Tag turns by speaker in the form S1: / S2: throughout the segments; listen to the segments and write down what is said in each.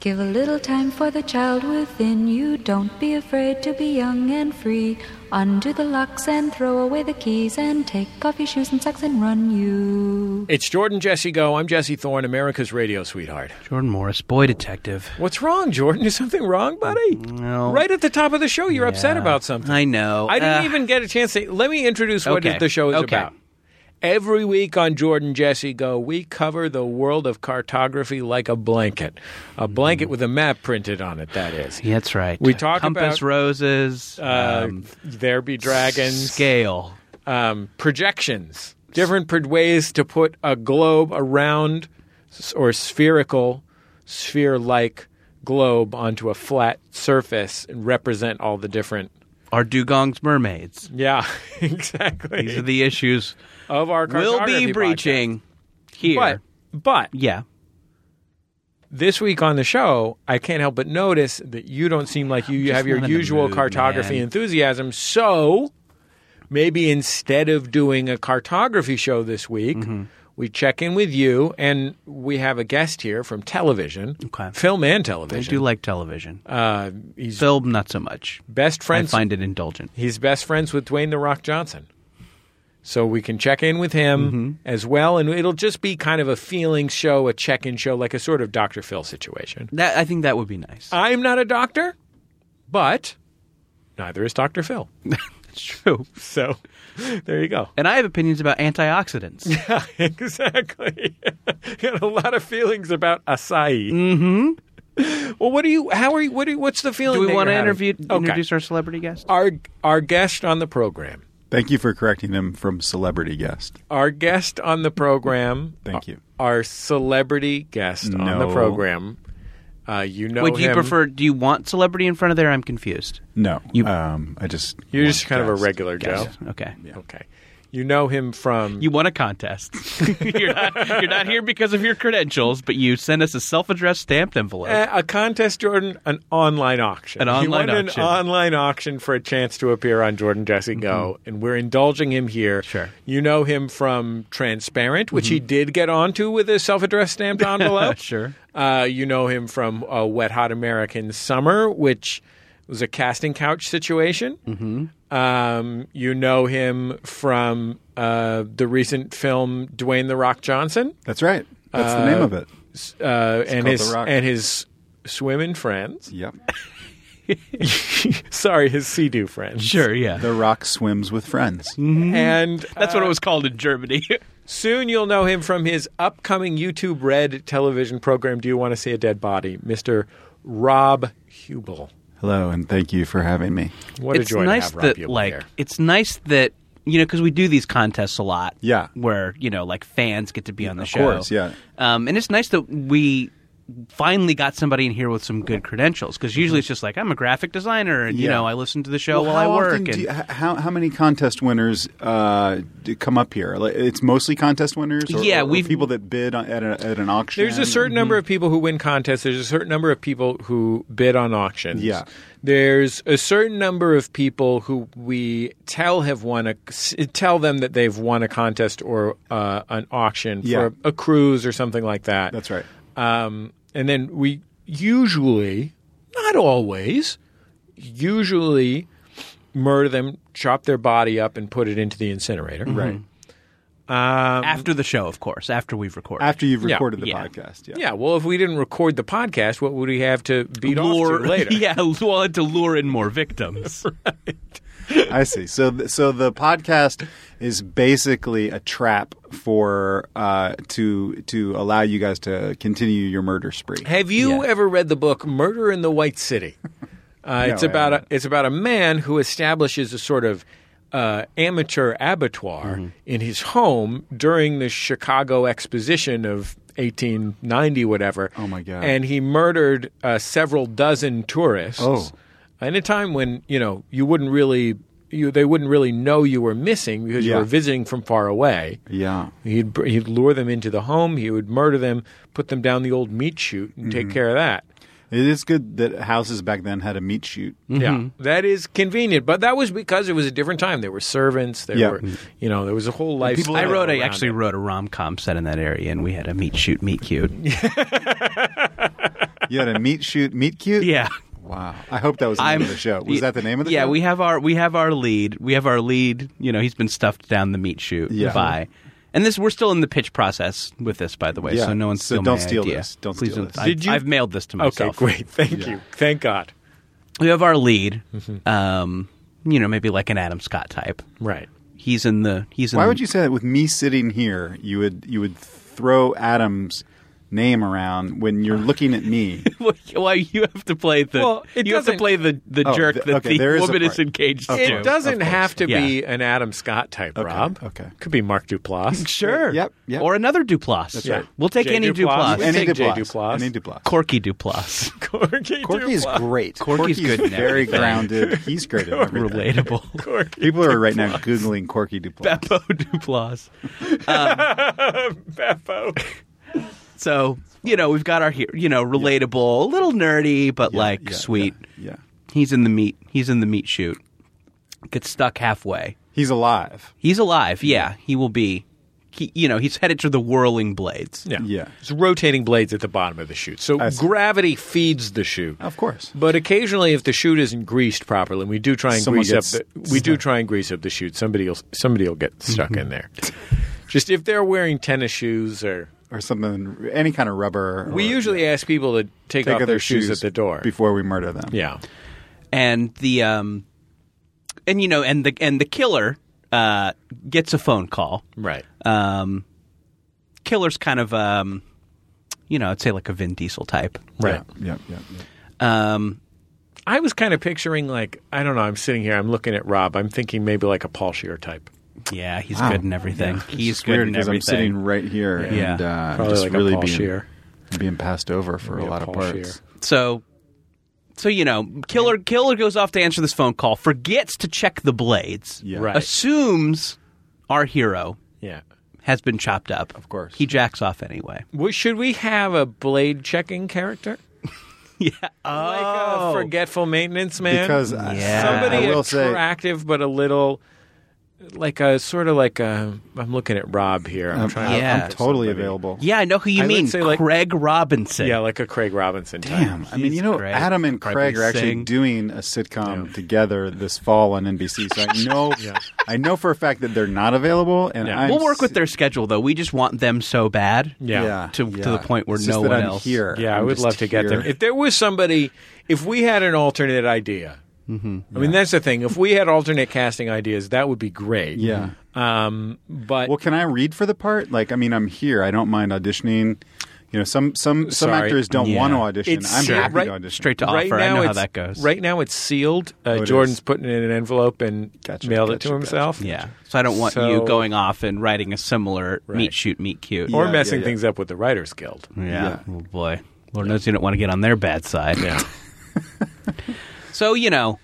S1: Give a little time for the child within you. Don't be afraid to be young and free. Undo the locks and throw away the keys and take off your shoes and socks and run you.
S2: It's Jordan Jesse Go. I'm Jesse Thorne, America's radio sweetheart.
S3: Jordan Morris, boy detective.
S2: What's wrong, Jordan? Is something wrong, buddy?
S3: No.
S2: Right at the top of the show, you're upset
S3: Yeah.
S2: about something.
S3: I know.
S2: I didn't
S3: Uh,
S2: even get a chance to. Let me introduce what
S3: Okay.
S2: the show is
S3: Okay.
S2: about. Every week on Jordan Jesse Go, we cover the world of cartography like a blanket. A
S3: Mm.
S2: blanket with a map printed on it, that is.
S3: Yeah, that's right.
S2: We talk
S3: compass
S2: about,
S3: roses,
S2: Uh,
S3: um,
S2: there be dragons.
S3: scale.
S2: um, projections, different pr- ways to put a globe, a round s- or spherical, sphere like globe onto a flat surface and represent all the different.
S3: Are dugongs mermaids?
S2: Yeah,
S3: These are
S2: exactly.
S3: the issues
S2: Of our
S3: we'll
S2: cartography
S3: be
S2: podcast.
S3: breaching here.
S2: But, but
S3: yeah.
S2: this week on the show, I can't help but notice that you don't seem like you, you
S3: just
S2: have your
S3: not in the
S2: usual
S3: mood,
S2: cartography
S3: man.
S2: enthusiasm. So maybe instead of doing a cartography show this week,
S3: Mm-hmm.
S2: we check in with you and we have a guest here from television,
S3: Okay.
S2: film and
S3: I
S2: television.
S3: do like television.
S2: uh, he's
S3: Film, not so much.
S2: best
S3: I
S2: friends.
S3: find it indulgent.
S2: He's best friends with Dwayne the Rock Johnson. So we can check in with him
S3: Mm-hmm.
S2: as well, and it'll just be kind of a feeling show, a check-in show, like a sort of Dr. Phil situation.
S3: That I think that would be nice.
S2: I'm not a doctor, but neither is Dr. Phil.
S3: That's true.
S2: So there you go.
S3: And I have opinions about antioxidants.
S2: exactly. Got a lot of feelings about acai. Mm-hmm. Well, what do you? How are you? What do you, What's the feeling?
S3: Do we
S2: want to
S3: interview
S2: Okay.
S3: introduce our celebrity guest?
S2: our our guest on the program?
S4: Thank you for correcting them from celebrity guest.
S2: Our guest on the program.
S4: Thank you.
S2: Our celebrity guest on the
S4: No.
S2: program. Uh, you know
S3: Would you
S2: him.
S3: prefer? Do you want celebrity in front of there? I'm confused.
S4: No,
S3: You-
S4: um, I just
S2: You're
S4: want
S2: just kind of a
S4: guest.
S2: regular Joe.
S3: Okay.
S2: Okay. You know him from
S3: You won a contest. you're, not, you're not here because of your credentials, but you sent us a self-addressed stamped envelope.
S2: Uh, a contest, Jordan, an online auction.
S3: An
S2: he won
S3: online
S2: an
S3: auction.
S2: online auction for a chance to appear on Jordan Jesse Go, and we're indulging him here.
S3: Mm-hmm. Sure. Mm-hmm.
S2: You know him from Transparent, which he did get onto with a self-addressed stamped envelope.
S3: Sure.
S2: Uh, you know him from uh, Wet Hot American Summer, which was a casting couch situation. Mm-hmm. Um, you know him from uh, the recent film Dwayne the Rock Johnson
S4: That's right. That's the name of it.
S2: uh, and
S4: called
S2: his
S4: The Rock.
S2: and his swimming friends.
S4: Yep.
S2: Sorry, his sea doo friends.
S3: Sure. Yeah.
S4: The Rock swims with friends.
S2: And uh,
S3: That's what it was called in Germany.
S2: soon you'll know him from his upcoming YouTube Red television program. Do you want to see a dead body, Mister Rob Hubel?
S4: Hello, and thank you for having me.
S2: What
S3: it's
S2: a joy
S3: nice
S2: to have Rob
S3: that
S2: Hubel
S3: like
S2: here.
S3: it's nice that you know because we do these contests a lot.
S4: Yeah.
S3: where you know like fans get to be on the
S4: Of
S3: show.
S4: course, yeah.
S3: Um, and it's nice that we finally got somebody in here with some good credentials because usually it's just like I'm a graphic designer and you
S4: Mm-hmm. Yeah.
S3: know I listen to the show
S4: Well,
S3: while I
S4: how
S3: work.
S4: often do
S3: and
S4: you- h- how how many contest winners uh, do come up here? Like, it's mostly contest winners. Or,
S3: Yeah,
S4: or- or
S3: we've-
S4: people that bid on, at, a, at an auction.
S2: There's a certain
S3: Mm-hmm.
S2: number of people who win contests. There's a certain number of people who bid on auctions.
S4: Yeah.
S2: There's a certain number of people who we tell have won a tell them that they've won a contest or uh, an auction
S4: Yeah.
S2: for a, cruise or something like that.
S4: That's right.
S2: Um, and then we usually, not always, usually murder them, chop their body up, and put it into the incinerator.
S4: Right.
S3: after the show, of course, after we've recorded.
S4: After you've
S2: Yeah,
S4: recorded the
S3: yeah.
S4: podcast. Yeah.
S2: Yeah. Well, if we didn't record the podcast, what would we have to beat off to later?
S3: yeah, well, to lure in more victims.
S4: I see. So, th- so the podcast is basically a trap for uh, to to allow you guys to continue your murder spree.
S2: Have you
S3: Yeah.
S2: ever read the book Murder in the White City? Uh, it's
S4: I
S2: about a,
S4: haven't.
S2: it's about a man who establishes a sort of uh, amateur abattoir
S4: Mm-hmm.
S2: in his home during the Chicago Exposition of 1890, whatever.
S4: Oh, my God.
S2: And he murdered uh, several dozen tourists.
S4: Oh.
S2: in a time when you know you wouldn't really you they wouldn't really know you were missing because you
S4: Yeah.
S2: were visiting from far away.
S4: Yeah.
S2: He'd br- he'd lure them into the home. He would murder them, put them down the old meat chute, and
S4: Mm-hmm.
S2: take care of that.
S4: It is good that houses back then had a meat shoot.
S2: Yeah, that is convenient. But that was because it was a different time. There were servants. There
S4: Yeah.
S2: were you know there was a whole life.
S4: people-
S3: I wrote. I
S2: around
S3: actually
S2: it.
S3: wrote a rom com set in that area, and we had a meet shoot, meet cute.
S4: You had a meet shoot, meet cute.
S3: Yeah.
S4: Wow. I hope that was the name of the show. Was that the name of the
S3: yeah,
S4: show?
S3: we have our we have our lead. We have our lead. You know, he's been stuffed down the meat chute
S4: Yeah.
S3: by. And this, we're still in the pitch process with this, by the way.
S4: Yeah.
S3: So no one's
S4: So
S3: steal
S4: don't
S3: my
S4: steal
S3: idea.
S4: this. Don't
S3: Please
S4: steal this.
S3: I,
S2: Did you-
S3: I've mailed this to
S2: Okay,
S3: myself.
S2: great. Thank you. Thank God.
S3: We have our lead. Um, you know, maybe like an Adam Scott type.
S2: Right.
S3: He's in the. He's in
S4: Why
S3: the,
S4: would you say that? With me sitting here, you would you would throw Adam's name around when you're looking at me.
S3: Why you have to play the?
S2: Well, it
S3: you have to
S2: doesn't-
S3: play the the
S4: Oh,
S3: jerk
S4: the-
S3: that
S4: okay, there
S3: the
S4: is a
S3: woman is
S4: part.
S3: engaged
S4: Of
S3: to.
S2: It doesn't
S4: of
S2: have to
S3: yeah.
S2: be an Adam Scott type, Rob.
S4: okay.
S2: Could be Mark Duplass.
S3: Sure.
S4: Yep, yep.
S3: Or another Duplass.
S4: That's
S2: right.
S3: We'll take
S2: Jay
S3: any
S2: Duplass.
S3: Duplass.
S2: We'll
S4: Any
S2: take Jay
S4: Duplass.
S2: Duplass.
S4: Any Duplass.
S3: Corky Duplass.
S2: Corky,
S4: Corky is
S2: Duplass.
S4: great.
S3: Corky's good in
S4: Very
S3: everything.
S4: grounded. He's great. At everything.
S3: Relatable.
S2: Corky
S4: People are right now googling Corky Duplass.
S3: Beppo Duplass.
S2: Beppo.
S3: So, you know, we've got our, he- you know, relatable, a little nerdy, but like
S4: Yeah,
S3: sweet.
S4: Yeah, yeah.
S3: He's in the meat. He's in the meat shoot. Gets stuck halfway.
S4: He's alive.
S3: He's alive. Yeah, he will be. He, you know, he's headed to the whirling blades.
S2: Yeah.
S4: Yeah.
S2: It's rotating blades at the bottom of the chute. So
S4: I see.
S2: gravity feeds the chute.
S4: Of course.
S2: But occasionally, if the chute isn't greased properly, we do try and
S4: Someone
S2: grease up.
S4: gets
S2: The, we do try and grease up the chute. Somebody will somebody will get stuck
S4: Mm-hmm.
S2: in there. Just if they're wearing tennis shoes, or
S4: Or something, any kind of rubber.
S2: we
S4: or-
S2: usually ask people to take,
S4: take
S2: off
S4: off
S2: their shoes, at the door.
S4: before we murder them.
S2: Yeah,
S3: And the um and you know, and the and the killer uh gets a phone call.
S2: right.
S4: Uh,
S3: Um killer's kind of um you know, I'd say like a Vin Diesel type.
S2: Right.
S4: Yeah. Yeah. yeah.
S3: Um
S2: I was kind of picturing like I don't know. I'm sitting here. I'm looking at Rob. I'm thinking maybe like a Paul Shear type.
S3: yeah, he's
S4: Wow.
S3: good in everything. He's
S4: It's
S3: good
S4: weird
S3: in
S4: because
S3: everything.
S4: I'm sitting right here
S3: Yeah.
S4: and uh,
S2: Probably
S4: just
S2: like
S4: really
S2: a Paul
S4: being
S2: Shear.
S4: being passed over for a
S2: a
S4: lot of
S2: Paul
S4: parts.
S2: Shear.
S3: So, so you know, killer killer goes off to answer this phone call, forgets to check the blades,
S4: Yeah.
S2: Right.
S3: assumes our hero
S2: Yeah.
S3: has been chopped up. Of
S4: course.
S3: he jacks off anyway.
S2: Well, should we have a blade checking character?
S3: yeah.
S4: Oh.
S2: Like a forgetful maintenance man.
S4: Because
S3: Yeah.
S2: somebody
S4: Uh, I will say,
S2: attractive but a little like a sort of like a I'm looking at Rob here.
S4: Um,
S2: I'm trying to
S3: yeah.
S4: I'm totally
S2: somebody.
S4: available.
S3: yeah, I know who you
S2: I would
S3: mean.
S2: say, like-
S3: Craig Robinson.
S2: Yeah, like a Craig Robinson type.
S4: Damn. I mean, you know,
S3: Craig.
S4: Adam and
S3: Craig
S4: Craig are
S3: will
S4: actually
S3: sing.
S4: doing a sitcom together this fall on NBC. So I know, I know for a fact that they're not available, and
S2: Yeah.
S4: I'm
S3: we'll work
S4: s-
S3: with their schedule though. We just want them so bad.
S2: Yeah.
S3: to- to the point where
S4: It's
S3: no
S4: just that
S3: one
S4: I'm
S3: else-
S4: Here,
S2: Yeah, I
S4: I'm
S2: would
S4: just
S2: love to get
S4: here.
S2: them. If there was somebody if we had an alternate idea.
S4: Mm-hmm.
S2: I mean, that's the thing. If we had alternate casting ideas, that would be great.
S4: Yeah.
S3: Mm-hmm.
S2: Um, but
S4: Well, can I read for the part? Like, I mean, I'm here. I don't mind auditioning. You know, some some some
S2: Sorry.
S4: actors don't
S3: Yeah.
S4: want to audition.
S2: It's
S4: I'm
S2: sure.
S4: happy
S2: Right-
S4: to audition.
S3: Straight to
S2: right now
S3: offer. I know how
S2: it's-
S3: that goes.
S2: Right now it's sealed. Uh,
S4: Oh, it
S2: Jordan's
S4: is.
S2: putting it in an envelope and
S4: Gotcha,
S2: mailed it
S4: gotcha,
S2: to himself.
S3: Yeah. So I don't want
S2: So-
S3: you going off and writing a similar meet shoot meet cute.
S2: Or
S4: Yeah,
S2: messing
S4: yeah, yeah.
S2: things up with the Writers Guild.
S3: Yeah.
S4: Yeah.
S3: Oh boy. Lord knows you don't want to get on their bad side. Yeah. so you know,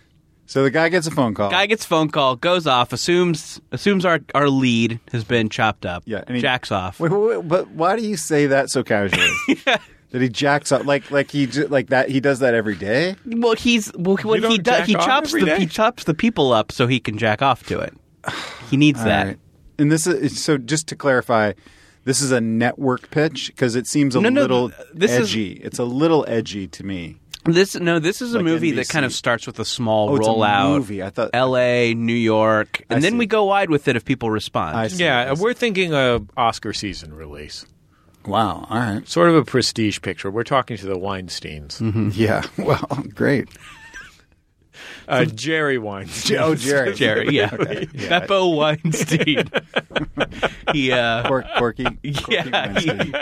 S4: So the guy gets a phone call.
S3: guy gets a phone call, goes off, assumes assumes our our lead has been chopped up.
S4: Yeah, and he-
S3: jacks off.
S4: Wait, wait, wait, but why do you say that so casually? That he jacks up like like he ju- like that he does that every day.
S3: well, he's well, what he
S2: don't
S3: does
S2: jack
S3: he
S2: off
S3: chops
S2: every
S3: the
S2: day?
S3: he chops the people up so he can jack off to it. He needs that.
S4: Alright. And this is so just to clarify, this is a network pitch because it seems a
S3: No, no,
S4: little
S3: th- this is-
S4: edgy. It's a little edgy to me.
S3: This no, this is a
S4: Like
S3: movie that
S4: NBC.
S3: kind of starts with a small
S4: Oh, it's a
S3: rollout.
S4: movie. I thought-
S3: L.A., New York, and
S4: I
S3: then
S4: see.
S3: we go wide with it if people respond.
S4: I see.
S2: Yeah, we're thinking a Oscar season release,
S4: Wow. All right.
S2: sort of a prestige picture. We're talking to the Weinstein's,
S4: Hmm. Yeah. Well, great.
S2: uh, Jerry Weinstein.
S4: Oh, Jerry.
S3: Jerry, yeah. Beppo Weinstein. he uh
S4: Quirk, quirky. Quirky
S3: yeah, he,
S4: Wednesday.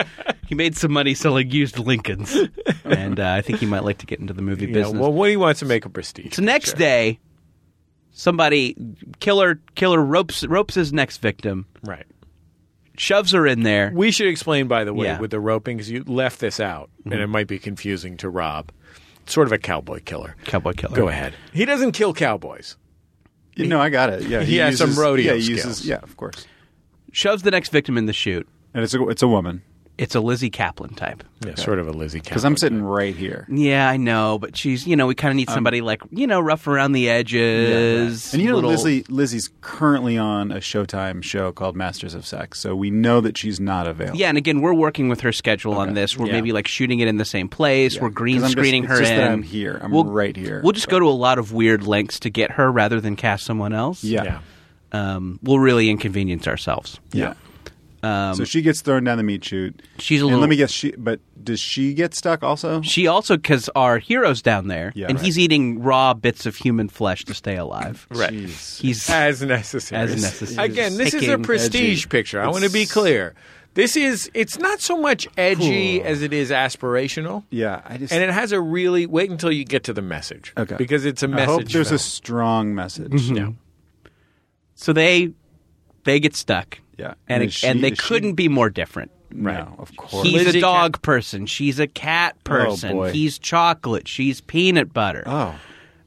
S3: he made some money selling used Lincolns. and uh, I think he might like to get into the movie
S2: You know,
S3: business.
S2: well, what he wants to make a prestige.
S3: so next
S2: picture.
S3: day somebody killer killer ropes ropes his next victim,
S2: right?
S3: shoves her in there.
S2: We should explain, by the way,
S3: Yeah.
S2: with the roping because you left this out, and it might be confusing to Rob. Sort of a cowboy killer.
S3: Cowboy killer.
S2: Go ahead. He doesn't kill cowboys.
S4: You know, I got it. Yeah.
S2: He has some rodeo
S4: yeah, he uses-
S2: skills.
S4: Yeah, of course.
S3: Shoves the next victim in the chute.
S4: And it's a, it's a woman.
S3: It's a Lizzie Kaplan type.
S2: Yeah, sort of a Lizzie Kaplan.
S4: Because I'm sitting right here.
S3: Yeah, I know, but she's you know we kind of need somebody like you know rough around the edges.
S4: Um, And you know,
S3: little-
S4: Lizzie, Lizzie's currently on a Showtime show called Masters of Sex, so we know that she's not available.
S3: Yeah, and again, we're working with her schedule on this. We're maybe like shooting it in the same place. We're green
S4: 'Cause I'm just-
S3: screening
S4: it's
S3: her
S4: just
S3: in.
S4: that I'm here. I'm right here.
S3: We'll just go to a lot of weird lengths to get her rather than cast someone else.
S4: Yeah.
S2: yeah.
S4: Yeah.
S3: um, we'll really inconvenience ourselves.
S4: so she gets thrown down the meat chute.
S3: Um, She's a
S4: and
S3: little-
S4: let me guess. She but does she get stuck also?
S3: She also because our hero's down there,
S4: Yeah,
S3: and
S4: right.
S3: he's eating raw bits of human flesh to stay alive.
S2: Right.
S4: Jeez.
S3: He's
S2: as necessary.
S3: As necessary.
S2: Again, this is a
S3: Picking
S2: prestige
S4: edgy.
S2: picture. I want to be clear. This is it's not so much edgy as it is aspirational.
S4: Yeah, I just
S2: And it has a really wait until you get to the message.
S4: Okay.
S2: Because it's a
S4: I
S2: message.
S4: hope there's
S2: film.
S4: a strong
S3: Mm-hmm.
S4: message. yeah,
S3: so they they get stuck.
S4: Yeah.
S3: and
S4: Is
S3: it, and
S4: she-
S3: they
S4: is she-
S3: couldn't be more different.
S4: right. No, of course.
S3: He's
S2: Lizzie
S3: a dog person. She's a cat person.
S4: Oh, boy.
S3: He's chocolate. She's peanut butter.
S4: oh,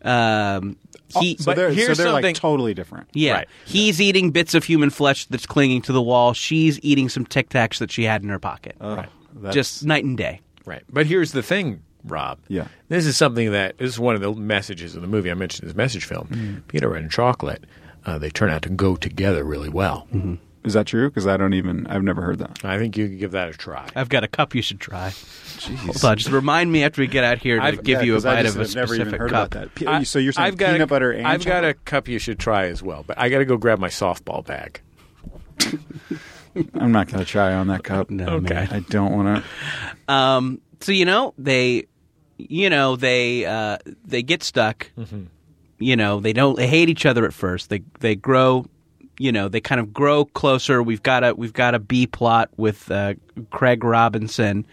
S3: Um, he,
S4: so
S2: But
S4: they're,
S2: here's
S4: so they're
S2: something-
S4: like totally different.
S3: yeah,
S2: Right.
S3: he's eating bits of human flesh that's clinging to the wall. She's eating some Tic Tacs that she had in her pocket.
S4: Oh, that's-
S3: Just night and day.
S2: Right. But here's the thing, Rob.
S4: Yeah.
S2: This is something that this is one of the peanut of the movie I mentioned this message film.
S4: Mm-hmm.
S2: Peanut butter and chocolate, uh, they turn out to go together really well.
S4: is that true? Because I don't even I've never heard that.
S2: I think you could give that a try.
S3: I've got a cup you should try. Hold on, just remind me after we get out here to
S2: I've-
S3: give
S4: Yeah,
S3: you a
S4: 'cause I
S3: bite
S4: just
S3: of a
S4: have never even
S3: specific
S4: heard
S3: cup.
S4: about that. Pe-
S2: I-
S4: Uh, so you're saying
S2: I've got
S4: peanut
S2: a,
S4: butter and
S2: I've got
S4: chocolate?
S2: a cup you should try as well, but I got to go grab my softball bag.
S4: I'm not going to try on that cup. No,
S3: Okay. Oh, man.
S4: I don't want to.
S3: Um, so you know they, you know they uh, they get stuck. You know they don't they hate each other at first. They they grow. You know they kind of grow closer. We've got a we've got a B plot with uh, Craig Robinson,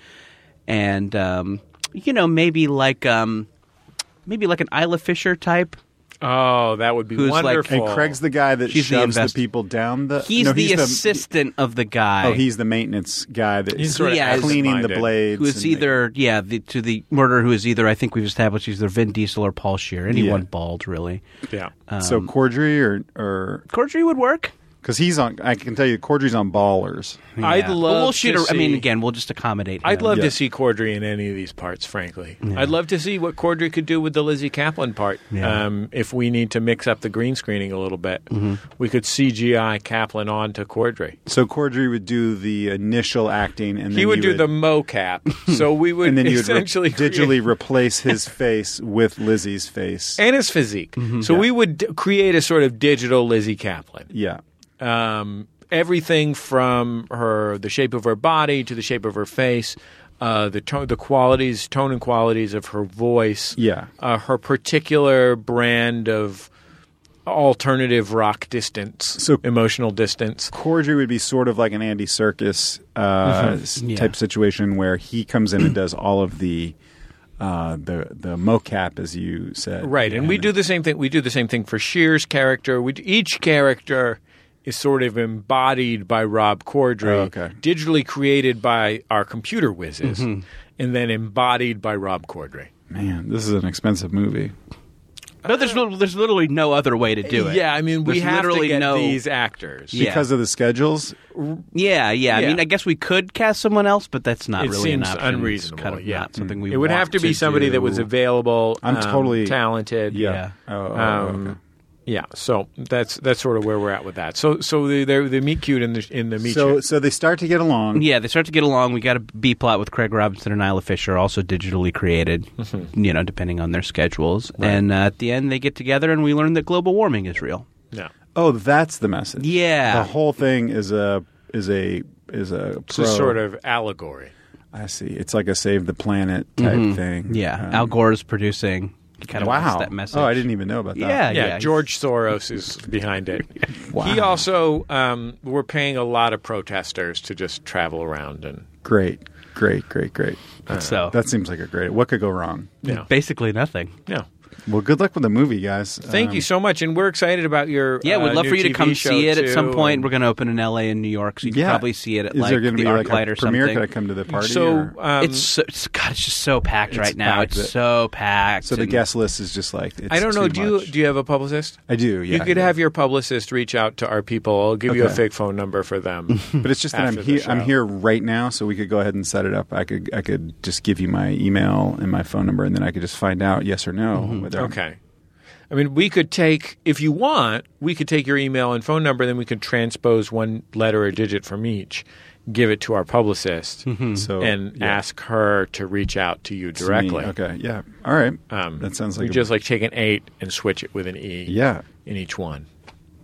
S3: and um, you know maybe like um, maybe like an Isla Fisher type.
S2: Oh, that would be
S3: Who's like-
S2: wonderful.
S4: And Craig's the guy that
S3: She's the
S4: shoves the,
S3: invest-
S4: people down the.
S3: He's,
S4: no,
S3: the,
S4: he's
S3: assistant of the guy.
S4: Oh, he's the maintenance guy that
S2: He's
S4: is
S2: sort
S3: of Yeah,
S4: cleaning the
S2: absent-minded.
S4: blades.
S3: who is
S4: and making-
S3: either yeah the, to the murderer who is either I think we've established he's either Vin Diesel or Paul Shear anyone
S4: Yeah.
S3: bald really
S2: yeah.
S3: Uh,
S4: so
S2: um,
S4: Cordry or or
S3: Cordry would work
S4: because he's on. I can tell you, Cordry's on Ballers.
S2: I'd
S3: Yeah. But
S2: love
S3: We'll shoot.
S2: to
S3: a- I mean,
S2: see-
S3: again, we'll just accommodate.
S2: I'd
S3: him.
S2: love
S4: Yeah.
S2: to see Cordry in any of these parts, frankly. I'd love to see what Cordry could do with the Lizzie Kaplan part.
S3: Yeah. Mm-hmm.
S2: Um, if we need to mix up the green screening a little bit, we could CGI Kaplan onto Cordry.
S4: So Cordry would do the initial acting, and then
S2: He would
S4: you
S2: do the mocap. so we would
S4: and then you would re-
S2: essentially create-
S4: digitally replace his face with Lizzie's face.
S2: and his physique.
S3: Mm-hmm.
S2: So we would d- create a sort of digital Lizzie Kaplan.
S4: yeah,
S2: um, everything from her the shape of her body to the shape of her face, uh, the tone, the qualities, tone and qualities of her voice.
S4: Yeah.
S2: uh, her particular brand of alternative rock distance,
S4: So-
S2: emotional distance.
S4: Cordry would be sort of like an Andy Circus uh,
S2: Mm-hmm.
S4: s-
S3: Yeah.
S4: type situation where he comes in and does all of the uh, the the mocap, as you said.
S2: Right, and we do the same thing. We do the same thing for Shear's character. We, each character is sort of embodied by Rob Corddry,
S4: Oh, okay. Mm-hmm.
S2: digitally created by our computer whizzes, and then embodied by Rob Corddry.
S4: Man, this is an expensive movie.
S3: No, there's li- there's literally no other way to do it.
S2: Yeah, I mean, we
S3: There's
S2: have
S3: literally
S2: to get
S3: no-
S2: these actors.
S3: Yeah.
S4: Because of the schedules,
S3: Yeah, yeah.
S2: Yeah.
S3: I mean, I guess we could cast someone else, but that's not
S2: It
S3: really an
S2: seems
S3: option. It's
S2: unreasonable,
S3: kind of
S2: yeah.
S3: not something we.
S2: It would
S3: want
S2: have to be somebody
S3: do.
S2: that was available.
S4: I'm
S2: um,
S4: totally-
S2: talented.
S4: yeah.
S3: Yeah.
S4: Oh, oh,
S2: Um,
S4: okay.
S2: Yeah, so that's that's sort of where we're at with that. So so the the, the meet cute in the in the meet
S4: So
S2: cute.
S4: so they start to get along.
S3: Yeah, they start to get along. We got a B plot with Craig Robinson and Isla Fisher, also digitally created, you know, depending on their schedules. And uh, at the end, they get together and we learn that global warming is real.
S2: Yeah.
S4: Oh, that's the message.
S3: Yeah.
S4: The whole thing is a is a is a
S2: It's
S4: pro.
S2: a sort of allegory.
S4: I see. It's like a save the planet type thing.
S3: Yeah,
S2: Uh-huh.
S4: Um,
S3: Al Gore is producing. He kind of
S4: wow.
S3: that message.
S4: Oh, I didn't even know about that.
S3: Uh, Yeah,
S2: Yeah,
S3: he's-
S2: George Soros is behind it.
S4: Wow.
S2: He also um, we're paying a lot of protesters to just travel around and
S4: Great. Great. Uh, Great. Great.
S3: So
S4: That seems like a great. What could go wrong?
S2: you know,
S3: basically nothing.
S2: yeah.
S4: Well, good luck with the movie, guys.
S2: Thank
S4: Um,
S2: you so much, and we're excited about your.
S3: Yeah, we'd
S2: uh,
S3: love
S2: new
S3: for you to
S2: TV
S3: come
S2: show,
S3: see it at
S2: too,
S3: some point.
S2: and-
S3: We're going to open in L.A. and New York, so you can
S4: yeah.
S3: probably see it at
S4: Is
S3: like
S4: there gonna
S3: the
S4: be like
S3: ArcLight
S4: a
S3: or
S4: premiere?
S3: something.
S4: Could I come to the party?
S2: So
S4: or-
S2: um,
S3: it's, so, it's God, it's just so packed right now.
S4: packed.
S3: It's so packed.
S4: so the
S3: and-
S4: guest list is just like it's
S2: I don't know.
S4: too
S2: Do you,
S4: much.
S2: do you have a publicist?
S4: I do. Yeah,
S2: you could
S4: I do.
S2: have your publicist reach out to our people. I'll give you a
S4: Okay.
S2: fake phone number for them.
S4: But it's just that
S2: after
S4: I'm
S2: the
S4: here. I'm
S2: show.
S4: here right now, so we could go ahead and set it up. I could I could just give you my email and my phone number, and then I could just find out yes or no whether I'm-
S2: Mm-hmm. okay. I mean, we could take if you want, we could take your email and phone number, then we could transpose one letter or digit from each, give it to our publicist,
S4: Mm-hmm. So
S2: and
S4: yeah,
S2: ask her to reach out to you
S4: it's me.
S2: directly.
S4: Okay. Yeah. All right.
S2: Um,
S4: that sounds
S2: we
S4: like a-
S2: just like take an eight and switch it with an e.
S4: yeah.
S2: in each one.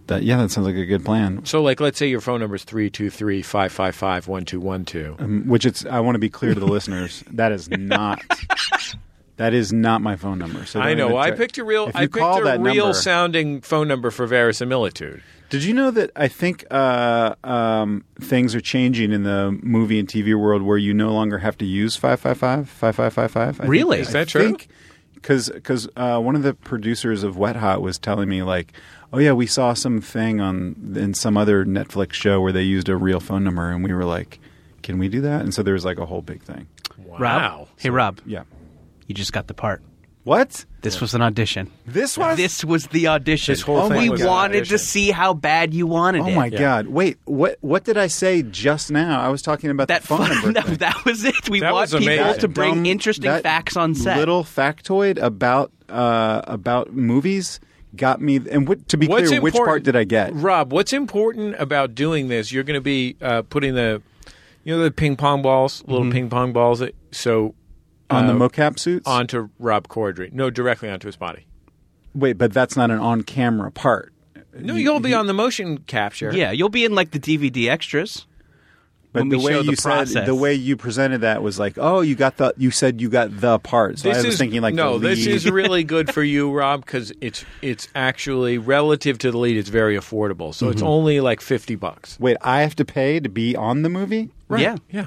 S4: That yeah. That sounds like a good plan.
S2: So, like, let's say your phone number is three two three five five five one two one two.
S4: Um, which it's. I want to be clear to the listeners. That is not. That is not my phone number. So
S2: I
S4: don't
S2: know.
S4: even
S2: I
S4: try-
S2: picked a real.
S4: If
S2: I
S4: you
S2: picked
S4: call
S2: a
S4: that
S2: real
S4: number-
S2: sounding phone number for verisimilitude.
S4: Did you know that I think uh, um, things are changing in the movie and TV world where you no longer have to use 555, 5555? I think-
S3: Really?
S4: I
S3: Is
S2: that true?
S4: think- Cause, cause uh, one of the producers of Wet Hot was telling me like, oh yeah, we saw some thing on in some other Netflix show where they used a real phone number, and we were like, can we do that? And so there was like a whole big thing.
S3: Rob,
S2: Wow.
S3: hey Rob,
S4: Yeah.
S3: you just got the part.
S4: What?
S3: This was an audition.
S4: This was
S3: This was the audition.
S2: This whole
S4: Oh thing my
S3: we
S4: was an
S3: wanted
S2: audition.
S3: to see how bad you wanted
S4: Oh
S3: it.
S4: my god! Wait, what? What did I say just now? I was talking about
S3: That
S4: the phone
S3: fun,
S4: number.
S3: no,
S4: thing.
S3: that was it. We
S2: That
S3: want
S2: was
S3: people
S2: amazing.
S3: to bring
S4: dumb-
S3: interesting
S4: that
S3: facts on set.
S4: Little factoid about uh, about movies got me. And what, to be
S2: What's
S4: clear, which
S2: important-
S4: part did I get?
S2: Rob, what's important about doing this? You're going to be uh, putting the, you know, the ping pong balls, little ping pong balls. That, so
S4: on the
S3: Uh,
S4: mocap suits.
S2: onto Rob Corddry. No, directly onto his body.
S4: Wait, but that's not an on-camera part.
S2: No, you'll be on the motion capture.
S3: yeah, you'll be in like the DVD extras.
S4: But
S3: When
S4: the
S3: we
S4: way
S3: show the
S4: you said
S3: process.
S4: the way you presented that was like, oh, you got the you said you got the part. So I was thinking like,
S2: no,
S4: the
S2: this
S4: lead.
S2: is really good for you, Rob, because it's it's actually relative to the lead, it's very affordable. So it's only like fifty bucks.
S4: Wait, I have to pay to be on the movie.
S3: Yeah,
S2: Yeah.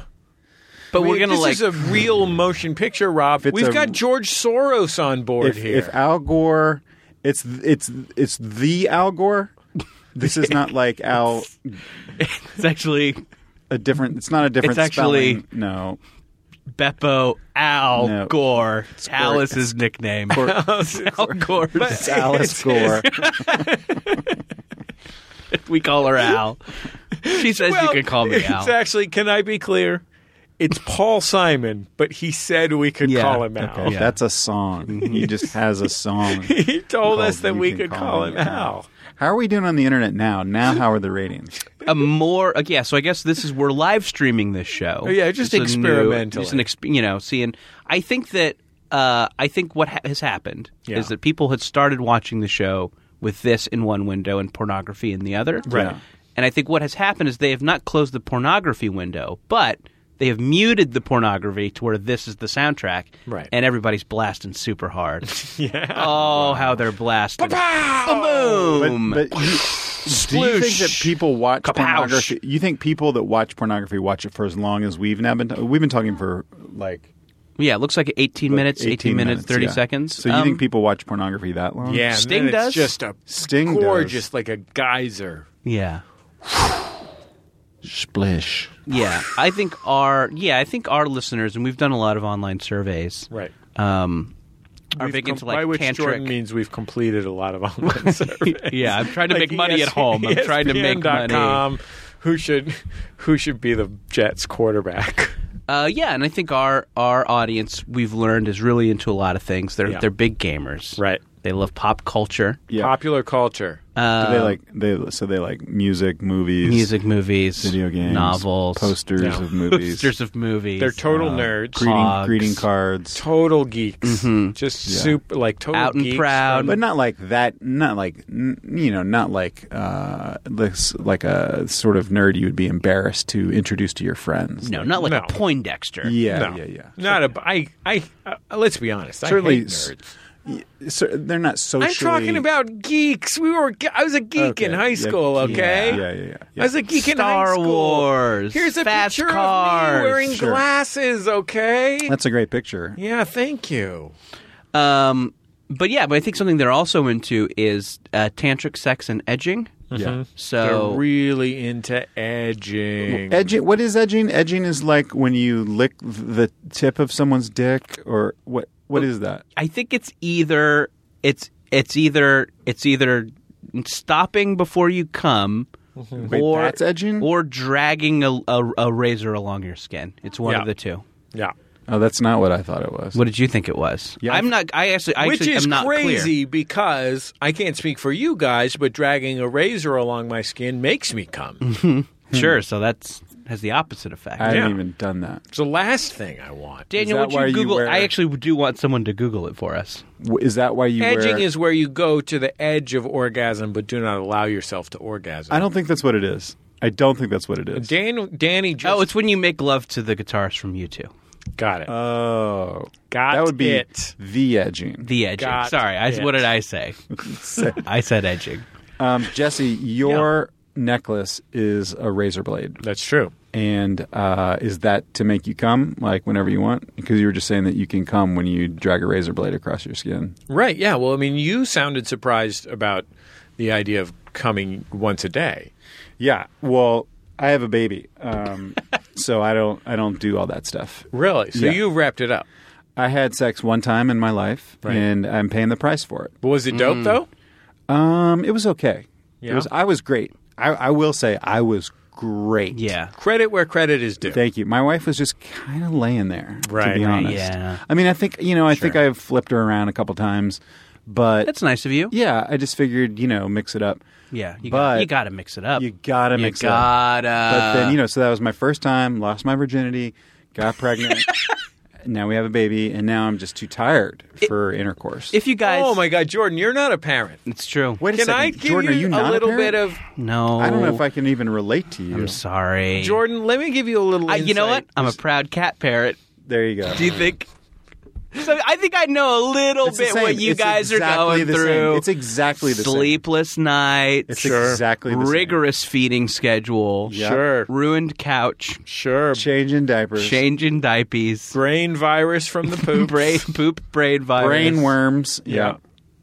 S3: but we're
S2: Wait,
S3: gonna
S2: this
S3: like
S2: is a real motion picture, Rob.
S4: it's
S2: We've
S4: a-
S2: got George Soros on board
S4: if,
S2: here.
S4: if Al Gore, it's it's it's the Al Gore. This is not like Al
S3: it's actually
S4: a different. It's not a different.
S3: It's actually-
S4: spelling. no.
S3: Beppo Al
S4: No.
S3: Gore. Al is his nickname. Al Gore.
S4: It's Alice Gore.
S3: we call her Al. She says you
S2: Well,
S3: can call me Al.
S2: It's actually, can I be clear? It's Paul Simon, but he said we could
S3: Yeah,
S2: call him Al.
S4: Okay, That's a song.
S3: Mm-hmm.
S4: He just has a song.
S2: He told us
S4: called
S2: that
S4: You
S2: we
S4: Can
S2: could
S4: Call
S2: call
S4: Me
S2: him
S4: Al.
S2: Al.
S4: How are we doing on the internet now? Now, how are the ratings?
S3: A more okay, yeah. So I guess this is we're live streaming this show.
S2: Oh, yeah, just
S3: It's a new-
S2: experimentally.
S3: just an exp- you know, seeing. I think that uh, I think what ha- has happened
S2: Yeah.
S3: is that people had started watching the show with this in one window and pornography in the other.
S4: Right. Yeah.
S3: And I think what has happened is they have not closed the pornography window, but they have muted the pornography to where this is the soundtrack.
S2: Right.
S3: And everybody's blasting super hard. yeah. Oh, how they're blasting! Boom.
S4: But you, do you think that people watch
S3: Kapouch.
S4: pornography? You think people that watch pornography watch it for as long as we've now been? We've been talking for like
S3: Yeah, it looks like 18 minutes, 18,
S4: 18,
S3: minutes, 30
S4: yeah.
S3: seconds.
S4: So you
S3: Um,
S4: think people watch pornography that long?
S2: Yeah, and
S3: Sting
S2: then it's
S3: does?
S2: just a
S4: Mm. Sting does.
S2: gorgeous, like a geyser.
S3: Yeah.
S4: Splish.
S3: Yeah. I think our yeah, I think our listeners and we've done a lot of online surveys.
S2: Right.
S3: Um are
S2: We've
S3: big
S2: com-
S3: into like
S2: by which
S3: tantric.
S2: Jordan means we've completed a lot of online surveys.
S3: yeah, I'm trying to
S2: Like E
S3: make money at
S2: ES-
S3: home. I'm trying to make money.
S2: ESPN.com, Who should who should be the Jets quarterback?
S3: Uh, yeah, and I think our our audience we've learned is really into a lot of things. They're
S2: Yeah.
S3: they're big gamers.
S2: Right.
S3: They love pop culture,
S4: Yeah.
S2: Popular culture.
S4: Do they like they so they like music, movies,
S3: Uh, music, movies,
S4: video games,
S3: novels,
S4: posters
S2: Yeah.
S4: of movies,
S3: posters of movies. uh,
S2: They're total nerds.
S4: greeting,
S3: Hogs.
S4: greeting cards,
S2: total geeks. Just super like total
S3: Mm-hmm. Out and
S2: geeks
S3: proud.
S2: from-
S4: but not like that. Not like n- you know, not like uh, this, like a sort of nerd you would be embarrassed to introduce to your friends.
S3: no, not like
S2: No.
S3: a Poindexter.
S4: Yeah,
S2: no.
S4: yeah, yeah.
S2: Not a I I uh, let's be honest. I
S4: Certainly
S2: hate
S4: s-
S2: nerds.
S4: So they're not socially.
S2: I'm talking about geeks. We were. ge- I was a geek
S4: Okay.
S2: in high
S4: Yeah.
S2: school. Okay.
S4: Yeah, yeah, yeah.
S2: I was a geek in high
S3: Star
S2: school.
S3: Wars,
S2: Here's a
S3: fast
S2: picture of
S3: cars.
S2: me wearing
S4: Sure.
S2: glasses. Okay.
S4: That's a great picture.
S2: yeah. Thank you.
S3: Um, but yeah, but I think something they're also into is uh, tantric sex and edging.
S4: Yeah.
S2: Mm-hmm.
S3: So
S2: They're really into edging.
S4: Edging. What is edging? Edging is like when you lick the tip of someone's dick, or what? What is that?
S3: I think it's either it's it's either it's either stopping before you come,
S2: Mm-hmm.
S4: Wait,
S3: or
S4: that's edging.
S3: or dragging a, a, a razor along your skin. It's one
S2: Yeah.
S3: of the two.
S2: yeah.
S4: oh, that's not what I thought it was.
S3: What did you think it was?
S4: Yeah.
S3: I'm not. I actually, I
S2: Which
S3: actually
S2: is
S3: am not
S2: crazy because I can't speak for you guys, but dragging a razor along my skin makes me cum.
S3: clear. Sure. So that's has the opposite effect.
S4: I haven't
S2: Yeah.
S4: even done that.
S2: it's the last thing I want.
S3: Daniel,
S4: that
S3: would
S4: why
S3: you
S4: you
S3: Google?
S4: wear-
S3: I actually do want someone to Google it for us.
S4: W- Is that why you
S2: Edging
S4: wear?
S2: is where you go to the edge of orgasm, but do not allow yourself to orgasm.
S4: I don't think that's what it is. I don't think that's what it is.
S2: Dan, Danny just
S3: Oh, it's when you make love to the guitarist from U2.
S2: got it.
S4: Oh,
S2: got
S4: that would be
S2: it.
S4: the edging.
S3: The edging.
S2: Got
S3: Sorry, I,
S2: it.
S3: what did I say? I said edging.
S4: um, Jesse, your necklace is a razor blade,
S2: That's true.
S4: and uh, is that to make you come like whenever you want? Because you were just saying that you can come when you drag a razor blade across your skin.
S2: Right. Yeah. Well, I mean, you sounded surprised about the idea of coming once a day.
S4: Yeah. Well, I have a baby, um, so I don't I don't do all that stuff.
S2: Really? So
S4: Yeah.
S2: you wrapped it up.
S4: I had sex one time in my life,
S2: Right.
S4: and I'm paying the price for it.
S2: But was it dope though?
S4: Um, it was okay. It
S2: Yeah?
S4: was. I was great. I, I will say I was great.
S3: Yeah.
S2: Credit where credit is due.
S4: Thank you. My wife was just kind of laying there,
S2: Right,
S4: to be
S2: right,
S4: honest.
S3: yeah.
S4: I mean, I think you know, I think I've flipped her around a couple times, but
S3: That's nice of you.
S4: yeah, I just figured you know, mix it up.
S3: Yeah, you,
S4: But
S3: got, you got to mix it up.
S4: You gotta
S3: You
S4: mix
S3: gotta.
S4: it up. But then you know, so that was my first time. Lost my virginity, got pregnant. now we have a baby, and now I'm just too tired for intercourse.
S3: if you guys,
S2: Oh my God, Jordan, you're not a parent.
S3: it's true.
S4: Wait a
S2: Can
S4: second,
S2: I give
S4: Jordan,
S2: you,
S4: are you
S2: a
S4: not
S2: little
S4: parent?
S2: bit of
S3: No,
S4: I don't know if I can even relate to you.
S3: Oh. I'm sorry,
S2: Jordan? Let me give you a little.
S3: I, you know what?
S2: insight.
S3: I'm a proud cat parrot.
S4: There you go.
S3: Do you think? So I think I know a little
S4: It's the
S3: bit
S4: same.
S3: what you
S4: It's
S3: guys
S4: exactly
S3: are going
S4: the same.
S3: through.
S4: It's exactly the same.
S3: sleepless nights.
S4: It's exactly the same.
S3: rigorous feeding schedule.
S4: Yeah.
S2: Sure,
S3: Ruined couch.
S2: sure.
S4: Changing diapers,
S3: Changing diapers.
S2: Brain virus from the poop.
S3: Brain poop brain virus.
S4: brain worms.
S2: Yeah.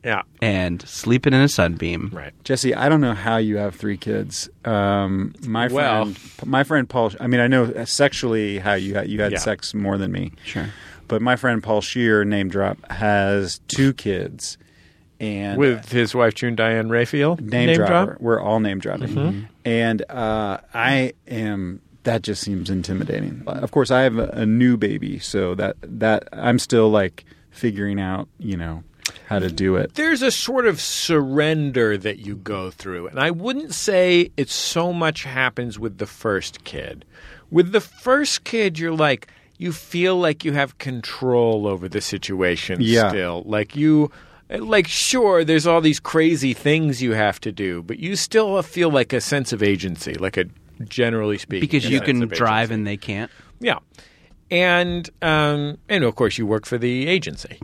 S2: Yeah.
S3: And sleeping in a sunbeam.
S2: Right.
S4: Jesse, I don't know how you have three kids. Um, my
S2: Well-
S4: friend, my friend Paul. I mean, I know sexually how you had, you had
S2: Yeah.
S4: sex more than me.
S3: Sure.
S4: but my friend Paul Shear, name drop, has two kids, and
S2: With his wife June Diane Raphael.
S4: name, dropper. We're all name dropping,
S2: Mm-hmm.
S4: and uh, I am. That just seems intimidating. Of course, I have a, a new baby, so that that I'm still like figuring out, you know, how to do it.
S2: there's a sort of surrender that you go through. And I wouldn't say it's so much happens with the first kid. With the first kid, you're like, you feel like you have control over the situation
S4: Yeah.
S2: still. Like, you, like, sure, there's all these crazy things you have to do, but you still feel like a sense of agency, like a generally speaking.
S3: Because
S2: a
S3: you
S2: sense
S3: can
S2: of
S3: drive
S2: agency.
S3: and they can't.
S2: Yeah. And um, and of course you work for the agency,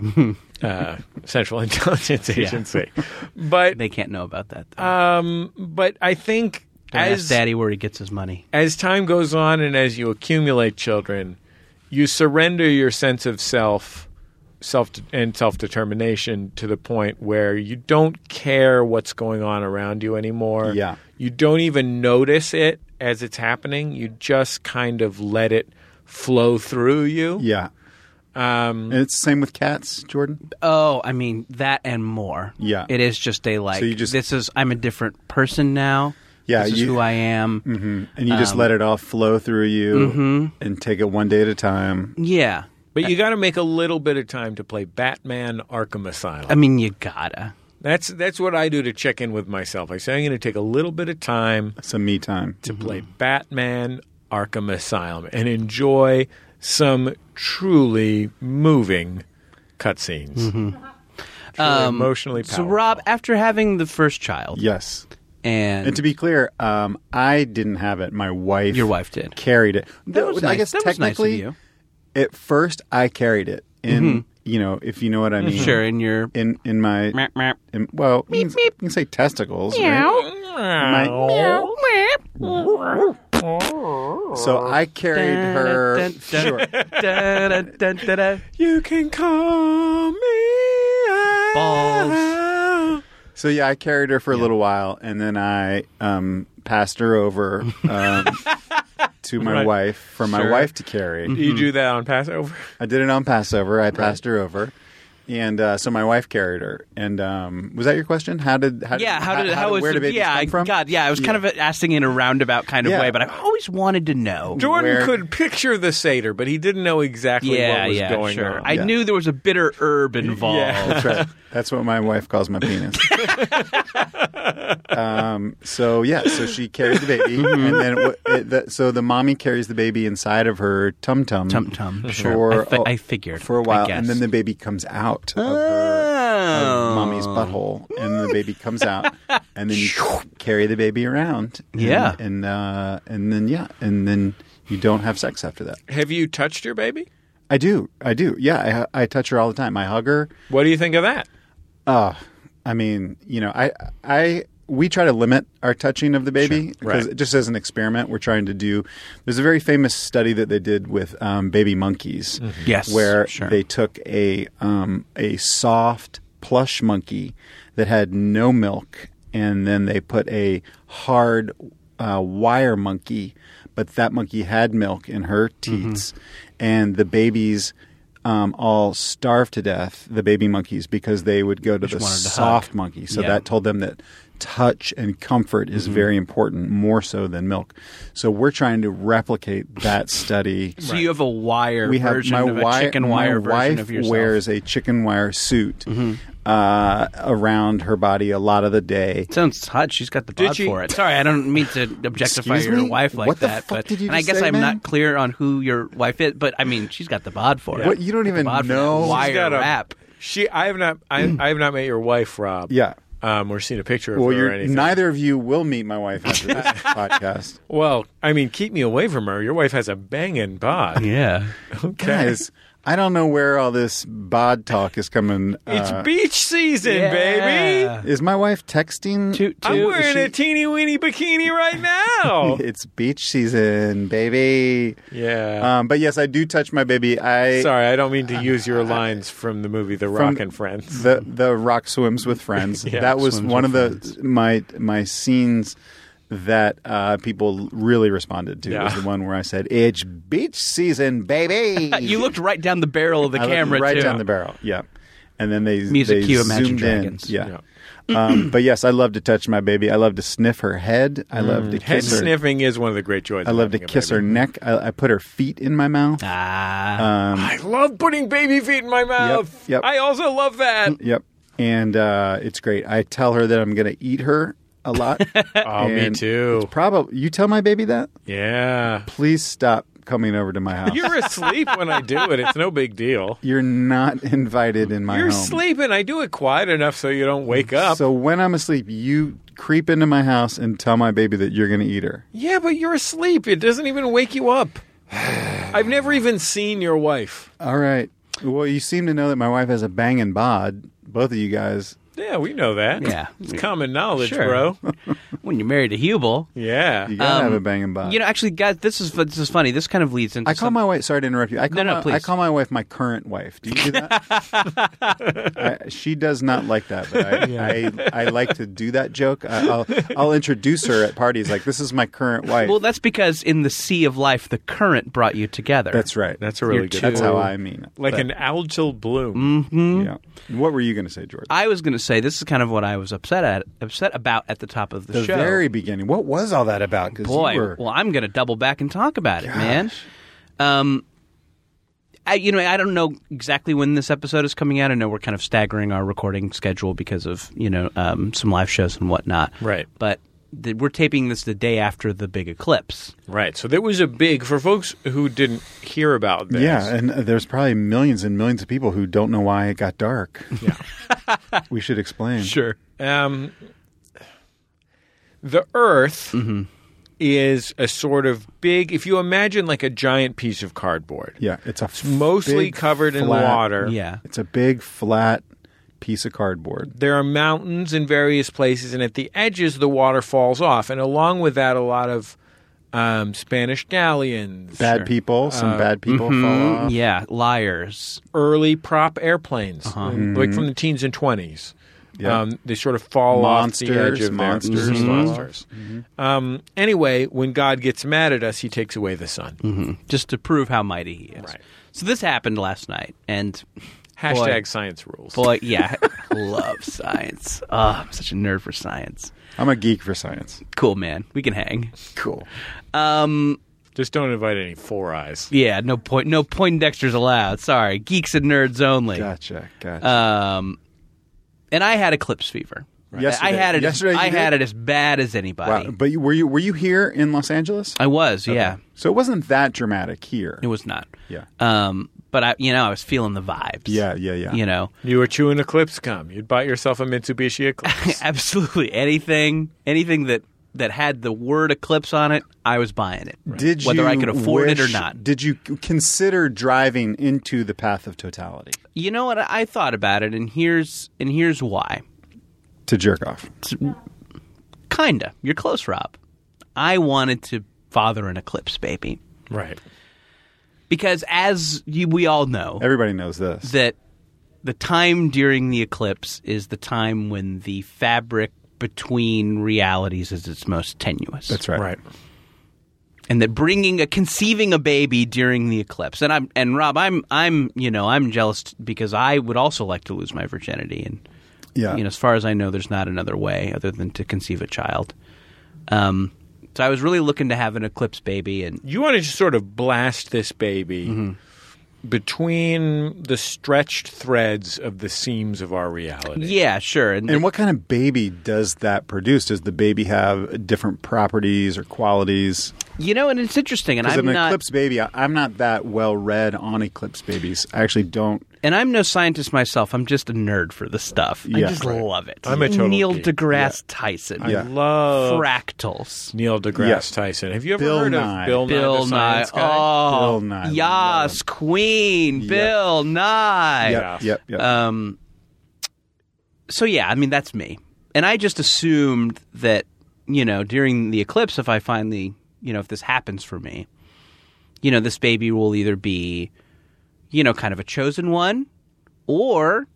S2: uh, Central Intelligence Agency. But
S3: They can't know about that. Though.
S2: um, but I think
S3: Don't ask
S2: as
S3: Daddy where he gets his money.
S2: as time goes on and as you accumulate children, you surrender your sense of self, self and self determination to the point where you don't care what's going on around you anymore.
S4: Yeah.
S2: you don't even notice it as it's happening. You just kind of let it flow through you.
S4: Yeah, um, and it's the same with cats, Jordan.
S3: Oh, I mean that and more.
S4: Yeah.
S3: it is just a like.
S4: So you just-
S3: this is I'm a different person now.
S4: Yeah,
S3: this is
S4: you- Mm-hmm.
S3: who I am.
S4: And you
S3: Um,
S4: just let it all flow through you
S3: mm-hmm.
S4: and take it one day at a time.
S3: Yeah,
S2: But you got to make a little bit of time to play Batman Arkham Asylum.
S3: I mean you gotta.
S2: That's that's what I do to check in with myself. I say I'm going to take a little bit of time
S4: Some me time.
S2: to play Batman Arkham Asylum and enjoy some truly moving cutscenes. Truly emotionally powerful.
S3: So Rob, after having the first child,
S4: Yes.
S3: and,
S4: And to be clear, um, I didn't have it. My wife,
S3: Your wife did.
S4: carried it. That
S3: was
S4: I
S3: nice-
S4: guess
S3: that was nice of
S4: technically,
S3: you. Mm-hmm.
S4: at first I carried it. In you know, if you know what I mean.
S3: sure, in your
S4: In in my
S3: Meep, meep.
S4: in, well, you, can, you can say testicles. Right? My- so I carried her. Sure.
S3: Da, da, da, da, da.
S2: you can call me.
S3: Ball
S4: So yeah, I carried her for a little while, and then I um, passed her over um, to my
S2: Right.
S4: wife for my
S2: Sure.
S4: wife to carry.
S3: Mm-hmm.
S2: You do that on Passover.
S4: I did it on Passover. I passed her over, and uh, so my wife carried her. And um, was that your question? How did? How
S3: yeah, how did how, was
S4: where
S3: the-
S4: did babies
S3: yeah,
S4: come from?
S3: God, yeah, I was kind of asking in a roundabout kind of
S4: Yeah.
S3: way, but I've always wanted to know.
S2: Jordan
S4: Where-
S2: could picture the Seder, but he didn't know exactly
S3: yeah,
S2: what was
S3: yeah,
S2: going
S3: sure.
S2: on.
S3: I
S4: Yeah.
S3: knew there was a bitter herb involved.
S4: That's right. That's what my wife calls my penis. um, so yeah, so she carries the baby,
S3: Mm-hmm.
S4: and then it, wa- it, that, so the mommy carries the baby inside of her tum tum
S3: Tum tum,
S4: for
S3: sure. I fi-
S4: oh,
S3: I figured,
S4: for
S3: I
S4: a while,
S3: guessed.
S4: and then the baby comes out of her
S3: Oh.
S4: of mommy's butthole, and the baby comes out, and then you carry the baby around, and,
S3: Yeah.
S4: and uh, and then yeah, and then you don't have sex after that.
S2: Have you touched your baby?
S4: I do, I do, yeah, I, I touch her all the time. I hug her.
S2: What do you think of that?
S4: Uh, I mean, you know, I, I, we try to limit our touching of the baby because
S2: Right.
S4: just as an experiment, we're trying to do. There's a very famous study that they did with um, baby monkeys,
S3: Yes,
S4: where
S3: sure.
S4: they took a um, a soft plush monkey that had no milk, and then they put a hard uh, wire monkey, but that monkey had milk in her
S3: Mm-hmm.
S4: teats, and the babies. Um, all starved to death the baby monkeys because they would go to the
S3: wanted to hug.
S4: soft monkey. So
S3: Yeah. Mm-hmm.
S4: that told them that touch and comfort is very important, more so than milk. So we're trying to replicate that study
S3: So you have a wire version of a
S4: wi-
S3: chicken wire
S4: my
S3: version
S4: wife
S3: of yourself. Mm-hmm.
S4: wears a chicken wire suit uh, around her body a lot of the day.
S3: Sounds hot. She's got the bod
S2: she-
S3: for it. Sorry, I don't mean to objectify
S4: Excuse
S3: your
S4: me?
S3: wife like
S4: What the
S3: that.
S4: fuck
S3: but
S4: did you
S3: and I
S4: just
S3: guess
S4: say,
S3: I'm
S4: man?
S3: not clear on who your wife is, but I mean, she's got the bod for it.
S4: What, you don't
S3: The
S4: even
S3: bod for that
S4: know- She's
S3: wire
S2: She's got a-
S3: wrap.
S2: She, I have not, I, I have not met your wife, Rob.
S4: Yeah.
S2: um, or seen a picture of
S4: Well,
S2: her or
S4: you're,
S2: anything.
S4: neither of you will meet my wife after this podcast.
S2: Well, I mean, keep me away from her. Your wife has a banging bod.
S3: Yeah.
S2: Okay.
S4: Guys, I don't know where all this bod talk is coming.
S2: it's
S4: uh,
S2: beach season, baby.
S4: is my wife texting?
S3: Toot,
S4: Is
S2: I'm wearing
S4: she-
S2: a teeny weeny bikini right now.
S4: It's beach season, baby.
S2: yeah.
S4: Um, but yes, I do touch my baby. I
S2: Sorry, I don't mean to use your lines from the movie The
S4: from-
S2: Rock and Friends.
S4: the the rock swims with friends.
S2: Yeah,
S4: that was
S3: swims
S4: one of
S3: with
S4: the my my scenes that uh, people really responded to.
S2: Yeah.
S4: Was the one where I said, "It's beach season, baby."
S3: You looked right down the barrel of the
S4: I looked
S3: camera
S4: right
S3: too.
S4: down the barrel. Yeah, and then they
S3: Music
S4: they
S3: cue, Imagine
S4: zoomed in.
S3: Dragons.
S4: Yeah. um, but yes, I love to touch my baby. I love to sniff her head. I love
S3: Mm.
S4: to
S2: Head
S4: kiss her.
S2: sniffing is one of the great joys.
S4: I love to kiss her neck. I, I put her feet in my mouth. Um,
S3: Ah.
S2: I love putting baby feet in my mouth.
S4: yep.
S2: I also love that.
S4: Yep. And uh, it's great. I tell her that I'm going to eat her a lot.
S2: Oh, me
S4: And
S2: too.
S4: It's probably you tell my baby that.
S2: Yeah.
S4: Please stop coming over to my house. You're,
S2: You're asleep when I do it. It's no big deal.
S4: not invited in my
S2: You're
S4: home.
S2: sleeping. I do it quiet enough so you don't wake up.
S4: So when I'm asleep, you creep into my house and tell my baby that you're going to eat her.
S2: yeah, but you're asleep. It doesn't even wake you up. I've never even seen your wife.
S4: All right. Well, you seem to know that my wife has a banging bod. Both of you guys.
S2: Yeah, we know that.
S3: Yeah.
S2: It's common knowledge,
S3: Sure.
S2: bro.
S3: when you're married to Hubel.
S2: Yeah.
S4: You gotta
S3: Um,
S4: have a banging bod.
S3: You know, actually, guys, this is this is funny. This kind of leads into
S4: Uh, I call
S3: some-
S4: my wife. Sorry to interrupt you. I call
S3: No, no,
S4: my,
S3: please.
S4: I call my wife my current wife. Do you do that? I, she does not like that, but I, I, I like to do that joke. I, I'll I'll introduce her at parties like this is my current wife.
S3: Well, that's because in the sea of life, the current brought you together.
S4: that's right.
S2: That's a really good
S4: That's
S2: one.
S4: how I mean it.
S2: Like
S4: But,
S2: an algal
S4: Mm.
S2: bloom.
S4: yeah. What were you going to say, George?
S3: I was going to say this is kind of what I was upset at upset about at the top of the,
S4: the
S3: show.
S4: very beginning. What was all that about? 'Cause
S3: Boy,
S4: you were-
S3: well, I'm going to double back and talk about it, man. Um, I, you know, I don't know exactly when this episode is coming out. I know we're kind of staggering our recording schedule because of you know um, some live shows and whatnot.
S2: Right.
S3: but. The, we're taping this the day after the big eclipse.
S2: Right. So there was a big, for folks who didn't hear about this.
S4: yeah, and uh, there's probably millions and millions of people who don't know why it got dark. Yeah, we should explain.
S3: Sure.
S2: Um, the Earth
S3: Mm-hmm.
S2: is a sort of big. If you imagine like a giant piece of cardboard,
S4: Yeah, it's a it's
S2: mostly covered in water.
S3: Yeah.
S4: It's a big flat piece of cardboard.
S2: there are mountains in various places, and at the edges the water falls off, and along with that, a lot of um, Spanish galleons,
S4: Bad people,
S3: Uh,
S4: some bad people
S3: mm-hmm.
S4: fall off.
S3: Yeah, liars.
S2: Mm-hmm. early prop airplanes, like from the teens and 20s
S4: Yeah.
S2: Um, they sort of fall off the edge
S4: Monsters,
S2: of their-
S4: monsters,
S2: Mhm.
S4: monsters.
S2: Um, anyway, when God gets mad at us, He takes away the sun.
S3: just to prove how mighty he is.
S2: Right.
S3: So this happened last night, and
S2: Hashtag
S3: Boy.
S2: science rules.
S3: boy, yeah, love science. Oh, I'm such a nerd for science.
S4: I'm a geek for science.
S3: Cool, man. We can hang.
S4: Cool.
S3: Um,
S2: Just don't invite any four eyes.
S3: yeah, no point. No Poindexters allowed. Sorry, geeks and nerds only.
S4: Gotcha. Gotcha.
S3: Um, and I had eclipse fever.
S4: Yesterday-
S3: I had it.
S4: yesterday
S3: as,
S4: you
S3: I had
S4: did?
S3: it as bad as
S4: wow.
S3: anybody.
S4: But you, were you were you here in Los Angeles?
S3: I was. Uh, Yeah,
S4: So it wasn't that dramatic here.
S3: it was not.
S4: Yeah.
S3: Um, but I, you know, I was feeling the vibes.
S4: Yeah, yeah, yeah.
S3: You know,
S2: You were chewing Eclipse gum. You'd bought yourself a Mitsubishi Eclipse.
S3: absolutely anything, anything that that had the word eclipse on it, I was buying it.
S4: Did
S3: whether
S4: you
S3: I could afford it or
S4: wish-
S3: not?
S4: Did you consider driving into the path of totality
S3: You know what? I thought about it, and here's and here's why.
S4: to jerk off?
S3: Kinda, you're close, Rob. I wanted to father an eclipse baby
S2: right.
S3: because, as you, we all know,
S4: Everybody knows this.
S3: that the time during the eclipse is the time when the fabric between realities is its most tenuous.
S4: That's right.
S2: Right.
S3: and that bringing a conceiving a baby during the eclipse and i'm and rob i'm i'm you know i'm jealous because i would also like to lose my virginity and
S4: Yeah.
S3: you know as far as i know there's not another way other than to conceive a child um so i was really looking to have an eclipse baby and
S2: You want to just sort of blast this baby between the stretched threads of the seams of our reality.
S3: yeah sure and,
S4: and what kind of baby does that produce? Does the baby have different properties or qualities?
S3: you know and it's interesting and
S4: Because
S3: i'm
S4: an
S3: not
S4: eclipse baby, I, I'm not that well read on eclipse babies. I actually don't.
S3: and i'm no scientist myself i'm just a nerd for this stuff i
S4: Yeah.
S3: just
S4: Right.
S3: love it
S2: I'm a total
S3: neil
S2: geek.
S3: degrasse tyson
S4: Yeah.
S2: Love
S3: fractals
S2: Neil deGrasse
S4: Yes.
S2: Tyson. Have you ever
S4: Bill
S2: heard
S4: Nye.
S2: of Bill, Nye,
S3: Bill
S2: the
S3: Nye.
S2: Science Guy?
S3: Oh,
S4: Bill Nye. Love
S3: Yas,
S4: him.
S3: Queen,
S4: Yep.
S3: Bill Nye.
S2: Yeah.
S4: Yep, yep, yep.
S3: Um, so, yeah, I mean, that's me. And I just assumed that, you know, during the eclipse, if I finally, you know, if this happens for me, you know, this baby will either be, you know, kind of a chosen one or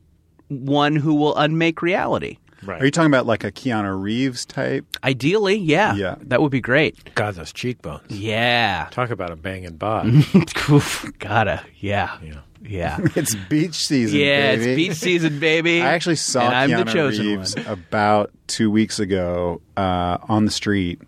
S3: one who will unmake reality.
S2: Right.
S4: Are you talking about like a Keanu Reeves type?
S3: Ideally, yeah.
S4: Yeah.
S3: That would be great.
S2: God, those cheekbones.
S3: Yeah.
S2: Talk about a banging bod.
S4: Mm-hmm.
S3: Oof, Gotta. Yeah.
S2: Yeah.
S3: Yeah.
S4: It's beach season.
S3: yeah,
S4: baby.
S3: it's beach season, baby.
S4: I actually saw
S3: and I'm
S4: Keanu
S3: the chosen
S4: Reeves
S3: one.
S4: about two weeks ago uh, on the street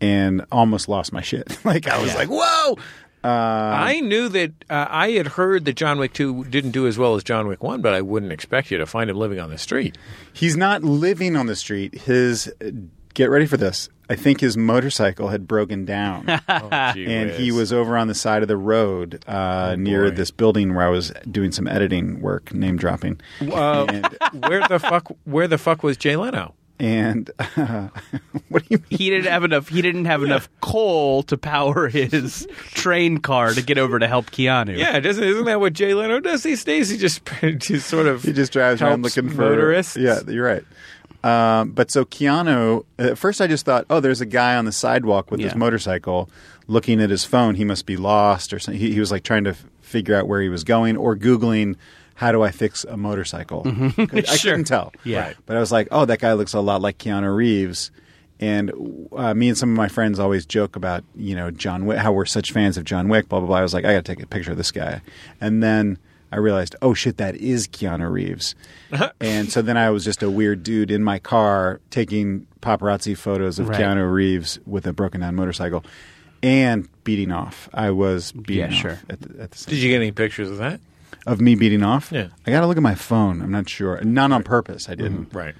S4: and almost lost my shit. like I was like, "Whoa!"
S2: I knew that uh, I had heard that John Wick 2 didn't do as well as John Wick 1, but I wouldn't expect you to find him living on the street.
S4: He's not living on the street. His uh, get ready for this. I think his motorcycle had broken down,
S3: Oh,
S2: Gee
S4: and
S2: whiz.
S4: he was over on the side of the road uh, near
S2: boy.
S4: this building where I was doing some editing work, name dropping.
S2: Uh,
S4: And,
S2: where the fuck? Where the fuck was Jay Leno?
S4: and what do you mean?
S3: He didn't have enough. He didn't have enough coal to power his train car to get over to help Keanu.
S2: Yeah, doesn't isn't that what Jay Leno does these days? He just just sort of
S4: He just drives around
S2: helps
S4: looking for
S2: motorists.
S4: Yeah, you're right. Um, but so Keanu, at first I just thought, oh, there's a guy on the sidewalk with his
S3: Yeah.
S4: motorcycle looking at his phone. He must be lost or something. He, he was like trying to f- figure out where he was going or Googling, how do I fix a motorcycle? 'Cause I couldn't tell.
S3: Yeah. Right.
S4: But I was like, oh, that guy looks a lot like Keanu Reeves. And uh, me and some of my friends always joke about, you know, John Wick, how we're such fans of John Wick, blah, blah, blah. I was like, I got to take a picture of this guy. And then I realized, oh shit, that is Keanu Reeves. and so then I was just a weird dude in my car taking paparazzi photos of
S3: Right.
S4: Keanu Reeves with a broken down motorcycle and beating off. I was beating
S3: Yeah,
S4: off
S3: sure.
S4: at the, at the same
S2: Did you get any pictures of that?
S4: of me beating off.
S2: Yeah.
S4: I got to look at my phone. I'm not sure. Not on purpose. I didn't.
S3: Mm-hmm.
S2: Right.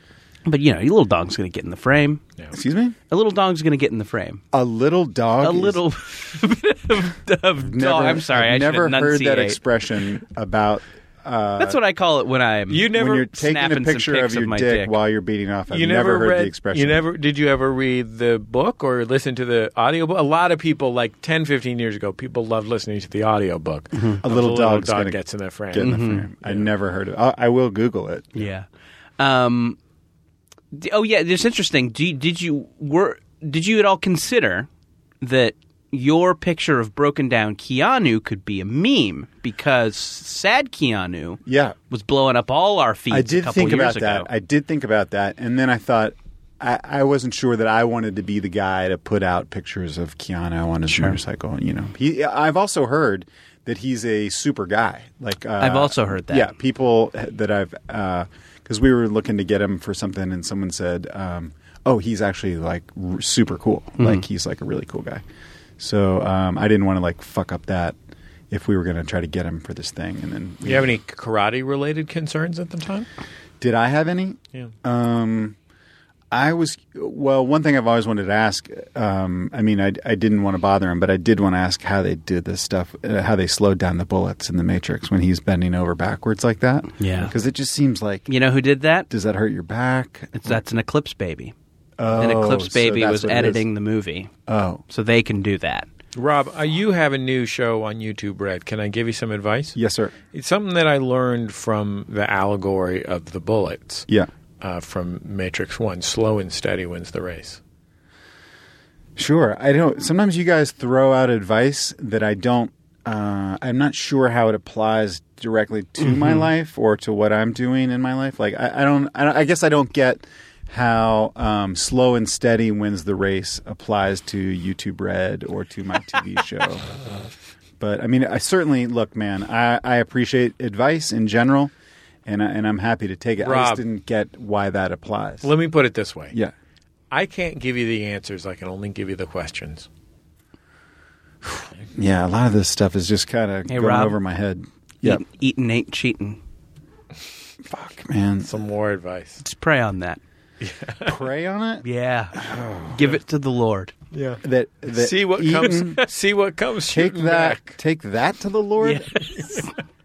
S3: But you know, a little dog's gonna get in the frame.
S4: Excuse me.
S3: A little dog's gonna get in the frame.
S4: A little dog.
S3: A
S4: is-
S3: little bit of, of
S4: Never,
S3: dog. I'm sorry.
S4: I've
S3: I should
S4: never heard that
S3: enunciate.
S4: expression about uh,
S3: That's what I call it when I'm.
S2: You never.
S4: when you're taking a
S3: snapping some
S4: picture
S3: pics
S4: of
S3: of
S4: your
S3: my
S4: dick,
S3: dick.
S4: while you're beating off. I've
S2: you
S4: never,
S2: never
S4: heard
S2: read
S4: the expression.
S2: You never did you ever read the book or listen to the audiobook? A lot of people like 10, 15 years ago, people loved listening to the audiobook.
S4: Mm-hmm. A little
S2: dog
S4: dog's gonna
S2: gets in the frame.
S4: get in the
S3: Mm-hmm.
S4: frame. I never heard it. I, I will Google it.
S3: Yeah. Um. d- Oh yeah, it's interesting. Do, you- did you were did you at all consider that your picture of broken down Keanu could be a meme because sad Keanu
S4: Yeah.
S3: was blowing up all our feeds.
S4: I
S3: a
S4: did
S3: couple
S4: think
S3: years
S4: about
S3: ago.
S4: that. I did think about that, and then I thought I, I wasn't sure that I wanted to be the guy to put out pictures of Keanu on his motorcycle. You know, he. I've also heard that he's a super guy. Like uh,
S3: I've also heard that.
S4: Yeah, people that I've because we were looking to get him for something, and someone said, um, "Oh, he's actually like r- super cool.
S3: Mm-hmm.
S4: Like he's like a really cool guy." So um, I didn't want to like fuck up that if we were going to try to get him for this thing, and then
S2: Do you have any karate related concerns at the time? Uh,
S4: did I have any?
S2: Yeah.
S4: Um, I was well. One thing I've always wanted to ask. Um, I mean, I, I didn't want to bother him, but I did want to ask how they did this stuff, uh, how they slowed down the bullets in the Matrix when he's bending over backwards like that.
S3: Yeah.
S4: because it just seems like
S3: You know who did that?
S4: does that hurt your back?
S3: It's, that's an Eclipse Baby.
S4: Oh,
S3: an Eclipse
S4: so
S3: Baby
S4: that's
S3: was
S4: what it is.
S3: editing the movie,
S4: Oh,
S3: so they can do that.
S2: Rob, uh, you have a new show on YouTube, Red. Can I give you some advice?
S4: yes, sir.
S2: It's something that I learned from the allegory of the bullets
S4: Yeah,
S2: uh, from Matrix 1 slow and steady wins the race.
S4: sure. I don't. Sometimes you guys throw out advice that I don't. Uh, I'm not sure how it applies directly to my
S2: Mm-hmm.
S4: life or to what I'm doing in my life. Like I, I don't. I, don't- I guess I don't get how um, slow and steady wins the race applies to YouTube Red or to my TV show. But I mean, I certainly look, man. I, I appreciate advice in general, and I, and I'm happy to take it. I
S2: Rob.
S4: just didn't get why that applies.
S2: Let me put it this way
S4: yeah.
S2: I can't give you the answers, I can only give you the questions.
S4: Yeah, a lot of this stuff is just kind of going
S3: Rob.
S4: over my head.
S3: Yeah,
S4: Yeah,
S3: Eat, eating ain't cheating.
S4: fuck, man.
S2: Some more advice.
S3: Let's pray on that.
S4: Pray on it.
S3: Yeah, give it to the Lord.
S2: Yeah.
S4: That, that
S2: See what
S4: Eaton-
S2: comes. See what comes.
S4: Take
S2: shooting
S4: that.
S2: back.
S4: Take that to the Lord.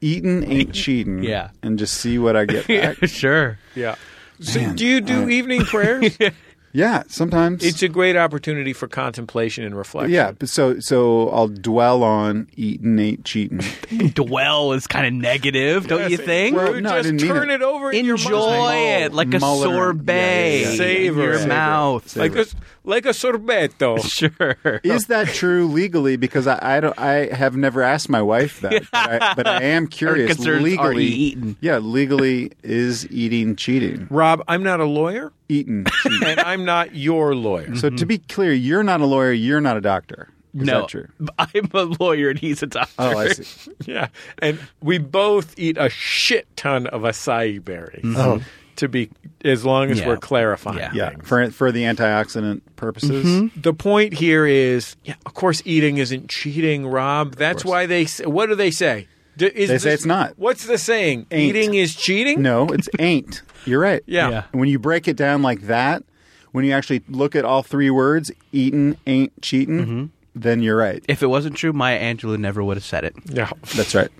S4: Eating ain't cheating.
S3: Yeah.
S4: and just see what I get back.
S3: sure.
S2: Yeah. So
S4: Man,
S2: do you do
S4: I-
S2: evening prayers?
S4: yeah, sometimes
S2: it's a great opportunity for contemplation and reflection.
S4: yeah. But so so I'll dwell on eating ain't cheating.
S3: Dwell is kind of negative, don't you think?
S4: Well,
S2: You
S4: no, I
S2: just
S4: didn't mean
S2: turn
S4: it.
S2: it over. in your mind.
S3: Enjoy it like a
S4: Muller.
S3: sorbet
S4: Yeah, yeah, yeah.
S3: in
S2: Savor
S3: your
S2: it. Savor it.
S3: mouth.
S4: Savor
S2: like a like a sorbetto.
S3: sure.
S4: Is that true legally? Because I, I don't. I have never asked my wife that, but I, but I am curious
S3: concerns,
S4: legally.
S3: are you eating?
S4: Yeah, legally is eating cheating.
S2: Rob, I'm not a lawyer,
S4: Eating. cheating.
S2: and I'm not your lawyer.
S4: So to be clear, you're not a lawyer. You're not a doctor. Is
S3: no,
S4: that true?
S3: I'm a lawyer and he's a doctor.
S4: Oh, I see.
S2: yeah, and we both eat a shit ton of acai berries.
S4: Oh.
S2: To be, as long as
S3: Yeah.
S2: we're clarifying
S3: Yeah.
S4: Yeah,
S2: things.
S4: for for the antioxidant purposes.
S2: the point here is, yeah, of course, eating isn't cheating, Rob. That's why they. s- What do they say? D- is
S4: They say
S2: this-
S4: it's not.
S2: What's the saying?
S4: Ain't.
S2: Eating is cheating.
S4: No, it's ain't. You're right.
S2: Yeah.
S3: Yeah.
S4: When you break it down like that, when you actually look at all three words, eating ain't cheating, then you're right.
S3: If it wasn't true, Maya Angelou never would have said it.
S2: Yeah.
S4: That's right.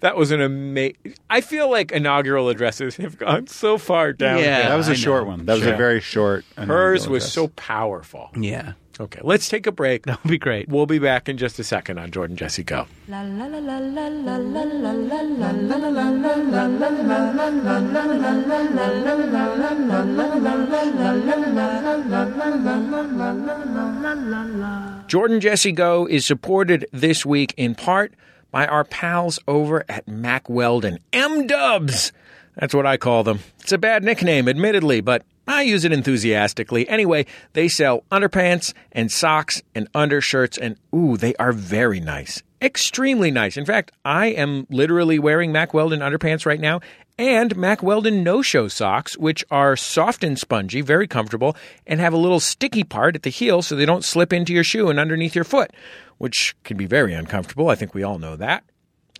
S2: That was an amazing. I feel like inaugural addresses have gone so far down.
S3: Yeah.
S2: hill.
S4: That was a
S3: I know.
S4: short one. That was
S2: Sure.
S4: a very short.
S2: Hers
S4: anecdotal
S2: was
S4: test.
S2: so powerful.
S3: Yeah,
S2: Okay, let's take a break.
S3: that would be great.
S2: We'll be back in just a second on Jordan Jesse Go.
S1: La la la la la la la la la la.
S2: Jordan Jesse Go is supported this week in part by our pals over at Mac Weldon. M Dubs! That's what I call them. It's a bad nickname, admittedly, but I use it enthusiastically. Anyway, they sell underpants and socks and undershirts, and ooh, they are very nice. Extremely nice. In fact, I am literally wearing Mac Weldon underpants right now and Mac Weldon no show socks, which are soft and spongy, very comfortable, and have a little sticky part at the heel so they don't slip into your shoe and underneath your foot, which can be very uncomfortable. I think we all know that.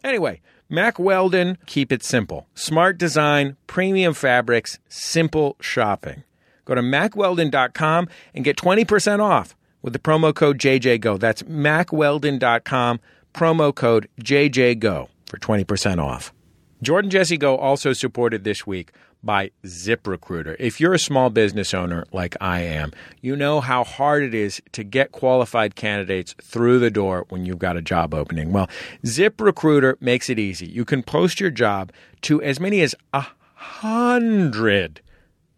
S2: Anyway, Mac Weldon, keep it simple. Smart design, premium fabrics, simple shopping. Go to macweldon.com and get 20% off with the promo code JJGO. That's macweldon.com, promo code JJGO for 20% off. Jordan Jesse Go also supported this week by ZipRecruiter. If you're a small business owner like I am, you know how hard it is to get qualified candidates through the door when you've got a job opening. Well, ZipRecruiter makes it easy. You can post your job to as many as a hundred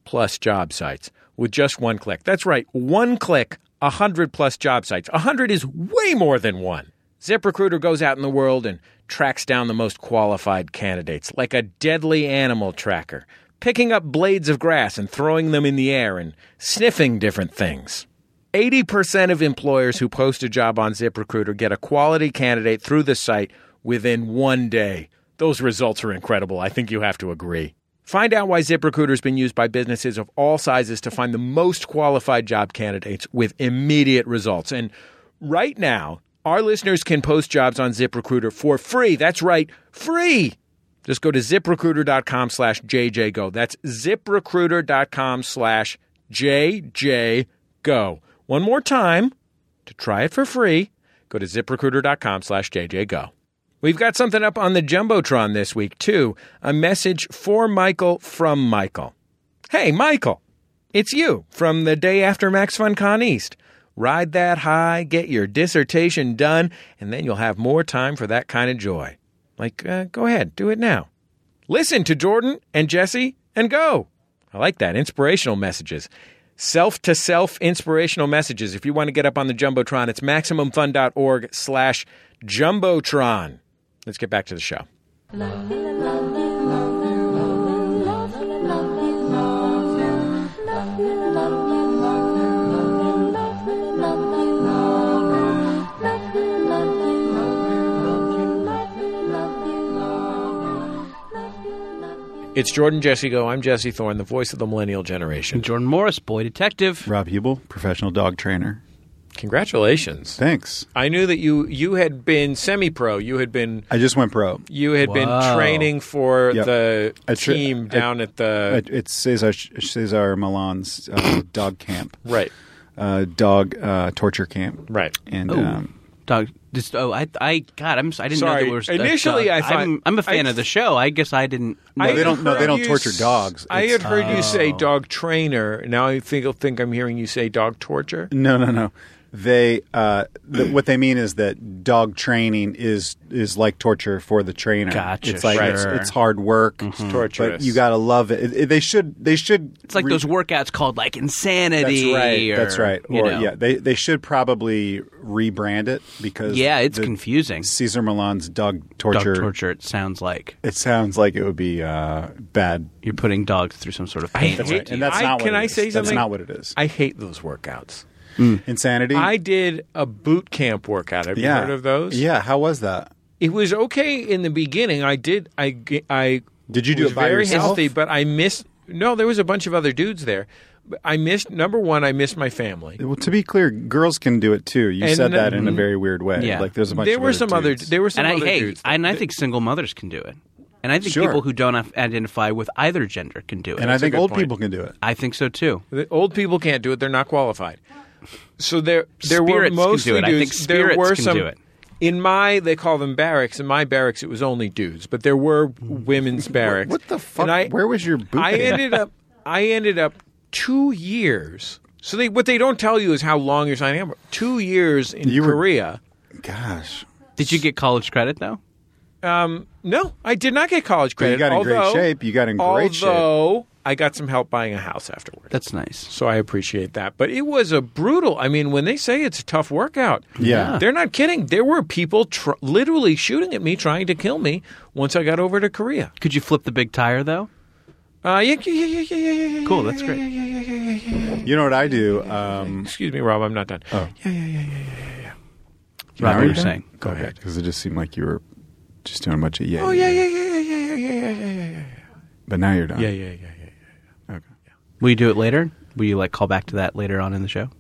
S2: plus job sites with just one click. That's right, one click, 100 plus job sites. 100 is way more than one. ZipRecruiter goes out in the world and tracks down the most qualified candidates like a deadly animal tracker, picking up blades of grass and throwing them in the air and sniffing different things. 80% of employers who post a job on ZipRecruiter get a quality candidate through the site within one day. Those results are incredible. I think you have to agree. Find out why ZipRecruiter has been used by businesses of all sizes to find the most qualified job candidates with immediate results. And right now, our listeners can post jobs on ZipRecruiter for free. That's right, free. Just go to ziprecruiter.com slash jjgo. That's ziprecruiter.com slash jjgo. One more time to try it for free. Go to ziprecruiter.com slash jjgo. We've got something up on the Jumbotron this week, too. A message for Michael from Michael. Hey, Michael, it's you from the day after Max FunCon East. Ride that high, get your dissertation done, and then you'll have more time for that kind of joy. Like, uh, go ahead, do it now. Listen to Jordan and Jesse and go. I like that. Inspirational messages. Self to self inspirational messages. If you want to get up on the Jumbotron, it's MaximumFun.org slash Jumbotron. Let's get back to the show. It's Jordan Jesse Go. I'm Jesse Thorne, the voice of the millennial generation.
S3: Jordan Morris, boy detective.
S4: Rob Hubel, professional dog trainer.
S2: Congratulations.
S4: Thanks.
S2: I knew that you you had been semi-pro. You had been
S4: I just went pro.
S2: you had been
S3: Wow.
S2: training for
S4: Yep.
S2: the
S4: I tra-
S2: team
S4: I-
S2: down at the
S4: It- It's Cesar, Cesar Milan's uh, dog camp,
S2: right,
S4: uh, dog uh, torture camp.
S2: right.
S4: And
S3: Oh.
S4: um,
S3: Dog. Just, oh, I, I, God, I'm, si didn't
S2: Sorry.
S3: know that we were. stuck
S2: Initially,
S3: dog.
S2: I thought-
S3: I'm, I'm a fan
S2: I-
S3: of the show. I guess I didn't. Know
S2: I
S4: they
S2: had
S4: don't- no, they
S2: heard
S4: don't
S2: you
S4: torture
S2: s-
S4: dogs.
S2: I had
S4: It's-
S2: heard you say dog trainer. Now I think I'll think I'm hearing you say dog torture.
S4: no, no, no. They uh, th- what they mean is that dog training is is like torture for the trainer.
S3: Gotcha,
S4: It's like
S3: Right.
S4: it's,
S3: sure.
S4: it's hard work,
S2: Mm-hmm. torturous.
S4: But you gotta love it. It- it- They should. They should.
S3: It's like
S4: re-
S3: those workouts called like
S4: That's
S3: insanity.
S4: right.
S3: Or,
S4: that's right.
S3: you
S4: Or
S3: know.
S4: yeah, they they should probably rebrand it because
S3: Yeah, it's
S4: the-
S3: confusing.
S4: Cesar Milan's dog
S3: Dog
S4: torture.
S3: torture. It sounds like
S4: It sounds like it would be uh, bad.
S3: you're putting dogs through some sort of pain.
S2: That's
S4: That's
S2: Hey,
S4: right. And that's
S2: I-
S4: not what
S2: can
S4: it
S2: I
S4: is.
S2: say
S4: That's
S2: something?
S4: not what it is.
S2: I hate those workouts.
S4: Insanity.
S2: I did a boot camp workout. Have
S4: yeah.
S2: you heard of those?
S4: Yeah. How was that?
S2: It was okay in the beginning. I did. I g- I
S4: Did you do
S2: was
S4: it by
S2: very
S4: yourself?
S2: healthy, but I missed. No, there was a bunch of other dudes there. But I missed number one. I missed my family.
S4: Well, to be clear, girls can do it too. You
S2: And-
S4: said that in a very weird way.
S3: Yeah.
S4: Like there's a bunch.
S2: There
S4: of
S2: were
S4: other
S2: some other.
S4: dudes.
S2: There were some
S3: and I
S2: other
S3: hey,
S2: dudes.
S3: and I think single mothers can do it, and I think
S4: Sure.
S3: people who don't af- identify with either gender can do it.
S4: and I think
S2: good
S4: old
S2: point.
S4: people can do it.
S3: I think so too.
S2: The old people can't do it; they're not qualified. So there, there
S3: Spirits
S2: were
S3: can
S2: mostly
S3: do it. I
S2: dudes.
S3: think
S2: there
S3: spirits
S2: were
S3: can
S2: some.
S3: do it.
S2: In my, they call them barracks. In my barracks, it was only dudes, but there were women's barracks.
S4: what the fuck?
S2: And I,
S4: Where was your boot
S2: I
S4: camp?
S2: ended up. I ended up two years. So they, what they don't tell you is how long you're signing up. for. Two years in
S4: You were-
S2: Korea.
S4: Gosh.
S3: Did you get college credit though?
S2: No, I did not get college
S4: you
S2: credit.
S4: got in great
S2: although-
S4: shape. You got in great shape.
S2: Although I got some help buying a house afterwards.
S3: That's nice.
S2: So I appreciate that. But it was a brutal. I mean, when they say it's a tough workout,
S4: Yeah.
S2: they're not kidding. There were people tr- literally shooting at me, trying to kill me. Once I got over to Korea,
S3: Could you flip the big tire though?
S2: uh, yeah, yeah, yeah, yeah, yeah, yeah, yeah, yeah,
S3: Cool,
S2: yeah,
S3: that's
S2: yeah,
S3: great.
S2: yeah, yeah, yeah, yeah, yeah, yeah, yeah.
S4: You know what I do? Um,
S2: Excuse me, Rob. I'm not done.
S4: Oh.
S2: Yeah, yeah, yeah, yeah.
S3: Rob,
S4: Now
S3: what
S4: are
S3: you're
S4: you
S3: saying?
S4: Go ahead. Because it just seemed like you were just doing a bunch of yeah.
S2: Oh, yeah, yeah, yeah, yeah, yeah, yeah, yeah, yeah, yeah, yeah, yeah.
S4: But now you're done.
S2: Yeah, yeah, yeah, yeah.
S3: Will you do it later? Will you like call back to that later on in the show?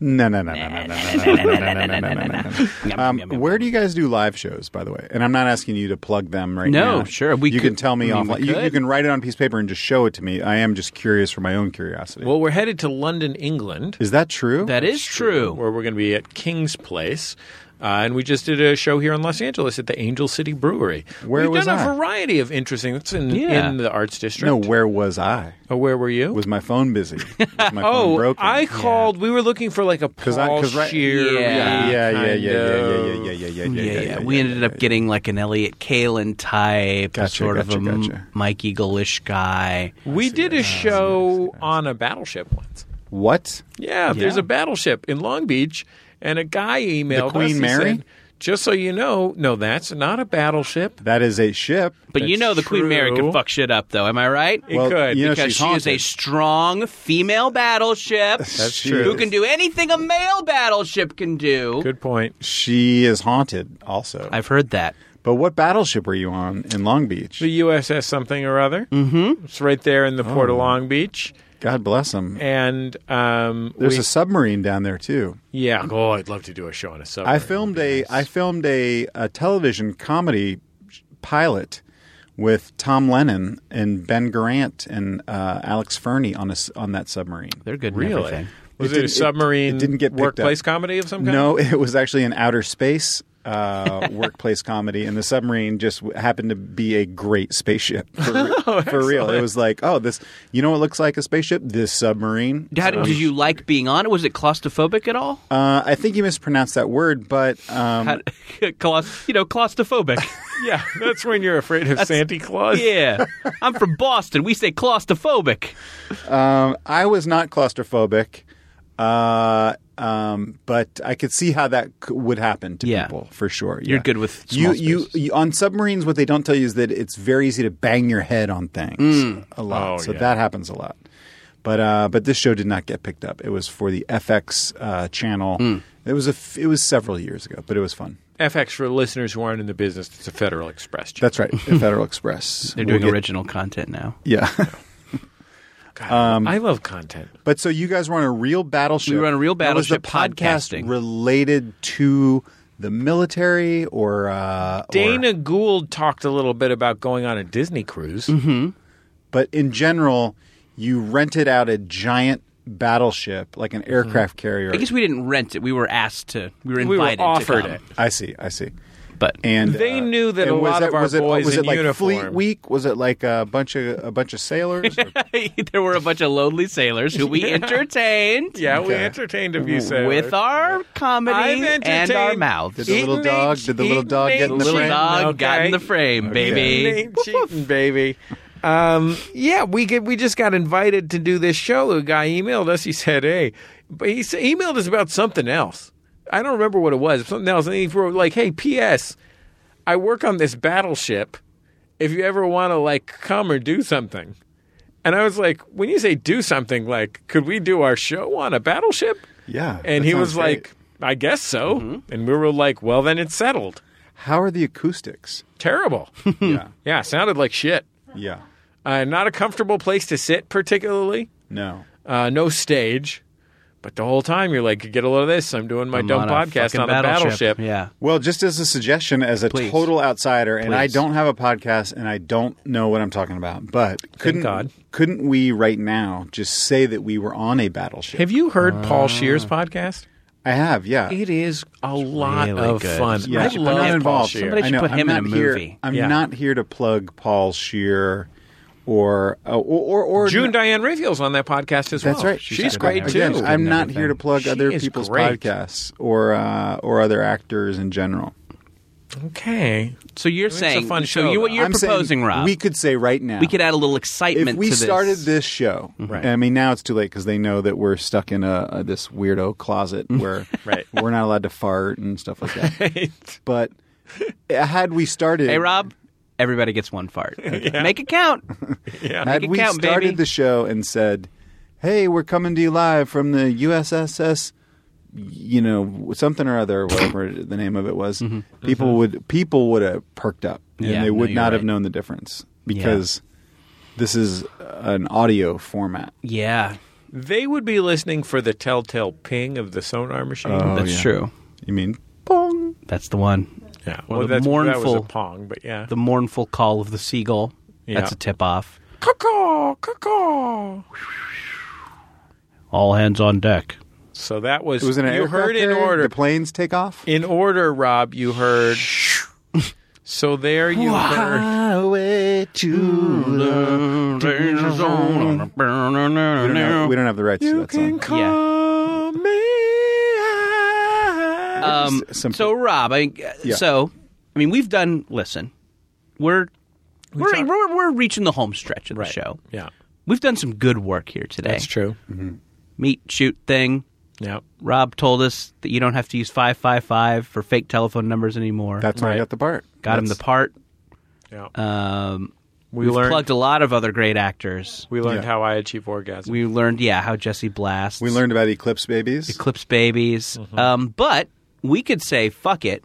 S4: No, no, no, no, no, no, no, no, no, no, no, no, no, no, no. Um,
S3: yum, yum,
S4: Where do you guys do live shows, by the way? And I'm not asking you to plug them right now.
S3: No, sure, we
S4: you can
S3: could-
S4: tell me
S3: I mean, we
S4: offline. You, you
S3: could.
S4: can write it on a piece of paper and just show it to me. I am just curious for my own curiosity.
S2: Well, we're headed to London, England.
S4: is that true?
S3: That is true.
S2: where we're going to be at King's Place. Uh, and we just did a show here in Los Angeles at the Angel City Brewery.
S4: Where
S2: We've
S4: was
S2: done a
S4: I?
S2: variety of interesting. That's in,
S3: Yeah.
S2: in the arts district.
S4: No, where was I?
S2: Oh, where were you?
S4: Was my phone busy? Was my phone
S2: oh,
S4: broken?
S2: I called. We were looking for like a Paul
S4: 'Cause I- 'cause right-
S2: Shear.
S3: Yeah.
S4: yeah, yeah, yeah,
S2: kind
S4: yeah, yeah, yeah,
S2: of-
S4: yeah, yeah, yeah, yeah,
S3: Yeah, yeah.
S4: yeah, yeah.
S3: we ended up getting like an Elliot Kalin type,
S4: Gotcha,
S3: sort of
S4: gotcha,
S3: a M-
S4: gotcha.
S3: Mike Eagle-ish guy.
S2: We did a show on a battleship once.
S4: What?
S2: Yeah, there's a battleship in Long Beach, and a guy emailed
S4: Queen
S2: us. and
S4: Mary?
S2: said, Just so you know, no, that's not a battleship.
S4: That is a ship.
S3: But you
S2: That's
S3: know the Queen Mary
S2: true.
S3: could fuck shit up, though. Am I right?
S2: It
S4: Well,
S2: could
S4: you know
S3: because
S4: she's
S3: she is a
S4: haunted.
S3: strong female battleship.
S4: That's
S3: who
S4: true.
S3: can do anything a male battleship can do.
S2: Good point.
S4: She is haunted also.
S3: I've heard that.
S4: But what battleship were you on in Long Beach?
S2: The USS something or other. Mm-hmm. It's right there in the port of Long Beach,
S4: God bless them.
S2: and um,
S4: There's
S2: we-
S4: a submarine down there too.
S2: yeah. Oh, I'd love to do a show on a submarine.
S4: I filmed a I filmed a, a television comedy sh- pilot with Tom Lennon and Ben Grant and uh, Alex Fernie on a s on that submarine.
S3: They're good. in
S2: Really?
S3: everything.
S2: Was
S4: It
S2: it, a
S4: didn't- it-
S2: submarine
S4: it didn't get picked
S2: workplace
S4: up.
S2: comedy of some kind?
S4: No, it was actually an outer space uh, workplace comedy, and the submarine just w- happened to be a great spaceship for, re-
S2: Oh,
S4: for real. It was like, oh, this you know what looks like a spaceship? This submarine.
S3: How did, did you like being on it? Was it claustrophobic at all?
S4: Uh, I think you mispronounced that word, but um,
S3: How- claus- you know, claustrophobic.
S2: Yeah, that's when you're afraid of Santa Claus.
S3: yeah, I'm from Boston. We say claustrophobic.
S4: Um, I was not claustrophobic, uh, um, but I could see how that c- would happen to
S3: Yeah.
S4: people for sure.
S3: You're
S4: yeah.
S3: good with
S4: you,
S3: small
S4: you,
S3: spaces.
S4: you on submarines. What they don't tell you is that it's very easy to bang your head on things
S3: Mm.
S4: a lot.
S2: Oh,
S4: so
S2: yeah.
S4: that happens a lot. But uh, but this show did not get picked up. It was for the FX uh, channel.
S3: Mm.
S4: It was a f- it was several years ago, but it was fun.
S2: FX for listeners who aren't in the business, it's a Federal Express. check.
S4: That's right, Federal Express.
S3: They're
S4: We'll
S3: doing
S4: get-
S3: original content now.
S4: Yeah.
S2: God, I love content.
S4: But so you guys were on a real battleship.
S3: We were on a real
S4: Now,
S3: battleship
S4: Was the
S3: podcasting.
S4: podcast related to the military or uh, or-
S2: Dana Gould talked a little bit about going on a Disney cruise.
S4: but in general, you rented out a giant battleship, like an
S2: Mm-hmm.
S4: aircraft carrier.
S3: I guess we didn't rent it. We were asked to. We were
S2: We were
S3: invited.
S2: offered
S3: to come.
S2: it.
S4: I see. I see.
S3: But
S4: And
S2: They
S4: uh,
S2: knew that
S4: and
S2: a
S4: was
S2: lot of our
S4: was it,
S2: boys
S4: was it
S2: in
S4: like Fleet
S2: uniform-
S4: Week. Was it like a bunch of a bunch of sailors? Or-
S3: there were a bunch of lonely sailors who we entertained.
S2: Yeah, we
S4: Okay.
S2: entertained a few sailors.
S3: With our
S2: I've
S3: comedy and our
S2: entertained-
S4: Did
S3: mouths.
S4: the little
S2: Eating
S4: dog?
S2: ain't-
S4: Did the little
S2: eating
S4: dog get in
S2: ain't
S4: the
S3: Little
S2: cheating,
S4: frame?
S3: dog got
S2: okay?
S3: in the frame, baby.
S2: Ain't cheating, baby. Um, yeah, we get, we just got invited to do this show. The guy emailed us. He said, "Hey," but he s- emailed us about something else. I don't remember what it was. Something else. And he wrote like, "Hey, P.S. I work on this battleship. If you ever want to like come or do something." And I was like, "When you say do something, like, could we do our show on a battleship?"
S4: Yeah,
S2: And
S4: that
S2: he was
S4: sounds great. Mm-hmm.
S2: like, "I guess so." And we were like, "Well, then it's settled."
S4: "How are the acoustics?"
S2: Terrible.
S4: yeah,
S2: yeah, sounded like shit.
S4: yeah,
S2: Uh, not a comfortable place to sit, particularly.
S4: no.
S2: Uh, no stage. But the whole time you're like, get a load of this. I'm doing my
S3: I'm
S2: dumb
S3: on a
S2: podcast
S3: fucking
S2: on a battleship.
S3: Yeah.
S4: Well, just as a suggestion, as a
S3: Please.
S4: total outsider, and I
S3: Please.
S4: don't have a podcast, and I don't know what I'm talking about, but couldn't
S2: God.
S4: couldn't we right now just say that we were on a battleship?
S2: Have you
S3: Uh,
S2: heard Paul Shear's podcast?
S4: I have, yeah.
S2: It is a lot
S3: really
S2: of
S3: good.
S2: fun.
S4: Yeah,
S2: I
S4: I'm
S2: love
S4: not
S2: Paul
S4: involved.
S2: Shear.
S3: Somebody
S4: I
S3: should
S4: know,
S3: put him
S4: I'm
S3: in a
S4: not here-
S3: movie.
S4: I'm
S2: Yeah.
S4: not here to plug Paul Shear or uh, or or, or
S2: June Diane Raphael's on that podcast as
S4: That's
S2: well.
S4: right.
S2: She's,
S4: on
S2: great
S4: it.
S2: too.
S4: Again, I'm not here to plug
S2: She
S4: other
S2: is
S4: people's
S2: great.
S4: podcasts or uh, or other actors in general.
S2: okay.
S3: So you're
S2: It's a
S3: saying
S2: fun
S3: so
S2: show,
S3: you, what
S2: though.
S3: you're
S4: I'm saying
S3: proposing, Rob?
S4: We could say right now
S3: we could add a little excitement.
S4: if we
S3: to this. Mm-hmm.
S4: started this show
S2: Right.
S4: i mean now it's too late because they know that we're stuck in a, a this weirdo closet where
S2: Right.
S4: we're not allowed to fart and stuff like that but eh, had we started
S3: hey Rob, everybody gets one fart. Make it count.
S2: yeah.
S3: make
S4: had
S3: it
S4: we
S3: count,
S4: started
S3: baby.
S4: the show and said hey we're coming to you live from the usss you know something or other whatever the name of it was people would people would have perked up and
S3: Mm-hmm. Yeah,
S4: they
S3: no,
S4: would
S3: you're
S4: not have
S3: right.
S4: known the difference because this is an audio format
S3: Yeah,
S2: They would be listening for the telltale ping of the sonar machine.
S3: that's
S4: Oh, yeah.
S3: true.
S4: you mean pong
S3: That's the one.
S2: yeah.
S3: or
S2: well,
S3: the
S2: that's, that was a
S3: mournful-
S2: pong, but yeah.
S3: The mournful call of the seagull.
S2: Yeah.
S3: That's a tip off.
S2: caw caw caw.
S3: All hands on deck.
S2: So that was,
S4: It was in an
S2: you
S4: aircraft
S2: heard in
S4: carrier?
S2: order
S4: The planes take off.
S2: in order, Rob. You heard. so there you heard.
S4: Highway to we don't, have, we don't have the rights to that song.
S2: call me. out.
S3: Um,
S4: S- simple.
S3: so Rob, I uh,
S4: Yeah.
S3: so I mean we've done. Listen, we're we're,
S2: talked-
S3: we're we're reaching the home stretch of the show.
S2: Yeah,
S3: We've done some good work here today.
S2: that's true.
S3: Meet shoot thing.
S2: Yeah,
S3: Rob told us that you don't have to use five five five for fake telephone numbers anymore.
S4: That's why I
S2: Right.
S4: got the part.
S3: Got him the
S4: That's-
S3: part.
S2: yeah.
S4: Uh,
S3: Um,
S2: we
S3: we've
S2: learned.
S3: plugged a lot of other great actors.
S2: we learned
S4: Yeah.
S2: how I achieve orgasm.
S3: We learned, yeah, how Jesse blasts.
S4: We learned about Eclipse Babies.
S3: Eclipse Babies.
S2: Mm-hmm.
S3: Um, but we could say, fuck it.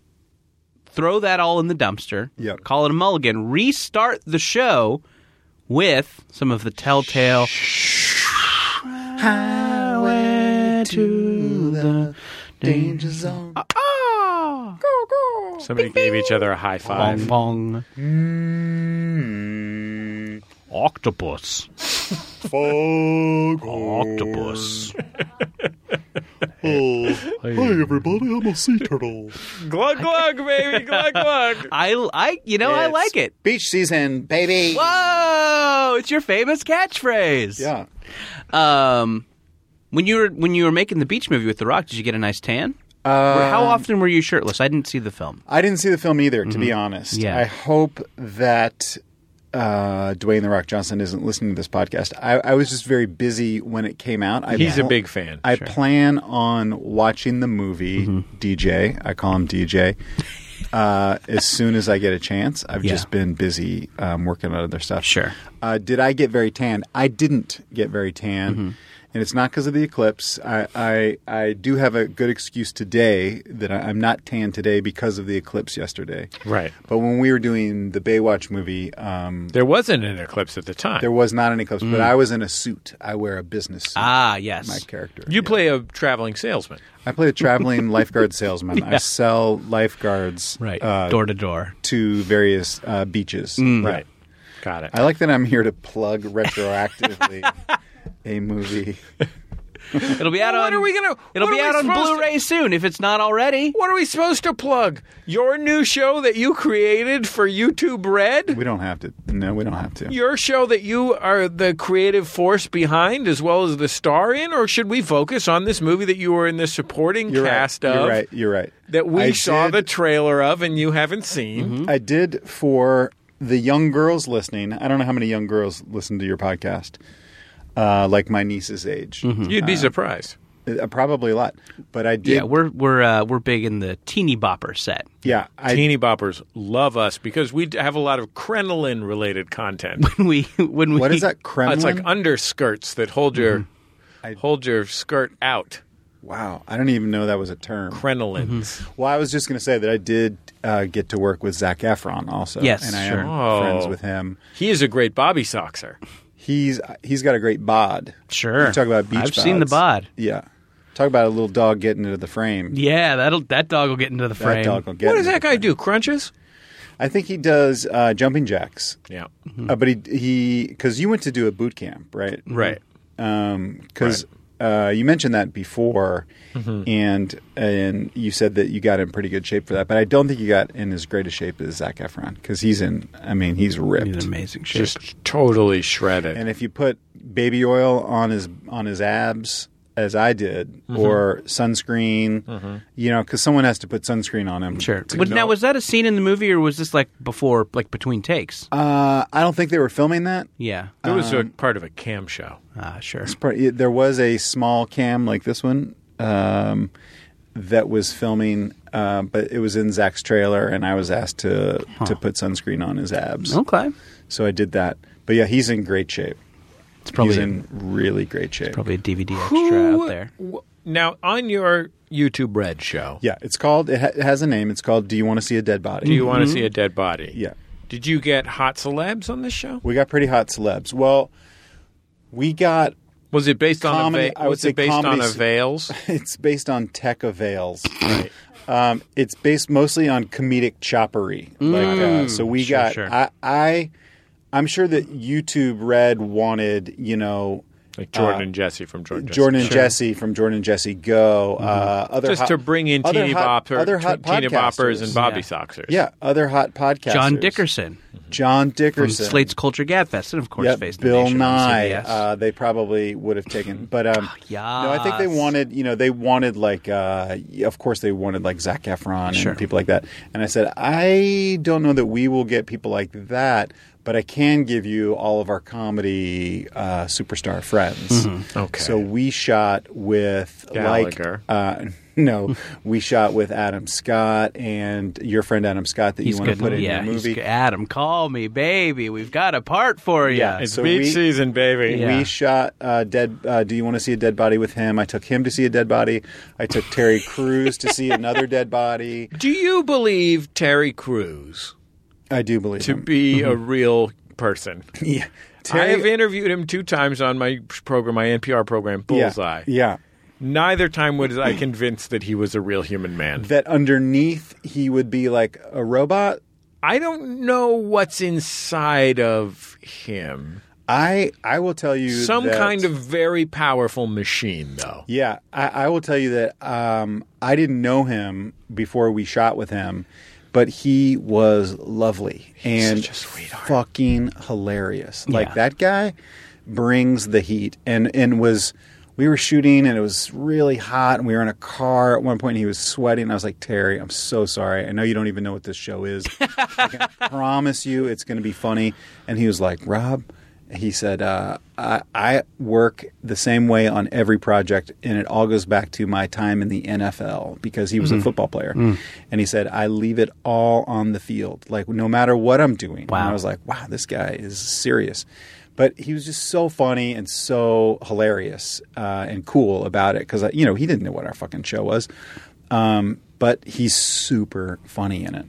S3: Throw that all in the dumpster.
S4: Yep.
S3: Call it a mulligan. Restart the show with some of the telltale. Highway to the danger zone. Ah!
S2: Somebody gave each other a high five.
S3: Bong bong. Octopus. Octopus.
S5: Hey everybody, I'm a sea turtle.
S2: Glug glug, baby, glug glug.
S3: I, I, you know, I
S4: It's
S3: like it.
S4: Beach season, baby.
S3: Whoa! It's your famous catchphrase.
S4: Yeah.
S3: Um, when you were when you were making the beach movie with The Rock, did you get a nice tan? Uh, How often were you shirtless? I didn't see the film.
S4: I didn't see the film either, to be honest.
S3: Yeah.
S4: I hope that uh, Dwayne the Rock Johnson isn't listening to this podcast. I, I was just very busy when it came out. I
S2: He's a
S4: pl-
S2: big fan.
S4: I plan on watching the movie
S3: Mm-hmm.
S4: DJ. I call him DJ. Uh, as soon as I get a chance, I've
S3: Yeah.
S4: just been busy um, working on other stuff.
S3: Sure.
S4: Uh, did I get very tan? I didn't get very tan,
S3: Mm-hmm.
S4: and it's not because of the eclipse. I, I I do have a good excuse today that I, I'm not tan today because of the eclipse yesterday.
S2: Right.
S4: But when we were doing the Baywatch movie, um,
S2: There wasn't an eclipse at the time.
S4: there was not an eclipse, but I was in a suit. I wear a business suit.
S3: Mm. Ah, yes.
S4: my character.
S2: you
S4: Yeah.
S2: play a traveling salesman.
S4: I play a traveling lifeguard salesman. I sell lifeguards uh,
S3: Door to door.
S4: to various uh, beaches. Yeah.
S2: Mm, Right. Got it.
S4: I like that I'm here to plug retroactively a movie.
S3: It'll be out on.
S2: What are we gonna-
S3: It'll
S2: what
S3: be
S2: are we
S3: out on
S2: supposed to-
S3: Blu-ray soon if it's not already.
S2: what are we supposed to plug? Your new show that you created for YouTube Red?
S4: We don't have to. No, we don't have to.
S2: Your show that you are the creative force behind as well as the star in? Or should we focus on this movie that you were in the supporting
S4: You're
S2: cast
S4: right.
S2: of?
S4: You're right. You're right.
S2: That we
S4: I
S2: saw
S4: did- Mm-hmm.
S2: the trailer of and you haven't seen.
S4: I did for the young girls listening. I don't know how many young girls listen to your podcast, uh, like my niece's age.
S2: You'd be surprised.
S4: Uh, probably a lot. But I did.
S3: Yeah, we're we're uh, we're big in the teeny bopper set.
S4: yeah, I
S2: Teeny boppers love us because we have a lot of crinoline related content.
S3: we when we
S4: What is that
S2: Uh,
S4: Kremlin?
S2: it's like underskirts that hold your
S4: Mm-hmm. I-
S2: hold your skirt out.
S4: wow, I don't even know that was a term.
S2: Crinolines.
S4: Well, I was just going to say that I did uh, get to work with Zach Efron also.
S3: Yes,
S4: and I
S3: sure.
S4: am
S2: Oh.
S4: friends with him.
S2: He is a great bobby soxer.
S4: He's he's got a great bod.
S3: Sure.
S4: You talk about beach.
S3: I've seen the
S4: bods.
S3: bod.
S4: Yeah, talk about a little dog getting into the frame.
S3: Yeah, that'll that dog will get into the
S4: That
S3: frame.
S4: dog will get.
S2: What does
S4: into
S2: that
S4: the
S2: guy
S4: frame.
S2: do? Crunches?
S4: I think he does uh, jumping jacks.
S2: Yeah.
S3: Mm-hmm.
S4: Uh, but he he because you went to do a boot camp, right?
S2: Right.
S4: Because uh, you mentioned that before,
S3: Mm-hmm.
S4: and and you said that you got in pretty good shape for that. But I don't think you got in as great a shape as Zach Efron because he's in. I mean, he's ripped.
S3: He's in amazing shape.
S2: Just totally shredded.
S4: and if you put baby oil on his on his abs as I did
S3: Mm-hmm.
S4: or sunscreen you know cuz someone has to put sunscreen on him
S3: Sure.
S4: to
S3: But
S4: know-
S3: now, was that a scene in the movie, or was this like before, like between takes?
S4: uh, I don't think they were filming that
S3: yeah.
S2: it was
S4: um,
S2: a part of a cam show.
S3: Ah, sure.
S4: It's part- it- there was a small cam like this one um, that was filming uh, but it was in Zach's trailer and I was asked to to put sunscreen on his abs
S3: Okay.
S4: so I did that but yeah he's in great shape
S3: It's probably
S4: he's in really great shape
S3: probably a DVD extra out there.
S2: Wh- Now, on your YouTube Red show,
S4: yeah it's called it, ha- it has a name it's called do you want to see a dead body
S2: do you want to see a dead body?
S4: Mm-hmm. yeah
S2: Did you get hot celebs on this show?
S4: We got pretty hot celebs. Well, we got
S2: Was it based on a
S4: Comedy- I
S2: va-
S4: would
S2: was
S4: say
S2: it based on
S4: comedy
S2: a
S4: s- uh,
S2: veils?
S4: it's based on tech avails. Right. Um, it's based mostly on comedic choppery. Like, uh, so we
S3: Mm. Sure,
S4: got
S3: sure.
S4: I, I I'm sure that YouTube Red wanted you know
S2: Like Jordan and Jesse from Jordan. and
S4: Jordan and
S2: Jesse.
S4: Jesse from Jordan and Jesse Go.
S3: Mm-hmm.
S4: Uh, other
S2: Just
S4: hot-
S2: to bring in
S4: other
S2: teeny
S4: hot-
S2: bopper,
S4: other hot
S2: teeny boppers
S4: podcasters.
S2: and bobby
S3: Yeah.
S2: soxers.
S4: Yeah, other hot podcasters.
S3: John Dickerson
S4: John
S3: from
S4: Dickerson.
S3: Slate's Culture Gabfest, and of course,
S4: Yep,
S3: Face the
S4: Bill
S3: Nation on
S4: Nye.
S3: CBS.
S4: Uh, they probably would have taken, but um, no, I think they
S3: Oh, yes.
S4: wanted. You know, they wanted like, uh, of course, they wanted like Zach Efron
S3: Sure.
S4: and people like that. And I said, I don't know that we will get people like that, but I can give you all of our comedy uh, superstar friends.
S3: Mm-hmm.
S2: Okay.
S4: So we shot with
S2: Gallagher.
S4: like, uh, no, we shot with Adam Scott and your friend Adam Scott that
S3: he's
S4: you want to
S3: good.
S4: put in
S3: yeah,
S4: your
S3: he's
S4: movie.
S3: good. Adam, call me, baby. We've got a part for you.
S4: Yeah,
S2: It's
S4: So
S2: beach
S4: we-
S2: season, baby.
S3: Yeah.
S4: We shot uh, dead. Uh, Do you want to see a dead body with him? I took him to see a dead body. I took Terry Crews to see another dead body.
S2: Do you believe Terry Crews
S4: I do believe
S2: to
S4: him.
S2: be a real person?
S4: yeah.
S2: I have interviewed him two times on my program, my NPR program,
S4: yeah,
S2: Bullseye.
S4: Yeah,
S2: Neither time was I convinced that he was a real human man.
S4: that underneath he would be like a robot.
S2: I don't know what's inside of him.
S4: I I will tell you
S2: Some
S4: that-
S2: kind of very powerful machine, though.
S4: Yeah, I, I will tell you that um, I didn't know him before we shot with him, but he was lovely and
S2: such a sweetheart.
S4: fucking hilarious.
S3: Yeah.
S4: Like that guy brings the heat, and and was we were shooting and it was really hot, and we were in a car at one point, and he was sweating. And I was like, Terry, I'm so sorry. I know you don't even know what this show is. I can promise you, it's going to be funny. And he was like, Rob. He said, uh, I, I work the same way on every project, and it all goes back to my time in the NFL because he was a football player. And he said, I leave it all on the field, like no matter what I'm doing. And
S3: Wow.
S4: I was like, wow, this guy is serious. But he was just so funny and so hilarious uh, and cool about it because, you know, he didn't know what our fucking show was. Um, but he's super funny in it.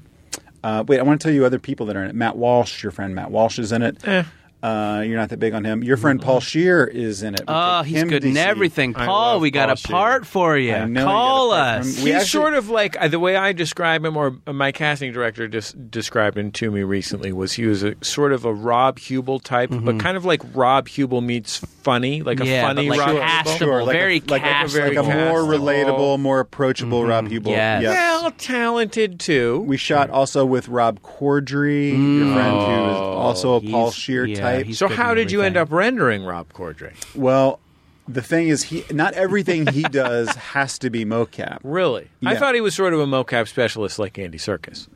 S4: Uh, wait, I want to tell you other people that are in it. Matt Walsh, your friend Matt Walsh, is in it.
S3: Eh.
S4: Uh, you're not that big on him. Your friend Paul Shear is in it. We
S3: Oh,
S4: took
S3: he's
S4: him
S3: good
S4: to
S3: in
S4: see-
S3: everything.
S2: I
S3: Paul,
S2: love
S3: we got
S2: Paul
S3: a
S2: Shear.
S3: part for you.
S4: I know you
S3: Call
S4: got a part
S3: us.
S4: from-
S2: He's
S4: We actually-
S2: sort of like uh, the way I describe him, or uh, my casting director just described him to me recently. Was he was a sort of a Rob Hubel type,
S4: Mm-hmm.
S2: but kind of like Rob Hubel meets funny, like
S3: Yeah,
S2: a funny
S3: but like
S2: Rob Hubel.
S3: castable,
S4: Sure, like a-
S3: very
S4: like
S2: a
S3: castable.
S2: very
S4: Like a more
S2: castable.
S4: relatable, more approachable Rob Hubel.
S3: Mm-hmm. Yes.
S2: Well, talented too.
S4: We shot also with Rob Cordry, your friend who is also a Paul
S3: Oh, He's-
S4: Shear
S3: yeah,
S4: type.
S3: he's
S2: so
S3: good
S2: how
S3: in
S2: did you end
S3: everything.
S2: up rendering Rob Corddry?
S4: Well, the thing is, he not everything he does has to be mocap.
S2: Really? I
S4: Yeah.
S2: thought he was sort of a mocap specialist like Andy Circus.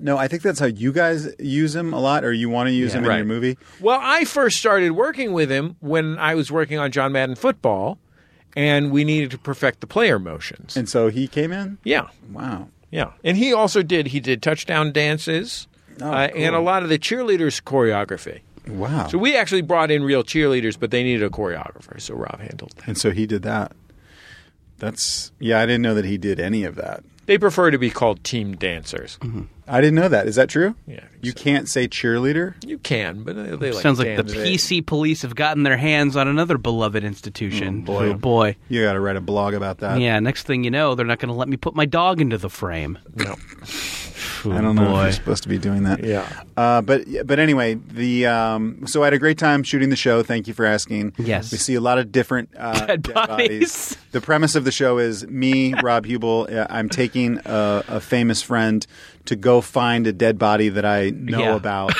S4: No, I think that's how you guys use him a lot, or you want to use him in your movie.
S2: Well, I first started working with him when I was working on John Madden Football, and we needed to perfect the player motions.
S4: And so he came in.
S2: yeah,
S4: Wow.
S2: yeah. And he also did, he did touchdown dances
S4: Oh,
S2: uh, and a lot of the cheerleaders' choreography.
S4: Wow.
S2: So we actually brought in real cheerleaders, but they needed a choreographer, so Rob handled that.
S4: and so he did that. That's yeah. I didn't know that he did any of that.
S2: They prefer to be called team dancers.
S4: I didn't know that. Is that true?
S2: Yeah, I think
S4: You
S2: so.
S4: can't say cheerleader.
S2: You can, but they, they like
S3: Sounds like the
S2: dance.
S3: PC police have gotten their hands on another beloved institution.
S4: Oh, boy. Uh,
S3: Oh, boy.
S4: You got to write a blog about that.
S3: Yeah, next thing you know, they're not going to let me put my dog into the frame.
S2: No.
S4: I don't know if
S3: boy.
S4: you're supposed to be doing that.
S2: Yeah.
S4: Uh, but but anyway, the um, so I had a great time shooting the show. Thank you for asking.
S3: Yes.
S4: we see a lot of different uh,
S3: Dead bodies.
S4: The premise of the show is me, Rob Hubel. uh, I'm taking a, a famous friend to go find a dead body that I know
S3: Yeah.
S4: about.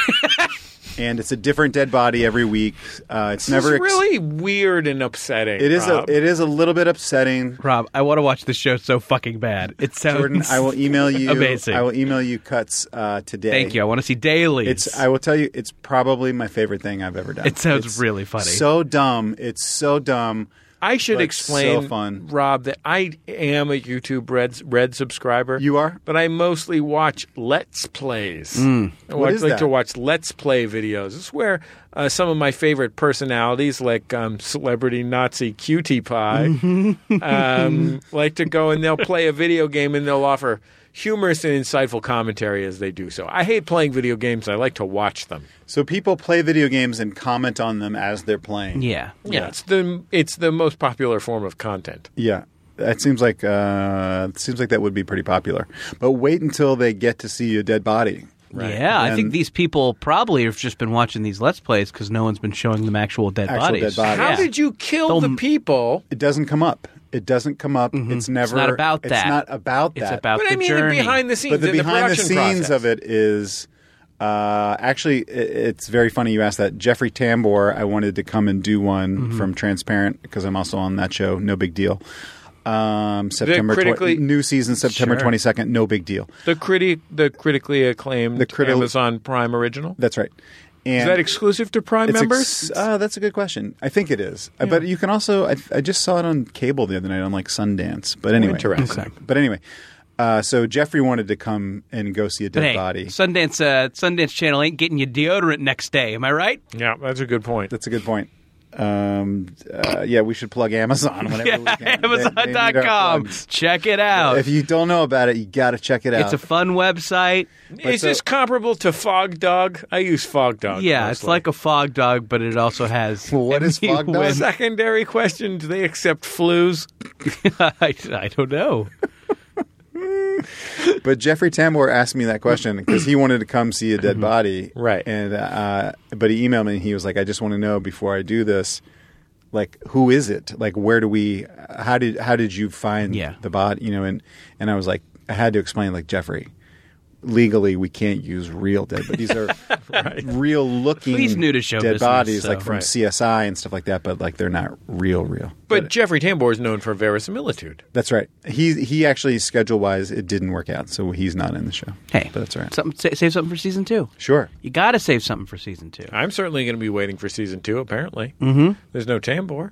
S4: And it's a different dead body every week. Uh, it's
S2: It's
S4: never ex-
S2: really weird and upsetting.
S4: It is
S2: Rob.
S4: a, it is a little bit upsetting.
S3: Rob, I want to watch this show so fucking bad. It sounds
S4: Jordan, I will email you.
S3: Amazing.
S4: I will email you cuts uh, today.
S3: Thank you. I want to see daily.
S4: It's. I will tell you. It's probably my favorite thing I've ever done.
S3: It sounds
S4: It's
S3: really funny.
S4: So dumb. It's so dumb.
S2: I should
S4: but
S2: explain,
S4: so fun.
S2: Rob, that I am a YouTube Red Red subscriber.
S4: You are?
S2: but I mostly watch Let's Plays. I
S4: What
S2: watch-
S4: is
S2: like
S4: that?
S2: to watch Let's Play videos. It's where uh, some of my favorite personalities, like um, celebrity Nazi Cutie Pie, um, like to go and they'll play a video game and they'll offer humorous and insightful commentary as they do so. I hate playing video games. I like to watch them.
S4: So people play video games and comment on them as they're playing.
S3: yeah.
S2: yeah. it's the it's the most popular form of content.
S4: Yeah. That seems like uh, it seems like that would be pretty popular. But wait until they get to see a dead body.
S3: Yeah, I think
S4: And-
S3: these people probably have just been watching these Let's Plays because no one's been showing them actual dead
S4: Actual
S3: bodies.
S4: dead bodies.
S2: How
S3: Yeah.
S2: did you kill the people?
S4: It doesn't come up. It doesn't come up. It's never
S3: Mm-hmm. not about that.
S4: It's not about
S3: It's
S4: that.
S3: about
S2: But
S3: the
S2: I mean,
S3: journey.
S2: behind the scenes,
S4: but the
S2: in
S4: behind the,
S2: production
S4: scenes
S2: process.
S4: of it is uh, actually i- it's very funny you asked that jeffrey tambor i wanted to come and do one
S2: Mm-hmm.
S4: from transparent because i'm also on that show no big deal um, september twen-
S2: critically-
S4: new season september 22nd no big deal
S2: the criti- the critically acclaimed
S4: The criti-
S2: Amazon Prime original.
S4: that's right and
S2: Is that exclusive to Prime
S4: it's
S2: members?
S4: ex- uh, that's a good question. I think it is, Uh, but you can also. I, I just saw it on cable the other night on like Sundance. But anyway,
S2: interesting.
S4: But anyway, uh, so Jeffrey wanted to come and go see a
S3: But
S4: dead
S3: hey,
S4: body.
S3: Sundance, uh, Sundance Channel ain't getting you deodorant next day. Am I right?
S2: yeah, that's a good point.
S4: That's a good point. Um, uh, yeah, we should plug Amazon whenever we can. They- they need our
S3: Amazon.com.
S4: plugs.
S3: Check it out.
S4: If you don't know about it, you got to check it out.
S3: it's a fun website.
S2: Is
S4: so-
S2: this comparable to Fog Dog? I use Fog Dog.
S3: Yeah, it's
S2: mostly.
S3: like a fog dog, but it also has.
S4: Well, what is fog dog?
S3: with-
S2: secondary question. Do they accept flus?
S3: I, I don't know.
S4: but Jeffrey Tambor asked me that question because he wanted to come see a
S3: Mm-hmm.
S4: dead body,
S2: Right.
S4: And uh, but he emailed me and he was like, "I just want to know before I do this, like who is it? Like where do we? How did how did you find
S3: Yeah.
S4: the body? You know?" And and I was like, I had to explain like Jeffrey. Legally, we can't use real dead, but these are real looking.
S3: He's new to show
S4: dead
S3: business,
S4: bodies,
S3: so-
S4: like from
S2: Right.
S4: CSI and stuff like that, but like they're not real, real.
S2: But Jeffrey Tambor is known for verisimilitude.
S4: That's right. He he actually schedule wise it didn't work out, so he's not in the show.
S3: Hey,
S4: but that's all right.
S3: Something, sa- save something for season two.
S4: Sure.
S3: You got to save something for season two.
S2: I'm certainly going to be waiting for season two. Apparently, mm-hmm. there's no Tambor.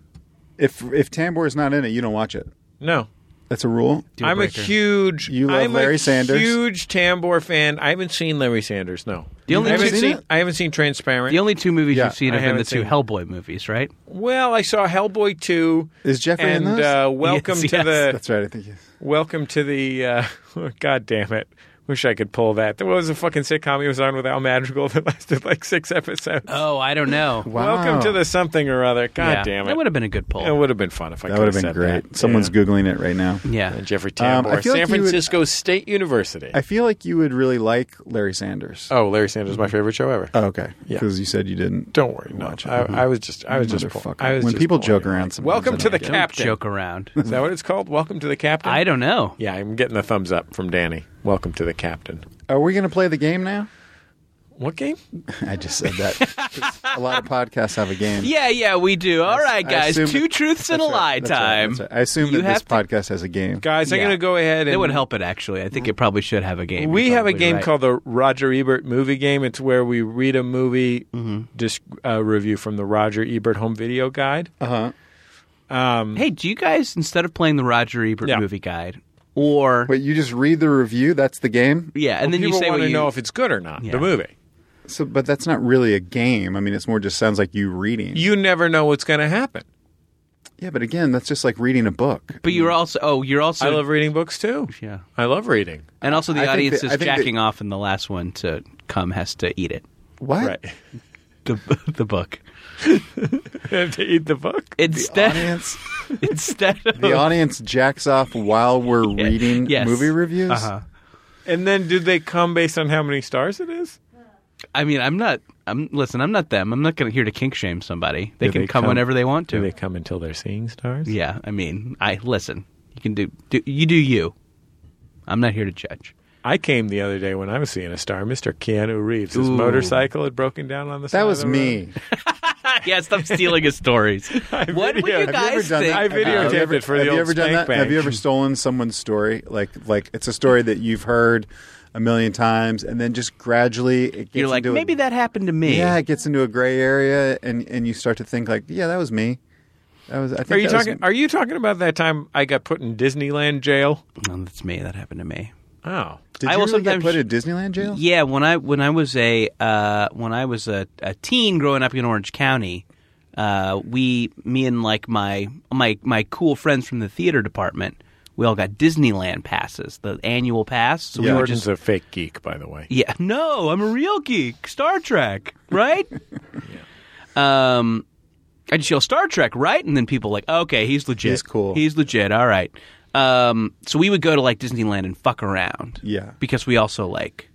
S4: If if Tambor is not in it, you don't watch it.
S2: No,
S4: That's a rule.
S3: Deal
S2: I'm
S3: breaker.
S2: a huge.
S4: You love
S2: I'm a
S4: Larry Sanders?
S2: Huge Tambor fan. I haven't seen Larry Sanders. No,
S3: The only
S2: I haven't
S4: two-
S2: seen.
S4: Seen it?
S2: I haven't seen Transparent.
S3: The only two movies
S4: Yeah,
S3: you've seen
S2: I
S3: have been the
S2: haven't
S3: two
S2: seen-
S3: Hellboy movies, right?
S2: well, I saw Hellboy two.
S4: Is Jeffrey
S2: and,
S4: in those?
S2: Uh, welcome
S3: Yes,
S2: to
S3: yes.
S2: the.
S4: That's right. I think. Yes.
S2: Welcome to the. Uh, God damn it. Wish I could pull that. There was a fucking sitcom he was on with Al Madrigal that lasted like six episodes.
S3: Oh, I don't know.
S4: Wow.
S2: Welcome to the something or other. God
S3: Yeah,
S2: damn it.
S3: That would have been a good
S2: It
S3: poll.
S2: would have been fun if I
S4: That
S2: could
S4: would
S2: have
S4: have been
S2: said
S4: great.
S2: that.
S4: Someone's
S2: Yeah.
S4: googling it right now.
S3: Yeah.
S2: Jeffrey
S4: Um,
S2: Tambor,
S4: I feel
S2: San
S4: like you would-
S2: Francisco State University.
S4: I feel like you would really like Larry Sanders.
S2: oh, Larry Sanders, is my favorite show ever.
S4: Oh, okay.
S2: Yeah.
S4: Because you said you didn't.
S2: Don't worry, no.
S4: Watch it. Mm-hmm.
S2: I, I was just, I was just,
S4: Motherfucker.
S2: I was
S4: when
S2: just
S4: people
S2: pulling
S4: joke
S2: it.
S4: around. Sometimes
S2: Welcome
S4: I
S2: to the
S4: don't get it.
S3: Don't
S2: captain.
S3: joke around.
S2: Is that what it's called? Welcome to the captain.
S3: I don't know.
S2: yeah, I'm getting the thumbs up from Danny. Welcome to the captain.
S4: Are we going to play the game now?
S2: What game?
S4: I just said that. 'Cause a lot of podcasts have a game.
S3: Yeah, yeah, we do. All right,
S4: I
S3: guys.
S4: assume
S3: Two
S4: that-
S3: truths and a
S4: That's right,
S3: lie
S4: that's right,
S3: time.
S4: that's right. I assume
S3: You
S4: that this
S3: have to-
S4: podcast has a game.
S2: Guys, I'm
S3: Yeah.
S2: going to go ahead and
S3: It would help it actually. I think it probably should have a game.
S2: We
S3: You're
S2: have a
S3: probably
S2: game
S3: right.
S2: called the Roger Ebert Movie Game. It's where we read a movie
S4: Mm-hmm.
S2: dis- uh, review from the Roger Ebert Home Video Guide.
S4: Uh huh.
S3: Hey, do you guys instead of playing the Roger Ebert
S2: Yeah.
S3: movie guide or
S4: Wait, you just read the review. That's the game.
S3: yeah, and then you
S2: People
S3: say
S2: want
S3: what
S2: to
S3: you
S2: know if it's good or not.
S3: Yeah.
S2: The movie.
S4: So, but that's not really a game. I mean, it's more just sounds like you reading.
S2: You never know what's going to happen.
S4: yeah, but again, that's just like reading a book.
S3: But you're also oh, you're also
S2: I love reading books too.
S3: yeah.
S2: I love reading.
S3: And also
S4: I
S3: the
S4: think
S3: audience
S4: that-
S3: is
S4: I think that-
S3: jacking off and the last one to come has to eat it.
S4: What?
S2: Right.
S3: The the book.
S2: Have to eat the book.
S3: Instead
S4: Audience,
S3: instead of
S4: the audience jacks off while we're reading
S3: yes.
S4: movie reviews.
S3: Uh-huh.
S2: And then do they come based on how many stars it is?
S3: I mean, I'm not I'm listen, I'm not them. I'm not going to here to kink shame somebody. They
S2: Do
S3: can
S2: they
S3: come,
S2: come-
S3: whenever they want
S2: Do
S3: to.
S2: they come until they're seeing stars?
S3: Yeah, I mean, I listen. You can do, do you do you. I'm not here to judge.
S2: I came the other day when I was seeing a star, Mr. Keanu Reeves. His
S3: Ooh.
S2: motorcycle had broken down on the side.
S4: That was
S2: of the road.
S4: me.
S3: yeah, stop stealing his stories. what would
S2: video-
S3: you
S2: Have you ever
S3: guys
S4: done
S3: think?
S4: that?
S2: I
S4: Have you
S2: videotaped
S4: ever-
S2: it for the
S4: have
S2: old
S4: you ever done
S2: Spank
S4: that?
S2: Bank.
S4: Have you ever stolen someone's story? Like, like it's a story that you've heard a million times, and then just gradually it gets
S3: You're like,
S4: into a-
S3: maybe that happened to me.
S4: Yeah, it gets into a gray area, and and you start to think like, yeah, that was me. That was. I think
S2: Are you
S4: that was-
S2: talking? Are you talking about that time I got put in Disneyland jail?
S3: No, that's me. That happened to me.
S2: Oh,
S4: did
S3: I
S4: you
S3: will
S4: really get
S3: sometimes-
S4: put in Disneyland jail?
S3: Yeah, when I when I was a uh, when I was a, a teen growing up in Orange County, uh, we me and like my my my cool friends from the theater department, we all got Disneyland passes, the annual pass. So we
S4: Yeah.
S3: were
S2: Jordan's
S3: just
S2: a fake geek, by the way.
S3: Yeah. No, I'm a real geek. Star Trek, right? Um I just yell Star Trek, right? And then people like, okay, he's legit.
S4: He's cool.
S3: He's legit. All right. Um so we would go to like Disneyland and fuck around.
S4: Yeah.
S3: Because we also like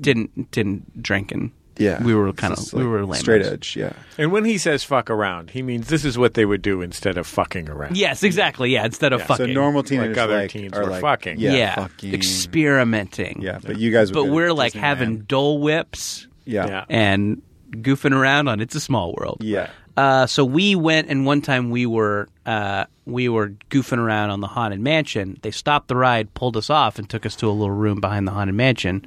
S3: didn't didn't drink and
S4: Yeah,
S3: we were kind of
S4: Just
S3: we
S4: like
S3: were lame
S4: straight edge. Yeah,
S2: And when he says fuck around, he means this is what they would do instead of fucking around.
S3: Yes, exactly. Yeah, instead of fucking.
S4: so normal teenagers
S2: other
S4: like,
S2: teens
S4: are
S2: were
S4: like
S2: fucking.
S4: Yeah,
S3: yeah,
S4: fucking.
S3: experimenting.
S4: yeah, but you guys. would
S3: but
S4: go to
S3: we're like
S4: Disneyland.
S3: having Dole whips
S4: Yeah,
S2: Yeah.
S3: and goofing around on It's a Small World.
S4: yeah.
S3: Uh, so we went, and one time we were uh, we were goofing around on the haunted mansion. They stopped the ride, pulled us off, and took us to a little room behind the haunted mansion.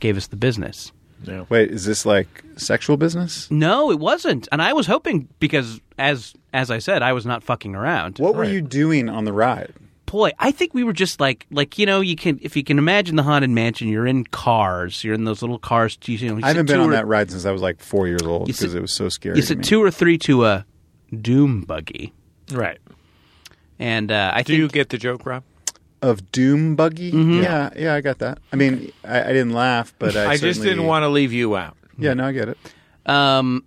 S3: Gave us the business.
S2: No.
S4: Wait, is this like sexual business?
S3: No, it wasn't. And I was hoping because as as I said, I was not fucking around.
S4: What were you doing on the ride?
S3: Boy, I think we were just like like you know you can if you can imagine the haunted mansion. You're in cars. You're in those little cars. You, know, you
S4: I haven't
S3: sit
S4: been
S3: two
S4: on
S3: or-
S4: that ride since I was like four years old
S3: You sit-
S4: because it was so scary.
S3: You
S4: to
S3: sit
S4: me.
S3: two or three to a doom buggy,
S2: Right.
S3: and uh, I
S2: Do you
S3: think
S2: get the joke, Rob?
S4: of Doom Buggy.
S3: Mm-hmm.
S4: Yeah, yeah, I got that. I mean, I, I didn't laugh, but I,
S2: I just
S4: certainly-
S2: didn't want to leave you out.
S4: Yeah, no, I get it.
S3: um,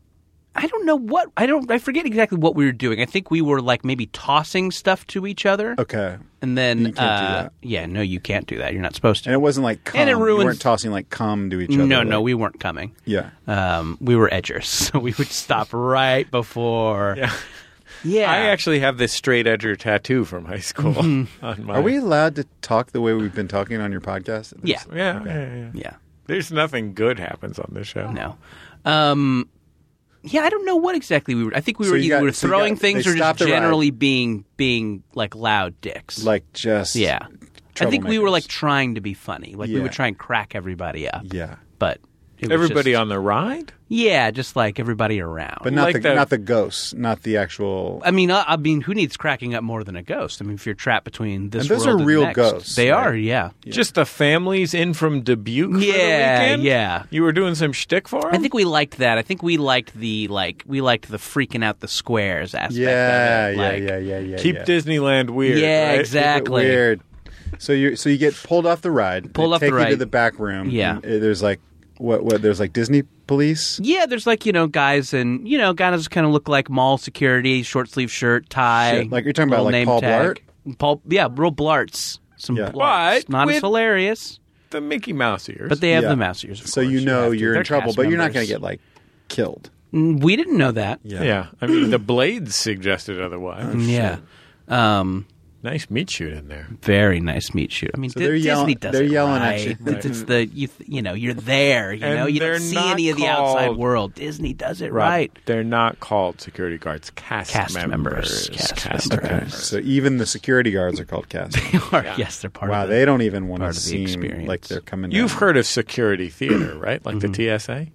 S3: I don't know what I don't I forget exactly what we were doing. I think we were like maybe tossing stuff to each other,
S4: Okay,
S3: and then
S4: Oh, You can't do
S3: uh,
S4: that.
S3: yeah, no, you can't do that. You're not supposed to.
S4: and it wasn't like cum.
S3: And it
S4: You
S3: ruins-
S4: weren't tossing like cum to each other.
S3: no,
S4: like-
S3: no, we weren't coming.
S4: Yeah,
S3: um, we were edgers, so we would stop right before. Yeah,
S2: I actually have this straight edger tattoo from high school. on my,
S4: Mm-hmm. are we allowed to talk the way we've been talking on your podcast?
S3: yeah,
S2: Yeah, yeah, yeah.
S3: yeah.
S2: There's nothing good happens on this show.
S3: No, um, yeah, I don't know what exactly we were. I think we
S4: So
S3: were
S4: you
S3: either
S4: got-
S3: we were
S4: so you
S3: throwing
S4: got-
S3: things
S4: they
S3: or just
S4: stopped the ride.
S3: generally being being like loud dicks.
S4: like just
S3: yeah, I think we were
S4: troublemakers.
S3: like trying to be funny. Like we
S4: Yeah.
S3: would try and crack everybody up.
S4: yeah,
S3: but it was
S2: Everybody
S3: just-
S2: on the ride?
S3: yeah, just like everybody around.
S4: but not
S2: Like
S4: the,
S2: the-
S4: not the ghosts, not the actual.
S3: I mean, uh, I, I mean, who needs cracking up more than a ghost? I mean, if you're trapped between this
S4: And those
S3: world
S4: are real
S3: the next,
S4: ghosts,
S3: They
S4: right?
S3: are, yeah.
S2: Just the families in from Dubuque for the
S3: Yeah,
S2: weekend?
S3: yeah.
S2: You were doing some shtick for 'em?
S3: I think we liked that. I think we liked the like we liked the freaking out the squares aspect.
S4: yeah,
S3: of it.
S4: yeah,
S3: Like,
S4: yeah, yeah, yeah.
S2: Keep
S4: yeah.
S2: Disneyland weird.
S3: Yeah,
S2: right?
S4: But
S3: exactly.
S4: Weird. So you so you get pulled off the ride.
S3: Pulled
S4: they
S3: off the
S4: take you to
S3: ride.
S4: the back room.
S3: Yeah.
S4: and, uh, there's like what what there's like Disney police.
S3: Yeah, there's like you know guys and you know guys kind of look like mall security, short sleeve shirt, tie.
S4: Shit, like you're talking about,
S3: little
S4: like,
S3: name
S4: Paul
S3: tag. Paul, yeah, real blarts. Some
S4: Yeah.
S3: blarts.
S2: But
S3: not
S2: with-
S3: as hilarious,
S2: The Mickey Mouse ears.
S3: but they have
S4: Yeah.
S3: the mouse ears. of
S4: So
S3: course.
S4: you know
S3: have to.
S4: you're
S3: They're
S4: in trouble,
S3: cast
S4: but you're not
S3: members.
S4: going to get like killed.
S3: Mm, We didn't know that.
S2: yeah. Mm, I mean, the blades suggested otherwise.
S3: Yeah. Um,
S2: Nice meat shoot in there.
S3: very nice meat shoot. I mean,
S4: So
S3: Di-
S4: they're
S3: Disney
S4: yell-
S3: does
S4: they're
S3: it
S4: yelling at
S3: right.
S4: you.
S3: It's, it's the you, th- you know, you're there. You
S2: And
S3: know, you
S2: they're
S3: don't see
S2: not
S3: any of the outside
S2: called-
S3: world. Disney does it
S2: Rob,
S3: right.
S2: They're not called security guards. Cast,
S3: Cast
S2: members.
S3: members. Cast members.
S4: So even the security guards are called cast.
S3: Or- Yes, they're part
S4: wow,
S3: of
S4: they
S3: it.
S4: don't even want
S3: part
S4: to
S3: of the
S4: seem
S3: experience.
S4: like they're coming.
S2: You've
S4: down.
S2: heard of security theater, right? Like the TSA?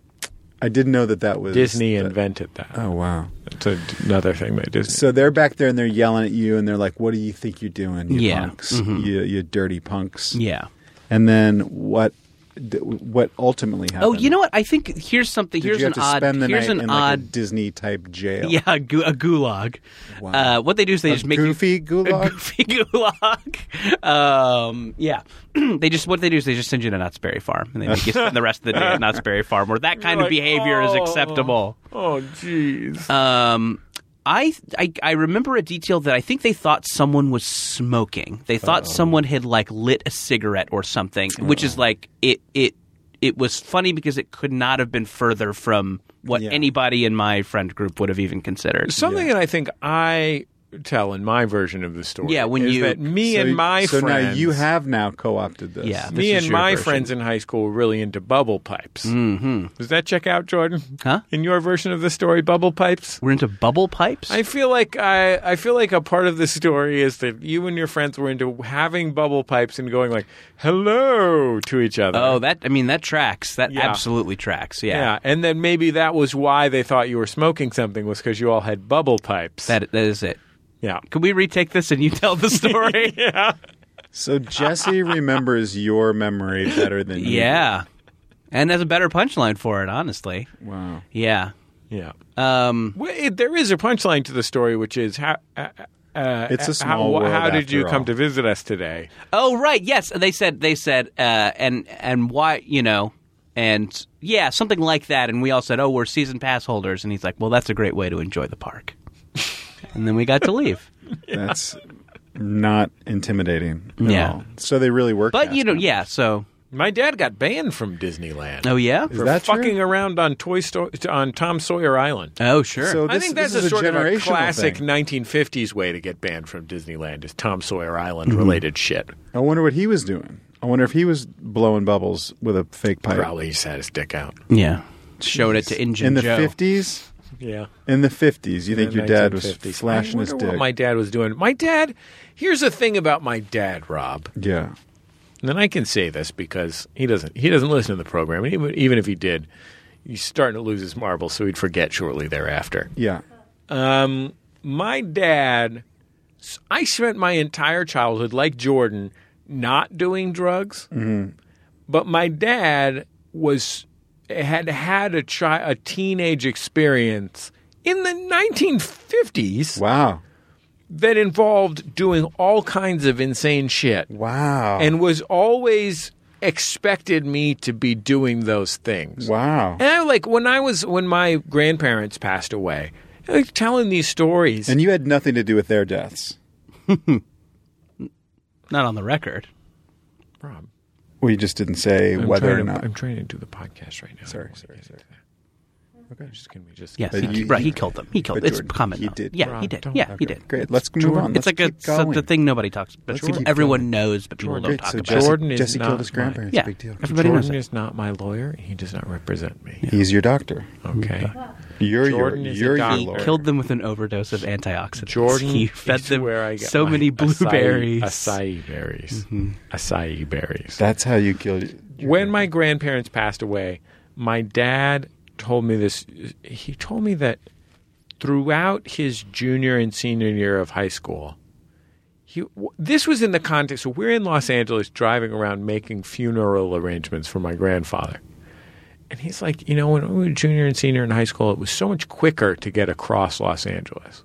S4: I didn't know that that was
S2: Disney
S4: that-
S2: invented that.
S4: Oh wow.
S2: It's a- another thing they did.
S4: So they're back there and they're yelling at you and they're like, "What do you think you're doing, you
S3: Yeah. Mm-hmm.
S4: punks? You, you dirty punks!"
S3: Yeah.
S4: And then what? d- What ultimately happened?
S3: Oh, you know what? I think here's something.
S4: Did
S3: here's
S4: you have
S3: an
S4: to
S3: odd.
S4: spend the
S3: here's
S4: night
S3: an
S4: in like
S3: odd.
S4: a Disney type jail?
S3: yeah, a, gu- a gulag.
S4: Wow.
S3: Uh, what they do is they just make you
S4: goofy
S3: a
S4: gulag.
S3: goofy gulag. Um, yeah, they just what they do is they just send you to Knott's Berry Farm, and they make you spend the rest of the day at Knott's Berry Farm, where that kind of
S2: like,
S3: behavior is
S2: "Oh."
S3: acceptable.
S2: oh, jeez.
S3: Um, I, I I remember a detail that I think they thought someone was smoking. They thought someone had like lit a cigarette or something, which is like it it it was funny because it could not have been further from what
S4: Yeah.
S3: anybody in my friend group would have even considered.
S2: Something that I think I tell in my version of the story.
S3: Yeah, when
S2: is
S3: you-
S2: that me
S4: So-
S2: and my
S4: so
S2: friends.
S4: now you have now co-opted this.
S3: Yeah.
S2: me
S3: This is
S2: and
S3: your
S2: my
S3: version.
S2: friends in high school were really into bubble pipes. Mm-hmm. Does that check out, Jordan?
S3: Huh?
S2: In your version of the story, bubble pipes.
S3: We're into bubble pipes.
S2: I feel like I, I feel like a part of the story is that you and your friends were into having bubble pipes and going like hello to each other.
S3: oh, that I mean that tracks. That
S2: Yeah.
S3: absolutely tracks. Yeah.
S2: yeah, and then maybe that was why they thought you were smoking something was because you all had bubble pipes.
S3: That that is it.
S2: yeah,
S3: Can we retake this and you tell the story? yeah.
S4: So Jesse remembers your memory better than you.
S3: And has a better punchline for it, honestly.
S4: Wow.
S3: Yeah.
S2: yeah.
S3: Um,
S2: Well, it, there is a punchline to the story, which is how. Uh, uh,
S4: It's a
S2: how,
S4: small world
S2: How did
S4: after
S2: you come
S4: all.
S2: to visit us today?
S3: Oh right, yes. And They said they said uh, and and why you know and yeah something like that. And we all said, oh, we're season pass holders. And he's like, well, that's a great way to enjoy the park. and then we got to leave.
S4: That's not intimidating. At
S3: Yeah.
S4: All. So they really work.
S3: But you know,
S4: fast.
S3: yeah. So
S2: My dad got banned from Disneyland.
S3: Oh yeah.
S2: for
S4: that true?
S2: fucking around on Toy Story on Tom Sawyer Island.
S3: Oh sure.
S4: So
S2: I
S4: this-
S2: think
S4: this
S2: that's a
S4: is a
S2: sort of a
S4: generational
S2: classic
S4: thing.
S2: 1950s way to get banned from Disneyland is Tom Sawyer
S4: Mm-hmm.
S2: Island related shit.
S4: I wonder what he was doing. I wonder if he was blowing bubbles with a fake pipe
S2: Probably just had his dick out.
S3: yeah. Showed it to Injun
S4: in the
S3: Joe.
S4: fifties.
S2: Yeah.
S4: In the fifties, you think
S2: the
S4: your dad was
S2: 1950s.
S4: flashing
S2: I
S4: his
S2: wonder what
S4: dick?
S2: my dad was doing. My dad. Here's the thing about my dad, Rob.
S4: yeah,
S2: And I can say this because he doesn't. He doesn't listen to the program. And even, even if he did, he's starting to lose his marbles, so he'd forget shortly thereafter.
S4: yeah.
S2: Um, my dad. I spent my entire childhood, like Jordan, not doing drugs. But my dad was had had a chi- a teenage experience in the 1950s
S4: Wow,
S2: that involved doing all kinds of insane shit
S4: wow,
S2: and was always expected me to be doing those things.
S4: wow.
S2: And I like when I was when my grandparents passed away, like telling these stories.
S4: And you had nothing to do with their deaths.
S3: Not on the record.
S2: Rob,
S4: We just didn't say whether
S2: trying
S4: or
S2: to-
S4: not.
S2: I'm trying to do the podcast right now.
S4: Sorry,
S2: I don't
S4: sorry,
S2: wanna get
S4: sorry.
S2: into that. Okay, just gonna be just
S3: Yes.
S4: But
S3: He,
S4: you-
S3: right. He
S4: you-
S3: killed them. He killed.
S4: but
S3: them. It's
S4: Jordan,
S3: common.
S4: he
S3: though.
S4: did.
S3: Yeah.
S2: Ron,
S3: he did.
S2: don't-
S3: Yeah.
S2: okay.
S3: He did.
S4: Great. Let's move on.
S3: It's
S4: Let's
S3: like a
S4: keep
S3: so
S4: going.
S3: the thing nobody talks about.
S4: Let's
S3: People-
S4: keep
S3: everyone
S4: going.
S3: knows, but people don't
S4: Great.
S3: talk
S4: So
S3: about it.
S4: Jordan
S2: Jordan is
S4: Jesse
S2: not
S4: killed his
S2: mine.
S4: grandparents.
S3: Yeah.
S4: Big deal.
S3: Everybody knows
S2: Jordan
S3: that.
S2: is not my lawyer. and He does not represent me.
S4: He's your doctor.
S2: Okay.
S4: You're
S2: Jordan
S4: your
S2: is a
S4: you're your
S2: doctor.
S3: He
S4: lawyer.
S3: killed them with an overdose of antioxidants.
S2: Jordan,
S3: he fed
S2: is
S3: them
S2: where I got
S3: so
S2: my
S3: many
S2: acai-
S3: blueberries.
S2: acai, berries,
S4: Mm-hmm.
S2: acai berries.
S4: That's how you killed.
S2: when my grandparents passed away, my dad told me this. He told me that throughout his junior and senior year of high school, he, w- this was in the context. So we're in Los Angeles driving around making funeral arrangements for my grandfather. And he's like, you know, when we were junior and senior in high school, it was so much quicker to get across Los Angeles.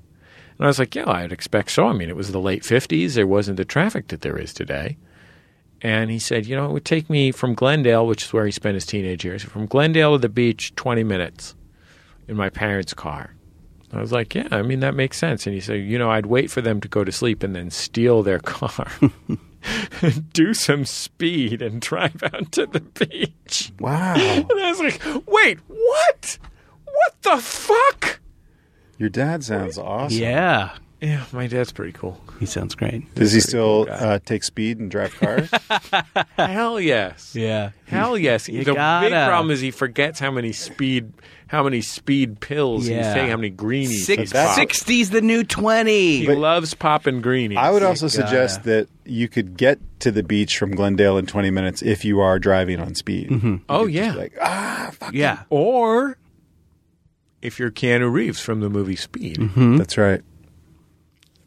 S2: And I was like, yeah, I'd expect so. I mean, it was the late 50s. There wasn't the traffic that there is today. And he said, you know, it would take me from Glendale, which is where he spent his teenage years, from Glendale to the beach, 20 minutes in my parents' car. I was like, yeah, I mean, that makes sense. And he said, you know, I'd wait for them to go to sleep and then steal their car, do some speed, and drive out to the beach.
S4: Wow,
S2: And I was like, wait, what? What the fuck?
S4: your dad sounds awesome.
S3: Yeah,
S2: Yeah, my dad's pretty cool.
S3: he sounds great.
S4: Does he still uh, take speed and drive cars?
S2: Hell yes.
S3: Yeah,
S2: Hell yes.
S3: You
S2: the
S3: gotta.
S2: big problem is he forgets how many speed how many speed pills
S3: Yeah.
S2: he's taking, how many greenies he's
S4: that's-
S2: popped.
S3: sixties the new
S2: He
S3: twenty.
S2: loves popping greenies.
S4: I would also
S3: gotta-
S4: suggest that you could get to the beach from Glendale in 20 minutes if you are driving on speed.
S2: oh yeah.
S4: Like, ah,
S3: Yeah,
S2: or if you're Keanu Reeves from the movie Speed,
S3: Mm-hmm.
S4: that's right.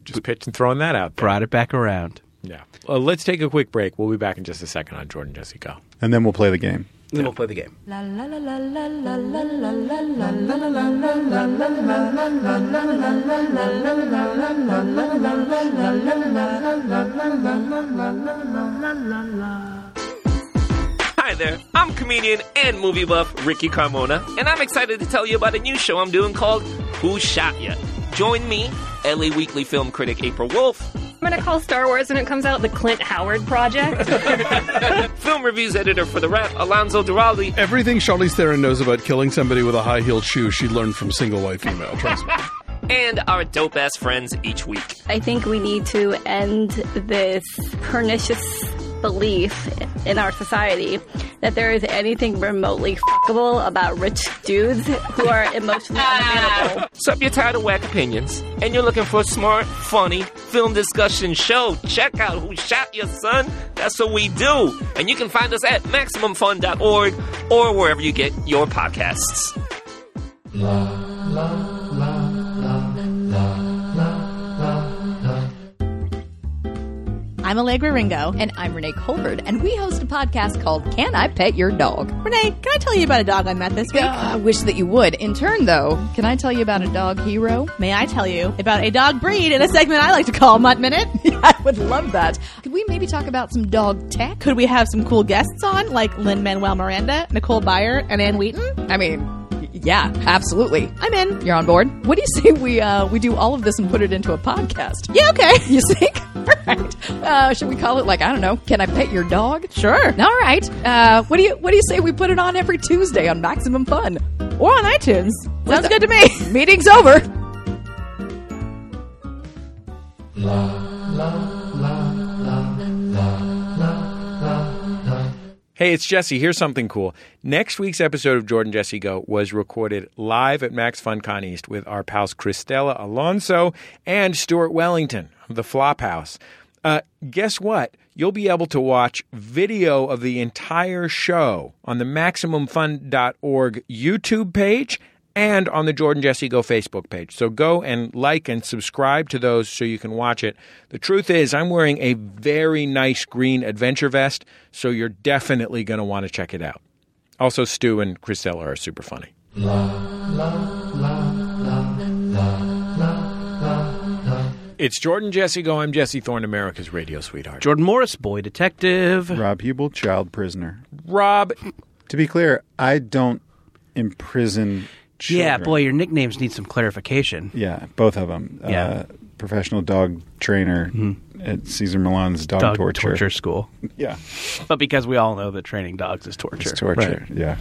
S2: just pitch and throwing that out there.
S3: brought it back around.
S2: Yeah. Uh, let's take a quick break. We'll be back in just a second on Jordan Jesse Go.
S4: And then we'll play the game.
S3: Then we'll play the game.
S1: La la la la la la la la la la.
S6: Hi there, I'm comedian and movie buff Ricky Carmona, and I'm excited to tell you about a new show I'm doing called Who Shot Ya? Join me, LA Weekly film critic April Wolf,
S7: I'm gonna call Star Wars when it comes out the Clint Howard Project.
S6: film reviews editor for The Rap, Alonzo Durali,
S8: Everything Charlize Theron knows about killing somebody with a high heeled shoe, she learned from single white female. Trust me.
S6: and our dope ass friends each week.
S9: I think we need to end this pernicious belief in our society that there is anything remotely fuckable about rich dudes who are emotionally unavailable.
S6: So if you're tired of whack opinions and you're looking for a smart, funny film discussion show, check out Who Shot Your Son. That's what we do. And you can find us at MaximumFun.org or wherever you get your podcasts.
S10: I'm Allegra Ringo. And I'm Renee Colbert, and we host a podcast called Can I Pet Your Dog? Renee, can I tell you about a dog I met this week? I wish that you would. In turn, though, can I tell you about a dog hero? May I tell you about a dog breed in a segment I like to call Mutt Minute? I would love that. Could we maybe talk about some dog tech? Could we have some cool guests on, like Lynn Manuel Miranda, Nicole Byer, and Ann Wheaton? I mean, yeah, absolutely. I'm in. You're on board. What do you say we uh, we do all of this and put it into a podcast? Yeah, okay. You think? All right. Uh, should we call it like I don't know? Can I pet your dog? Sure. All right. Uh, what do you What do you say we put it on every Tuesday on Maximum Fun or on iTunes? Sounds good to me. Meeting's over.
S2: Hey, it's Jesse. Here's something cool. Next week's episode of Jordan Jesse Go was recorded live at Max FunCon East with our pals Christella Alonso and Stuart Wellington of the Flophouse. Uh, guess what? You'll be able to watch video of the entire show on the MaximumFun.org YouTube page and on the Jordan Jesse Go Facebook page. So go and like and subscribe to those so you can watch it. The truth is, I'm wearing a very nice green adventure vest, so you're definitely going to want to check it out. Also, Stu and Chrisella are super funny. It's Jordan Jesse Go. I'm Jesse Thorne, America's radio sweetheart.
S3: Jordan Morris, boy detective.
S4: Rob Hubel, child prisoner.
S2: Rob,
S4: To be clear, I don't imprison children.
S3: Yeah, boy, your nicknames need some clarification.
S4: Yeah, both of them.
S3: Yeah. Hmm.
S4: Uh, professional dog trainer at Caesar Milan's dog,
S3: Dog
S4: torture.
S3: torture school.
S4: Yeah.
S3: But because we all know that training dogs is torture.
S4: It's torture. Yeah.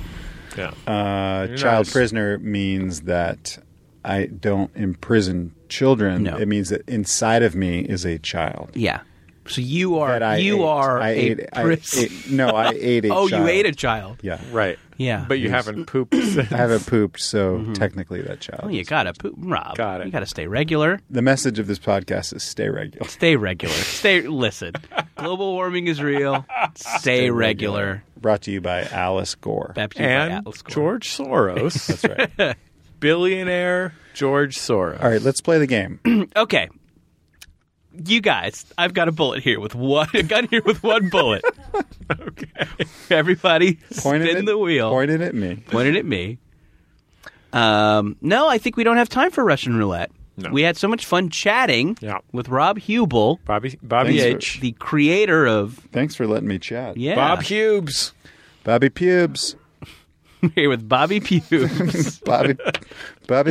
S2: Yeah.
S4: Uh,
S2: You're
S4: child
S2: nice.
S4: prisoner means that I don't imprison children.
S3: No.
S4: It means that inside of me is a child.
S3: Yeah. So you are
S4: That I
S3: you
S4: ate.
S3: are
S4: I
S3: a
S4: ate- I
S3: pris-
S4: ate- no, I ate a
S3: oh,
S4: child.
S3: you ate a child.
S4: Yeah.
S2: right.
S3: Yeah.
S2: But you haven't pooped since.
S4: I haven't pooped, so technically that child.
S3: Oh, you gotta poop, Rob.
S2: Got it.
S3: You gotta stay regular.
S4: The message of this podcast is stay regular.
S3: Stay regular. Stay. Listen. Global warming is real. Stay, regular.
S4: Brought to you by Alice Gore.
S3: Baptized by
S2: and
S3: Atlas Corp.
S2: George Soros. That's right. Billionaire George Soros.
S4: All right, let's play the game.
S3: Okay. You guys, I've got a bullet here with one. A gun here with one bullet. okay. Everybody,
S4: Point it
S3: spin
S4: at,
S3: the wheel.
S4: Point it at me.
S3: pointed at me. Um, no, I think we don't have time for Russian roulette.
S2: No.
S3: We had so much fun chatting
S2: Yeah.
S3: with Rob Hubel,
S2: Bobby Bobby
S4: Thanks
S2: H.
S3: the creator of
S4: Thanks for letting me chat.
S3: yeah,
S2: Bob Hubes.
S4: Bobby Pubes.
S3: here with Bobby Pubes.
S4: Bobby Bobby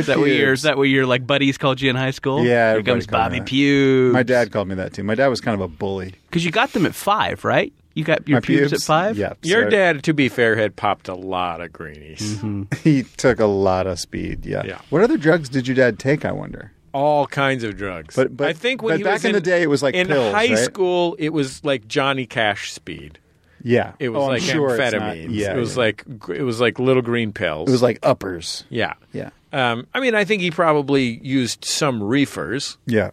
S3: Is that what your is
S4: Pubes.
S3: that what your like buddies called you in high school?
S4: Yeah,
S3: here
S4: everybody
S3: comes
S4: called
S3: Bobby
S4: me that.
S3: Pubes.
S4: My dad called me that too. My dad was kind of a bully.
S3: because you got them at five, right? You got your
S4: My
S3: pubes, at five.
S4: Yeah.
S2: Your
S4: so
S2: dad, to be fair, had popped a lot of greenies.
S4: Mm-hmm. He took a lot of speed. Yeah.
S2: Yeah.
S4: What other drugs did your dad take? I wonder.
S2: All kinds of drugs.
S4: But- but-
S2: I think when
S4: but
S2: he
S4: back
S2: was
S4: in the day, it was like
S2: in
S4: pills,
S2: high
S4: right?
S2: school, it was like Johnny Cash speed.
S4: Yeah.
S2: It was
S4: Oh, I'm
S2: like
S4: sure it's not-
S2: amphetamines.
S4: yeah.
S2: it was
S4: yeah.
S2: like gr- it was like little green pills.
S4: it was like uppers.
S2: yeah,
S4: Yeah.
S2: Um, I mean, I think he probably used some reefers.
S4: Yeah.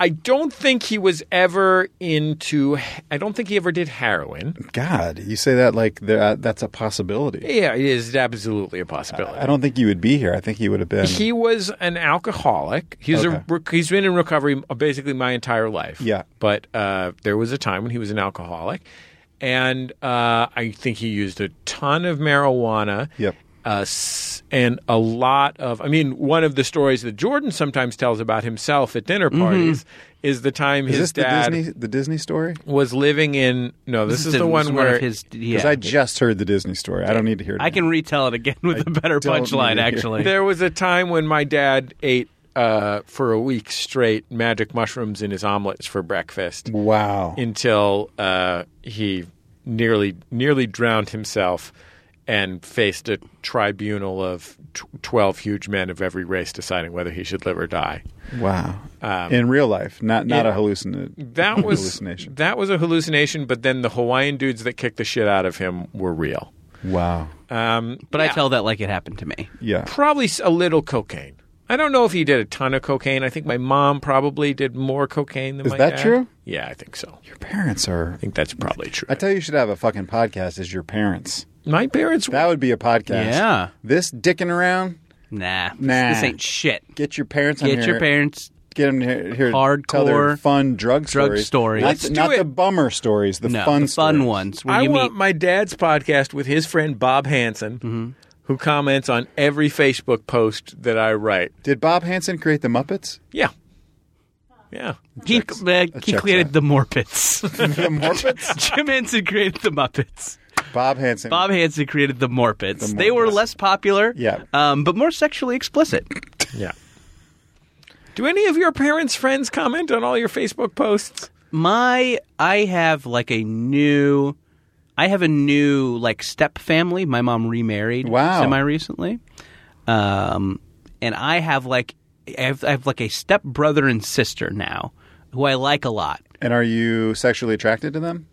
S2: I don't think he was ever into. I don't think he ever did heroin.
S4: God, you say that like there- uh, that's a possibility.
S2: Yeah, it is absolutely a possibility.
S4: I don't think you would be here. I think he would have been.
S2: He was an alcoholic. He's
S4: Okay.
S2: a rec- he's been in recovery basically my entire life.
S4: Yeah.
S2: but uh, there was a time when he was an alcoholic, and uh, I think he used a ton of marijuana.
S4: Yep.
S2: Uh, s- and a lot of, I mean, one of the stories that Jordan sometimes tells about himself at dinner parties is the time
S4: Mm-hmm. is
S2: his
S4: this
S2: dad
S4: the Disney the Disney story?
S2: was living in. No, this, is the,
S3: this
S2: one
S3: is
S2: where
S3: of his. Yeah.
S4: Because I just heard the Disney story. I don't need to hear it.
S3: I can retell it again with a better
S4: don't
S3: punchline,
S4: need to hear-
S3: actually.
S2: There was a time when my dad ate uh, for a week straight magic mushrooms in his omelets for breakfast
S4: again. Wow.
S2: until uh, he nearly nearly drowned himself and faced a tribunal of tw- 12 huge men of every race deciding whether he should live or die.
S4: Wow.
S3: um,
S4: in real life, not not
S2: it-
S4: a hallucination.
S2: That was
S4: hallucination.
S2: that was a hallucination, but then the Hawaiian dudes that kicked the shit out of him were real.
S4: Wow.
S3: Uh,
S2: Um,
S3: but I tell that like it happened to me.
S4: Yeah.
S2: probably s- a little cocaine. I don't know if he did a ton of cocaine. I think my mom probably did more cocaine than
S4: Is
S2: my
S4: that
S2: dad.
S4: true?
S2: Yeah, I think so. I
S4: Your parents are.
S2: think that's probably true.
S4: I tell you, you should have a fucking podcast. Is your parents?
S2: my parents
S4: That would be a podcast.
S3: Yeah.
S4: This dicking around.
S3: Nah, this-
S4: Nah.
S3: This ain't shit.
S4: Get your parents on
S3: Get
S4: here.
S3: your parents.
S4: Get them here. here to Tell their
S3: Hardcore
S4: fun drug
S3: drug
S4: stories.
S3: story.
S4: Not,
S2: Let's
S4: the,
S2: do
S4: not
S2: it.
S4: the bummer stories. The
S3: no,
S4: fun.
S3: the fun
S4: stories.
S3: ones where
S2: I
S3: you
S2: want
S3: meet.
S2: my dad's podcast with his friend Bob Hansen,
S4: Mm-hmm.
S2: who comments on every Facebook post that I write.
S4: Did Bob Hansen create the Muppets?
S2: Yeah, yeah.
S3: he
S4: checks-
S3: uh,
S4: that
S3: he
S4: checks
S3: created
S4: out.
S3: the Morpits.
S4: the Muppets.
S3: Jim Henson created the Muppets.
S4: Bob Hansen.
S3: Bob Hansen created the Morpits. They were
S4: Morpits.
S3: less popular,
S4: Yeah.
S3: um, but more sexually explicit.
S2: Yeah. Do any of your parents' friends comment on all your Facebook posts?
S3: my I have like a new I have a new like step family. My mom remarried
S4: Wow.
S3: semi recently. Um and I have like I have, I have like a step brother and sister now who I like a lot.
S4: And are you sexually attracted to them?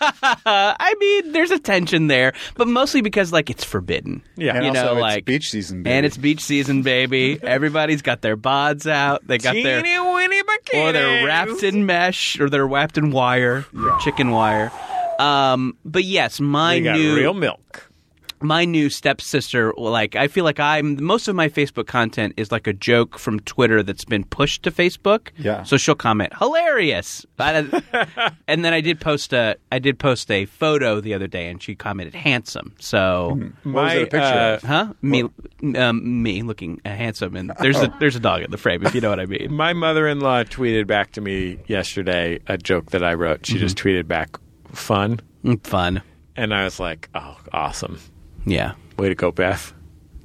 S3: I mean, there's a tension there, but mostly because like it's forbidden.
S4: Yeah. And
S3: you
S4: also
S3: know,
S4: it's
S3: like
S4: beach season,
S3: and
S4: baby.
S3: it's beach season, baby. Everybody's got their bods out. They got their
S2: Teeny weeny bikinis.
S3: or they're wrapped in mesh or they're wrapped in wire, chicken wire. Um, but yes, my
S2: They got
S3: new
S2: real milk.
S3: my new stepsister. Like I feel like I'm most of my Facebook content is like a joke from Twitter that's been pushed to Facebook.
S4: Yeah.
S3: So she'll comment hilarious, But I- and then I did post a I did post a photo the other day and she commented handsome. So.
S4: What was
S2: My,
S4: that a picture
S2: uh,
S4: of?
S3: Huh? Me, um, me looking uh, handsome, and there's a there's a dog in the frame, if you know what I mean.
S2: My mother-in-law tweeted back to me yesterday a joke that I wrote. She
S4: Mm-hmm.
S2: just tweeted back, "Fun,"
S3: Mm, Fun,
S2: and I was like, "Oh, awesome!
S3: yeah.
S2: Way to go, Beth!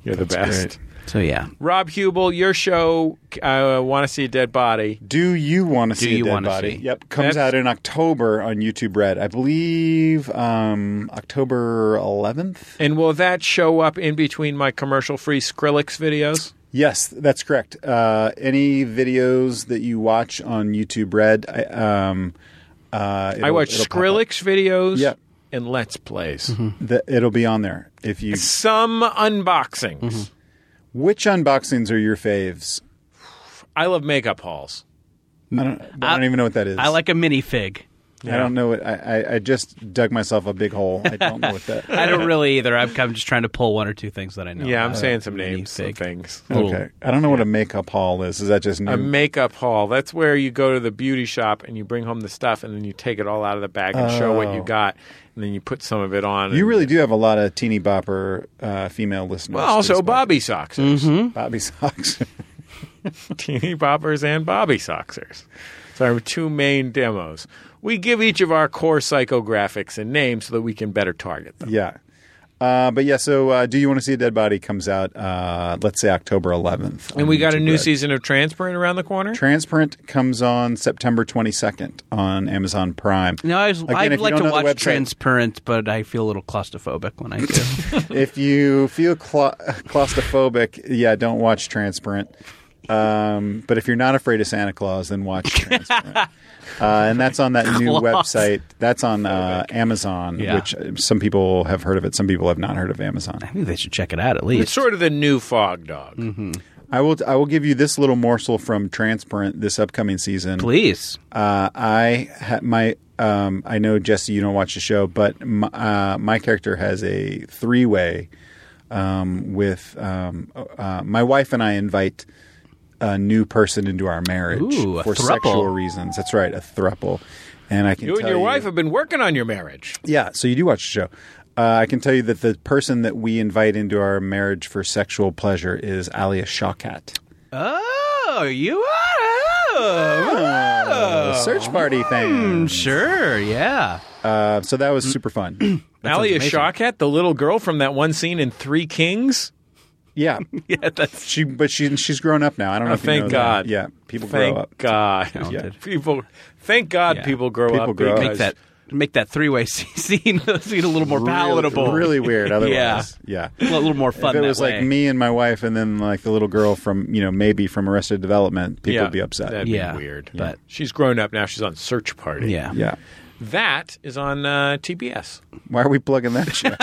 S2: You're the best."
S4: great.
S3: So yeah,
S2: Rob Hubel, your show, uh, Want to See a Dead Body.
S4: Do you want to see
S3: you
S4: a dead
S3: wanna
S4: body?
S3: see?
S4: Yep, comes
S2: That's-
S4: out in October on YouTube Red, I believe, um, October 11th.
S2: And will that show up in between my commercial free Skrillex videos?
S4: Yes, that's correct. Uh, any videos that you watch on YouTube Red, I, um, uh,
S2: I
S4: it'll-
S2: watch
S4: it'll pop up. Mm-hmm.
S2: Skrillex videos
S4: Yep.
S2: and Let's Plays.
S4: The, it'll be on there if you.
S2: Some unboxings.
S4: Mm-hmm. Which unboxings are your faves?
S2: I love makeup hauls.
S4: I don't, I don't even know what that is.
S3: I like a minifig.
S4: I don't know what I, I, I just dug myself a big hole. I don't know what that.
S3: I don't really either. I'm, I'm just trying to pull one or two things that I
S4: Oh,
S3: know.
S2: Yeah, I'm
S3: about.
S2: saying some
S3: Mini
S2: names and
S3: fig.
S2: things.
S4: Okay, I don't know what a makeup haul is. Is that just new?
S2: A makeup haul. That's where you go to the beauty shop and you bring home the stuff and then you take it all out of the bag and show what you got and then you put some of it on.
S4: Oh. you
S2: and-
S4: really do have a lot of teeny bopper uh, female listeners.
S2: Well, also
S4: to
S2: Hmm?
S4: this Mm-hmm.
S2: Bobby Soxers.
S4: podcast. Bobby socks.
S2: Teeny Boppers and Bobby Soxers. So our two main demos. We give each of our core psychographics a name so that we can better target them.
S4: yeah, uh, but yeah. So, uh, do you want to see a dead body? Comes out, uh, let's say October 11th,
S2: And we got a new
S4: season.
S2: season of Transparent around the corner.
S4: Transparent comes on September 22nd on Amazon Prime.
S3: No, I was,
S4: Again, if
S3: I'd
S4: you
S3: like
S4: don't
S3: to
S4: know the
S3: watch
S4: website,
S3: Transparent, but I feel a little claustrophobic when I do.
S4: if you feel cla- claustrophobic, yeah, don't watch Transparent. Um, but if you're not afraid of Santa Claus, then watch Transparent. uh, and that's on that new website. That's on uh, Amazon,
S3: Yeah.
S4: which uh, some people have heard of it. Some people have not heard of Amazon.
S3: I think they should check it out at
S2: It's
S3: least.
S2: sort of the new Fog Dog.
S4: Mm-hmm. I will. I will give you this little morsel from Transparent this upcoming season.
S3: Please.
S4: Uh, I ha- my um, I know Jesse, you don't watch the show, but my, uh, my character has a three way um, with um, uh, my wife and I invite a new person into our marriage
S3: Ooh, a
S4: for
S3: thruple.
S4: sexual reasons. That's right, a thruple. And I can
S2: You and
S4: tell
S2: your
S4: you-
S2: wife have been working on your marriage.
S4: yeah, so you do watch the show. Uh, I can tell you that the person that we invite into our marriage for sexual pleasure is Alia Shawkat.
S3: Oh, you are. Oh, Hmm,
S4: A search party thing.
S3: Sure, yeah.
S4: Uh, so that was super fun.
S2: Alia
S3: amazing.
S2: Shawkat, the little girl from that one scene in Three Kings.
S4: Yeah.
S3: Yeah, that's
S4: She, but she, she's grown up now. I don't know.
S2: Oh,
S4: if you
S2: thank
S4: know that.
S2: God.
S4: Yeah, people
S2: Thank
S4: grow up.
S2: God.
S3: Talented.
S2: People, thank God
S3: Yeah.
S2: people grow
S4: People
S2: up.
S4: grow up.
S2: because
S3: make that make that three way scene scene a little more palatable.
S4: Really, really weird. Otherwise, yeah.
S3: a little more
S4: If
S3: fun.
S4: it
S3: that
S4: was
S3: way.
S4: like me and my wife, and then like the little girl from you know maybe from Arrested Development, people
S2: yeah,
S4: would be upset.
S2: That'd
S3: Yeah,
S2: be weird.
S3: but-
S2: she's grown up now. She's on Search Party.
S3: yeah.
S4: yeah.
S2: That is on uh, TBS.
S4: Why are we plugging that show?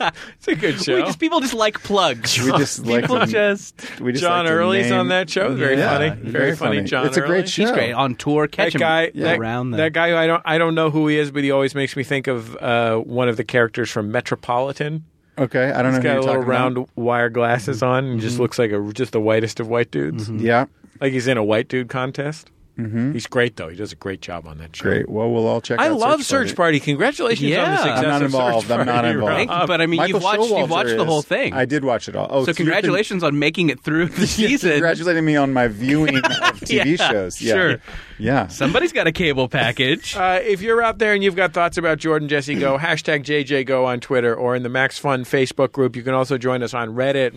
S2: It's a good show.
S3: We just people just like plugs.
S4: We just like
S3: people
S4: to-
S3: just
S4: We just
S2: John
S4: like to
S2: Early's
S4: name-
S2: on that show. Very
S4: Yeah,
S2: funny.
S4: he's
S2: Very, funny, John.
S4: It's a
S2: Early.
S4: great show.
S3: He's great on tour. Catch
S2: That guy,
S3: him
S2: that,
S3: around the
S2: that guy, who I don't, I don't know who he is, but he always makes me think of uh, one of the characters from Metropolitan.
S4: Okay, I don't
S2: He's got
S4: know. who
S2: a
S4: you're
S2: little
S4: talking
S2: round
S4: About. Mm-hmm.
S2: wire glasses on, and just looks like a just the whitest of white dudes.
S4: Yeah,
S2: Like he's in a white dude contest. Mm-hmm. He's great though. He does a great job on that show.
S4: great. Well, we'll all check.
S2: I
S4: out
S2: love
S4: Search
S2: Search Party. Congratulations on
S3: Yeah.
S2: the
S3: I'm
S2: success of
S4: not involved.
S2: Search
S4: I'm not
S2: Party,
S4: involved.
S2: Rob.
S3: but I mean,
S4: Michael
S3: you've watched
S4: Showalter
S3: you've watched the
S4: is-
S3: whole thing.
S4: I did watch it all. Oh,
S3: So
S4: you've been-
S3: congratulations on making it through the season.
S4: Congratulating me on my viewing of TV
S3: Yeah,
S4: shows. Yeah.
S3: Sure.
S4: Yeah.
S3: Somebody's got a cable package.
S2: Uh, if you're out there and you've got thoughts about Jordan Jesse Go, hashtag JJ Go on Twitter or in the Max Fun Facebook group. You can also join us on Reddit,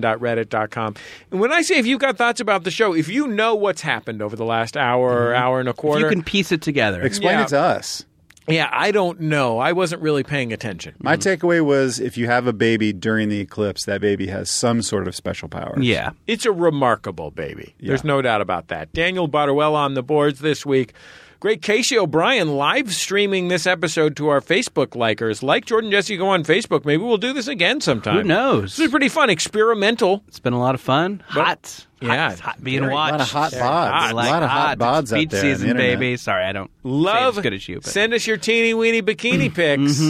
S2: MaximumFun.reddit.com. And when I say if you've got thoughts about the show, if you know what's happened over the last hour or hour and a
S3: Mm-hmm. If
S2: quarter,
S3: you can piece it together.
S4: Explain
S2: Yeah.
S4: it to us.
S2: yeah, I don't know. I wasn't really paying attention.
S4: My
S3: Mm-hmm.
S4: takeaway was if you have a baby during the eclipse, that baby has some sort of special powers.
S3: Yeah.
S2: It's a remarkable baby. There's no doubt about that. Daniel Butterwell on the boards this week. Great Casey O'Brien live streaming this episode to our Facebook likers. Like Jordan Jesse Go on Facebook. Maybe we'll do this again sometime.
S3: Who knows?
S2: This is pretty fun, experimental.
S3: It's been a lot of fun. Hot.
S2: Yeah.
S3: Hot, it's hot being
S2: Very-
S4: A
S3: watched.
S4: lot of hot bods.
S3: Hot,
S4: A lot of hot
S3: hot.
S4: bods
S3: It's
S4: out
S3: beach
S4: there. on the
S3: season,
S4: internet.
S3: baby. Sorry, I don't say
S2: Love.
S3: it's as good as you, but Mm-hmm.
S2: Send us your teeny weeny bikini pics.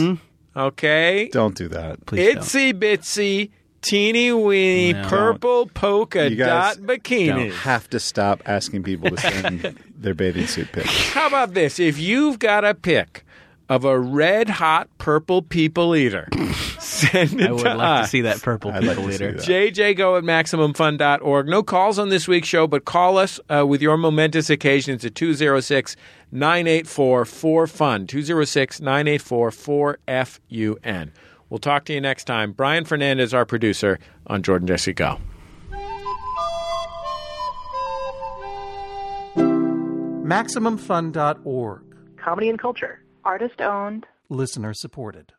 S2: Okay.
S4: Don't do that. Please.
S3: please don't.
S2: Itsy bitsy teeny weeny purple polka
S4: You guys
S2: dot bikini.
S4: Have to stop asking people to send their bathing suit pics.
S2: How about this? If you've got a pic of a red hot purple people eater, send it
S3: I would
S2: to
S3: like to
S2: us.
S3: see that purple
S4: I'd like
S3: people
S4: to see
S3: leader.
S4: that.
S2: JJGo at MaximumFun.org. No calls on this week's show, but call us uh, with your momentous occasions at 206 984 4FUN. 206 984 4FUN. We'll talk to you next time. Brian Fernandez, our producer on Jordan Jesse Go.
S11: MaximumFun.org.
S12: Comedy and culture. Artist owned.
S11: Listener supported.